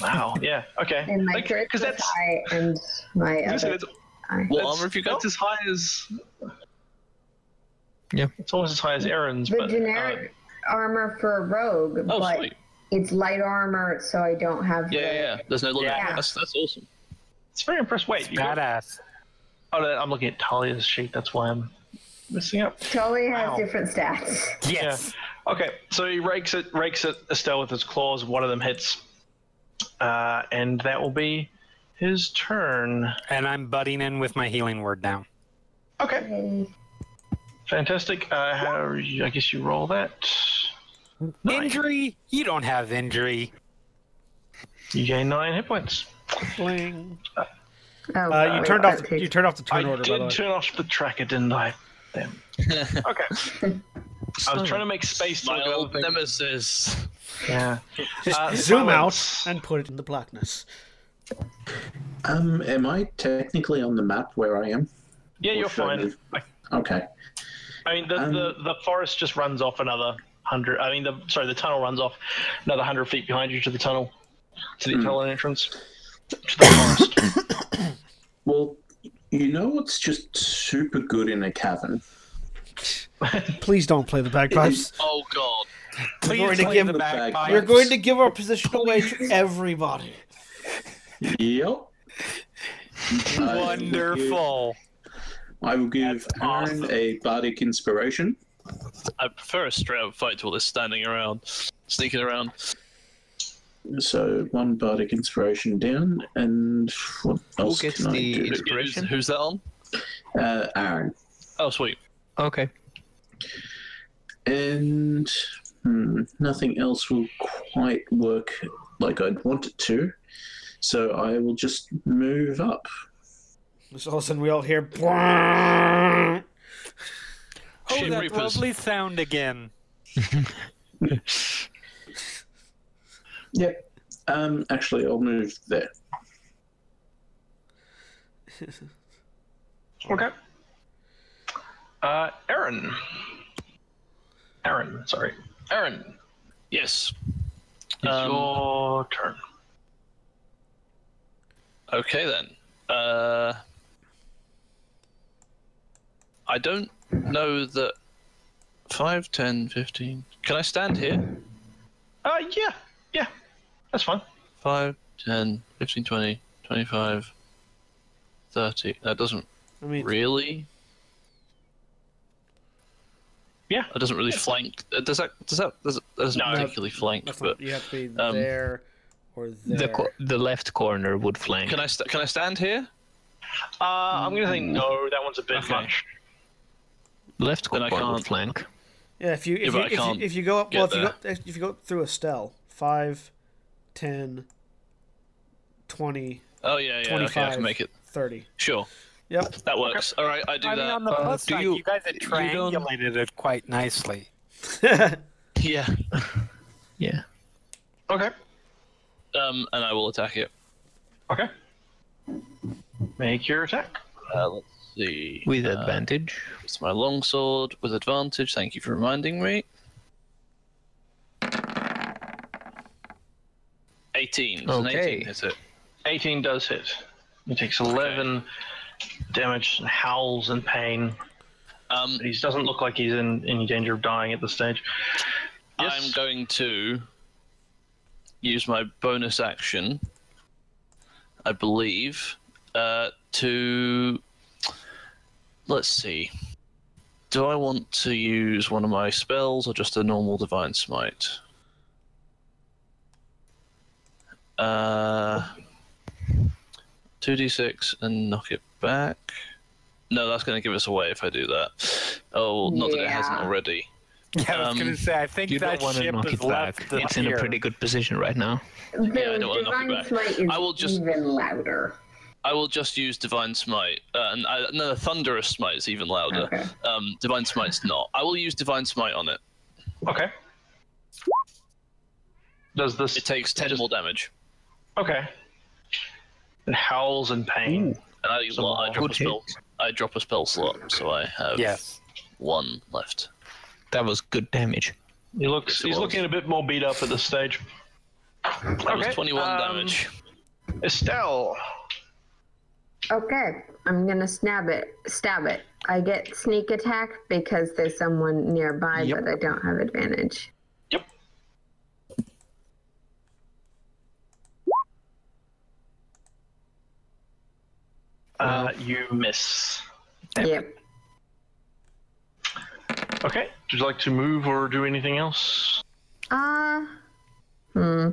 Speaker 2: Wow. Yeah. Okay.
Speaker 7: and my
Speaker 2: Like,
Speaker 7: charisma is
Speaker 2: that's,
Speaker 7: high, and my
Speaker 2: listen,
Speaker 7: other.
Speaker 2: it's,
Speaker 7: high.
Speaker 5: Well,
Speaker 2: That's-
Speaker 5: armor if you got
Speaker 2: that's as high as.
Speaker 3: Yeah.
Speaker 2: It's almost as high as Aaron's,
Speaker 7: The
Speaker 2: but. uh,
Speaker 7: generic armor for a rogue,
Speaker 5: Uh, Oh,
Speaker 7: but
Speaker 5: sweet.
Speaker 7: it's light armor, so I don't have.
Speaker 5: Yeah, yeah,
Speaker 7: the-
Speaker 5: yeah. There's no limit.
Speaker 7: Yeah.
Speaker 5: That's, that's awesome.
Speaker 2: uh, it's very impressive. Wait, you got,
Speaker 6: Badass.
Speaker 2: oh, no, I'm looking at Talia's sheet. That's why I'm messing up.
Speaker 7: Totally has
Speaker 2: Wow.
Speaker 7: different stats.
Speaker 6: Yes.
Speaker 2: Okay, so he rakes it, rakes it Estelle with his claws. One of them hits, uh, and that will be his turn.
Speaker 6: And I'm butting in with my healing word now.
Speaker 1: Uh,
Speaker 2: Okay,
Speaker 7: Okay.
Speaker 2: fantastic. Uh, how, I guess you roll that. Nine.
Speaker 6: Injury? You don't have injury.
Speaker 2: You gain nine hit points.
Speaker 1: Bling.
Speaker 7: Oh,
Speaker 1: Uh, you
Speaker 7: wait,
Speaker 1: turned off.
Speaker 7: that takes-
Speaker 1: You turned off the turn
Speaker 2: I
Speaker 1: order.
Speaker 2: did
Speaker 1: By the way.
Speaker 2: turn off the tracker, didn't I? Damn. okay. I was trying to make space. to
Speaker 5: My
Speaker 2: look at
Speaker 5: old
Speaker 2: other things.
Speaker 5: nemesis.
Speaker 2: Yeah.
Speaker 1: Just
Speaker 2: Uh,
Speaker 1: zoom
Speaker 2: silence.
Speaker 1: out and put it in the blackness.
Speaker 4: Um, am I technically on the map where I am?
Speaker 2: Yeah,
Speaker 4: Or
Speaker 2: you're
Speaker 4: should I
Speaker 2: fine.
Speaker 4: move? Okay.
Speaker 2: I mean, the,
Speaker 4: Um,
Speaker 2: the, the forest just runs off another hundred. I mean, the sorry, the tunnel runs off another hundred feet behind you to the tunnel, to the tunnel entrance, to the forest.
Speaker 4: Well, you know what's just super good in a cavern?
Speaker 1: Please don't play the bagpipes.
Speaker 5: Oh god.
Speaker 6: Please
Speaker 1: going to
Speaker 6: play
Speaker 1: give
Speaker 6: the
Speaker 4: the
Speaker 6: back
Speaker 4: bagpipes.
Speaker 1: You're
Speaker 4: Yes.
Speaker 1: going to give our position away to everybody.
Speaker 4: Yep. I will give-
Speaker 6: Wonderful.
Speaker 4: I will give
Speaker 5: That's
Speaker 4: Aaron
Speaker 5: awesome.
Speaker 4: a bardic inspiration.
Speaker 5: I prefer a straight up fight to all this standing around, sneaking around.
Speaker 4: So one bardic inspiration down, and what else
Speaker 3: gets
Speaker 4: can I
Speaker 3: the
Speaker 4: do?
Speaker 3: insp-
Speaker 5: Who's,
Speaker 3: Inspiration?
Speaker 5: who's that on?
Speaker 4: Uh, Aaron
Speaker 5: Oh, sweet.
Speaker 3: Okay.
Speaker 4: and hmm, nothing else will quite work like I'd want it to. So I will just move up.
Speaker 1: So all of a sudden we all hear. "Bwah."
Speaker 6: Oh,
Speaker 5: Shame
Speaker 6: that
Speaker 5: Reapers.
Speaker 6: lovely sound again.
Speaker 4: Yep. Um, actually, I'll move there.
Speaker 2: okay. Uh, Aaron. Aaron, sorry, Aaron.
Speaker 5: Yes.
Speaker 2: It's
Speaker 5: Um,
Speaker 2: your turn.
Speaker 5: Okay then. Uh, I don't know that. 5, 10, 15. Can I stand here?
Speaker 2: Uh, yeah, yeah, that's fine.
Speaker 5: 5, 10, 15, 20, 25, 30. That doesn't
Speaker 1: I mean,
Speaker 5: really.
Speaker 2: Yeah.
Speaker 5: It doesn't really flank. uh, Does that? Does that? Does it, that doesn't
Speaker 2: No.
Speaker 5: particularly flank.
Speaker 1: that's
Speaker 5: But
Speaker 1: not, you have to be
Speaker 5: um,
Speaker 1: there or there.
Speaker 3: The co- the left corner would flank.
Speaker 5: can I? St- can I stand here?
Speaker 2: Uh, I'm gonna say no. That one's a bit
Speaker 5: Okay.
Speaker 2: much.
Speaker 3: left
Speaker 5: Then I
Speaker 3: corner would
Speaker 5: can't-
Speaker 3: flank.
Speaker 1: yeah, if you if,
Speaker 5: but I
Speaker 1: you, if,
Speaker 5: can't
Speaker 1: you, if you go up, well, if
Speaker 5: get
Speaker 1: you go, if you go up through Estelle, 5, 10, 20,
Speaker 5: Oh yeah, yeah. Okay, I
Speaker 1: 25.
Speaker 5: can make it.
Speaker 1: 30.
Speaker 5: Sure,
Speaker 1: Yep.
Speaker 5: that works. All right, I do
Speaker 6: I mean,
Speaker 5: that.
Speaker 6: on the
Speaker 5: Uh,
Speaker 6: plus
Speaker 5: do
Speaker 6: side, you, guys had
Speaker 5: don't-
Speaker 6: triangulated it quite nicely.
Speaker 5: Yeah.
Speaker 3: Yeah.
Speaker 2: Okay.
Speaker 5: Um, and I will attack it.
Speaker 2: Okay. Make your attack.
Speaker 5: Uh, let's see.
Speaker 3: With
Speaker 5: uh,
Speaker 3: advantage.
Speaker 5: It's my longsword with advantage. Thank you for reminding me. 18. Does an
Speaker 3: Okay.
Speaker 5: 18 hit it?
Speaker 2: 18 does hit. He takes 11 damage and howls in pain.
Speaker 5: Um,
Speaker 2: He doesn't look like he's in any danger of dying at this stage. Yes.
Speaker 5: I'm going to use my bonus action, I believe, uh, to. Let's see. Do I want to use one of my spells or just a normal Divine Smite? Uh, 2d6 and knock it back. No, that's going to give us away if I do that. Oh, not that it hasn't
Speaker 7: Yeah.
Speaker 5: already.
Speaker 6: Yeah, I was
Speaker 5: Um,
Speaker 6: gonna say. I think
Speaker 3: You
Speaker 6: that
Speaker 3: don't want to
Speaker 6: ship
Speaker 3: knock
Speaker 6: has
Speaker 3: it back.
Speaker 6: left. the
Speaker 3: It's in a
Speaker 6: pier.
Speaker 3: pretty good position right now.
Speaker 5: I don't
Speaker 7: Though
Speaker 5: wanna knock it
Speaker 7: divine
Speaker 5: back.
Speaker 7: smite is
Speaker 5: I will just-
Speaker 7: even louder.
Speaker 5: I will just use Divine Smite. Uh, and I, no, the Thunderous Smite is even louder.
Speaker 7: Okay.
Speaker 5: Um, Divine Smite's not. I will use Divine Smite on it.
Speaker 2: Okay. Does this
Speaker 5: It takes 10 more damage.
Speaker 2: Okay. It howls in pain.
Speaker 5: And I, well, I, drop
Speaker 3: good
Speaker 5: a spell, I drop a spell slot, so I have
Speaker 6: Yes.
Speaker 5: one left.
Speaker 3: That was good damage.
Speaker 2: He looks.
Speaker 5: it
Speaker 2: He's
Speaker 5: was.
Speaker 2: looking a bit more beat up at this stage.
Speaker 5: That
Speaker 2: Okay,
Speaker 5: was 21
Speaker 2: um,
Speaker 5: damage.
Speaker 2: Estelle.
Speaker 7: Okay, I'm gonna stab it. Stab it. I get sneak attack because there's someone nearby,
Speaker 3: Yep.
Speaker 7: but I don't have advantage.
Speaker 2: Yep. Uh, you miss.
Speaker 7: Yep.
Speaker 2: Okay. Would you like to move or do anything else?
Speaker 7: Uh. Hmm.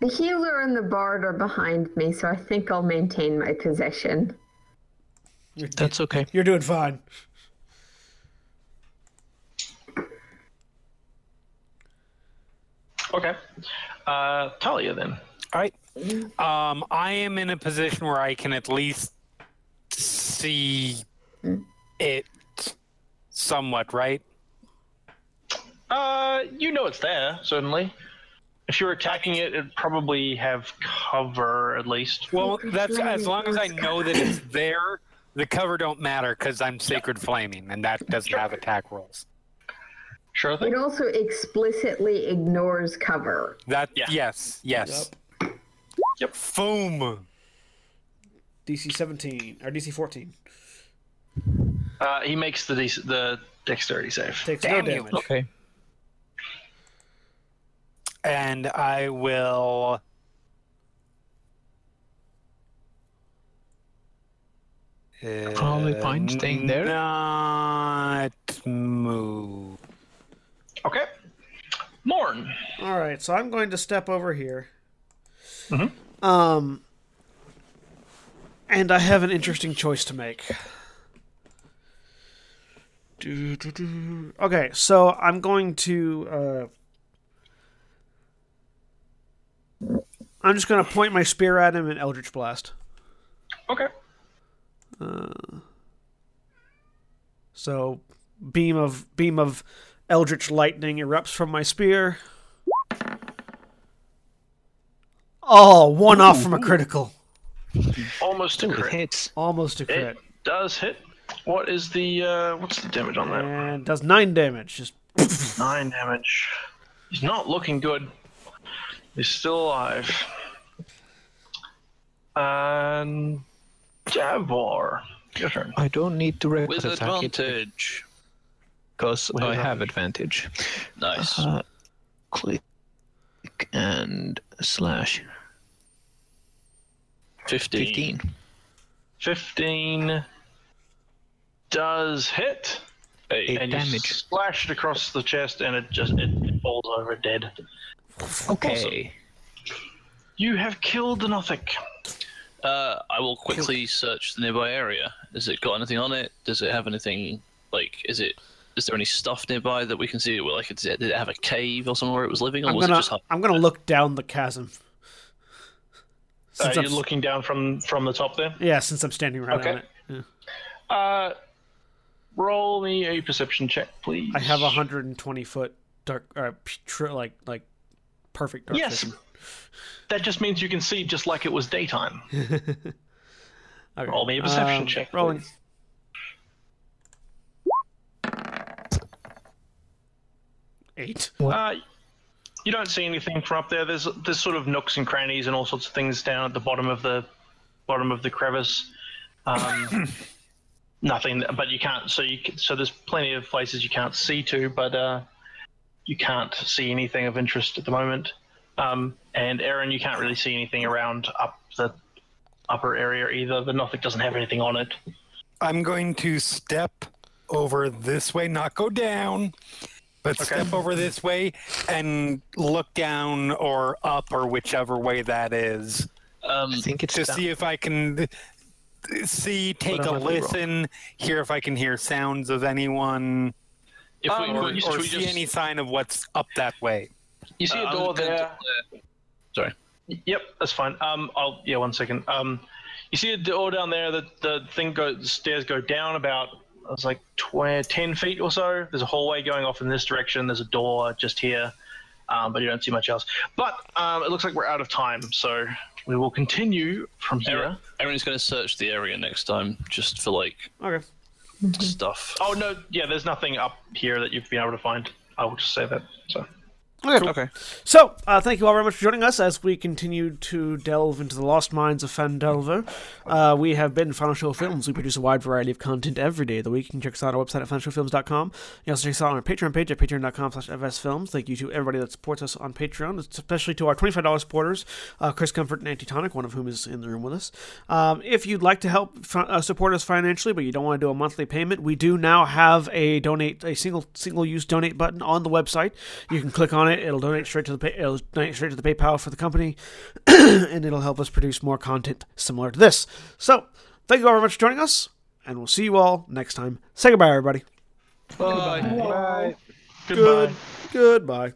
Speaker 7: The healer and the bard are behind me, so I think I'll maintain my position.
Speaker 1: You're,
Speaker 3: That's okay.
Speaker 1: you're doing fine.
Speaker 2: Okay. Uh, Talia then.
Speaker 6: All right. Um, I am in a position where I can at least see it somewhat, right?
Speaker 2: Uh, you know it's there certainly. If you're attacking it, it'd probably have cover at least.
Speaker 6: Well, that's as long as I know that it's there. The cover don't matter because I'm sacred flaming, and that doesn't have attack rolls.
Speaker 2: Sure thing.
Speaker 7: It also explicitly ignores cover.
Speaker 6: That
Speaker 2: Yeah.
Speaker 6: yes, yes.
Speaker 2: Yep.
Speaker 6: Foom.
Speaker 1: DC 17 or DC 14
Speaker 2: Uh, he makes the dec- the dexterity save.
Speaker 1: takes
Speaker 6: Damn
Speaker 1: no
Speaker 6: you.
Speaker 1: damage.
Speaker 3: Okay.
Speaker 6: and I will.
Speaker 3: Probably fine
Speaker 6: Uh,
Speaker 3: staying there.
Speaker 6: Not move.
Speaker 2: Okay. Morn.
Speaker 1: All right, so I'm going to step over here. Um, and I have an interesting choice to make. Do, do, do. Okay, so I'm going to. Uh, I'm just going to point my spear at him and Eldritch Blast. Uh,
Speaker 2: Okay.
Speaker 1: So, beam of beam of eldritch lightning erupts from my spear. Oh, one off from a critical.
Speaker 2: Almost a
Speaker 3: It
Speaker 2: crit.
Speaker 3: hits.
Speaker 1: Almost a crit.
Speaker 2: It does hit. What is the uh, what's the damage on that?
Speaker 1: And does nine damage. Just
Speaker 2: Nine damage. He's not looking good. He's still alive. And Javor. Your turn.
Speaker 3: I don't need to
Speaker 5: With
Speaker 3: reckless attack it
Speaker 5: advantage.
Speaker 3: because I have advantage.
Speaker 5: Nice.
Speaker 1: Uh-huh.
Speaker 3: Uh, click and slash
Speaker 5: 15.
Speaker 3: 15.
Speaker 2: Fifteen does hit.
Speaker 5: Eight.
Speaker 2: and you
Speaker 3: damage.
Speaker 2: slash it across the chest and it just it falls over dead.
Speaker 3: Okay.
Speaker 2: You have killed the Nothic.
Speaker 5: Uh, I will quickly search the nearby area. Has it got anything on it? Does it have anything like? Is it? Is there any stuff nearby that we can see? Well, like, did it, did it have a cave or somewhere it was living, or
Speaker 1: I'm
Speaker 5: was
Speaker 1: gonna
Speaker 5: it just?
Speaker 1: I'm gonna look down the chasm.
Speaker 2: Uh,
Speaker 1: Since
Speaker 2: you're
Speaker 1: I'm,
Speaker 2: looking down from from the top there.
Speaker 1: yeah, since I'm standing right
Speaker 2: Okay.
Speaker 1: on it. Yeah.
Speaker 2: Uh, roll me a perception check, please.
Speaker 1: I have a hundred and twenty foot dark uh, p- tr- like like perfect dark
Speaker 2: Yes.
Speaker 1: vision.
Speaker 2: That just means you can see just like it was daytime.
Speaker 1: Okay.
Speaker 2: Roll me a perception
Speaker 1: um,
Speaker 2: check.
Speaker 1: Rolling.
Speaker 2: please.
Speaker 1: Eight.
Speaker 2: Uh, you don't see anything from up there. There's there's sort of nooks and crannies and all sorts of things down at the bottom of the bottom of the crevice. Um, nothing, but you can't. So you can, so there's plenty of places you can't see to, but uh, you can't see anything of interest at the moment. Um, and Aaron, you can't really see anything around up the upper area either. The Nothic doesn't have anything on it.
Speaker 6: I'm going to step over this way, not go down, but step over this way and look down or up or whichever way that is.
Speaker 5: Um,
Speaker 3: I think it's
Speaker 6: to
Speaker 3: down.
Speaker 6: see if I can see, take
Speaker 3: am
Speaker 6: a
Speaker 3: I doing wrong?
Speaker 6: listen, hear if I can hear sounds of anyone,
Speaker 5: if we,
Speaker 6: or,
Speaker 5: could- should
Speaker 6: or
Speaker 5: we
Speaker 6: see
Speaker 5: just-
Speaker 6: any sign of what's up that way.
Speaker 2: You see
Speaker 5: uh,
Speaker 2: a
Speaker 5: I'm
Speaker 2: door
Speaker 5: gonna
Speaker 2: um, there.
Speaker 5: do- uh, Sorry.
Speaker 2: Yep, that's fine. Um, I'll yeah, one second. Um, you see the door down there. The the thing goes the stairs go down about I was like tw- ten feet or so. There's a hallway going off in this direction. There's a door just here, um, but you don't see much else. But um, it looks like we're out of time, so we will continue from here.
Speaker 5: Aaron, Aaron's going to search the area next time just for like
Speaker 1: Okay.
Speaker 5: stuff.
Speaker 2: Oh no, yeah, there's nothing up here that you've been able to find. I will just say that. So
Speaker 1: Okay.
Speaker 5: okay.
Speaker 1: So, uh, thank you all very much for joining us as we continue to delve into the lost minds of Fandelver. Uh, we have been Final Show Films. We produce a wide variety of content every day of the week. You can check us out on our website at FinalShowFilms.com. You also check us out on our Patreon page at patreon.com slash fsfilms. Thank you to everybody that supports us on Patreon, especially to our $25 supporters, uh, Chris Comfort and Antitonic, one of whom is in the room with us. Um, if you'd like to help fi- uh, support us financially, but you don't want to do a monthly payment, we do now have a donate a single single use donate button on the website. You can click on it; it'll donate straight to the pay, it'll donate straight to the PayPal for the company, and it'll help us produce more content similar to this. So, thank you all very much for joining us, and we'll see you all next time. Say goodbye, everybody.
Speaker 5: Bye.
Speaker 1: Good. Goodbye.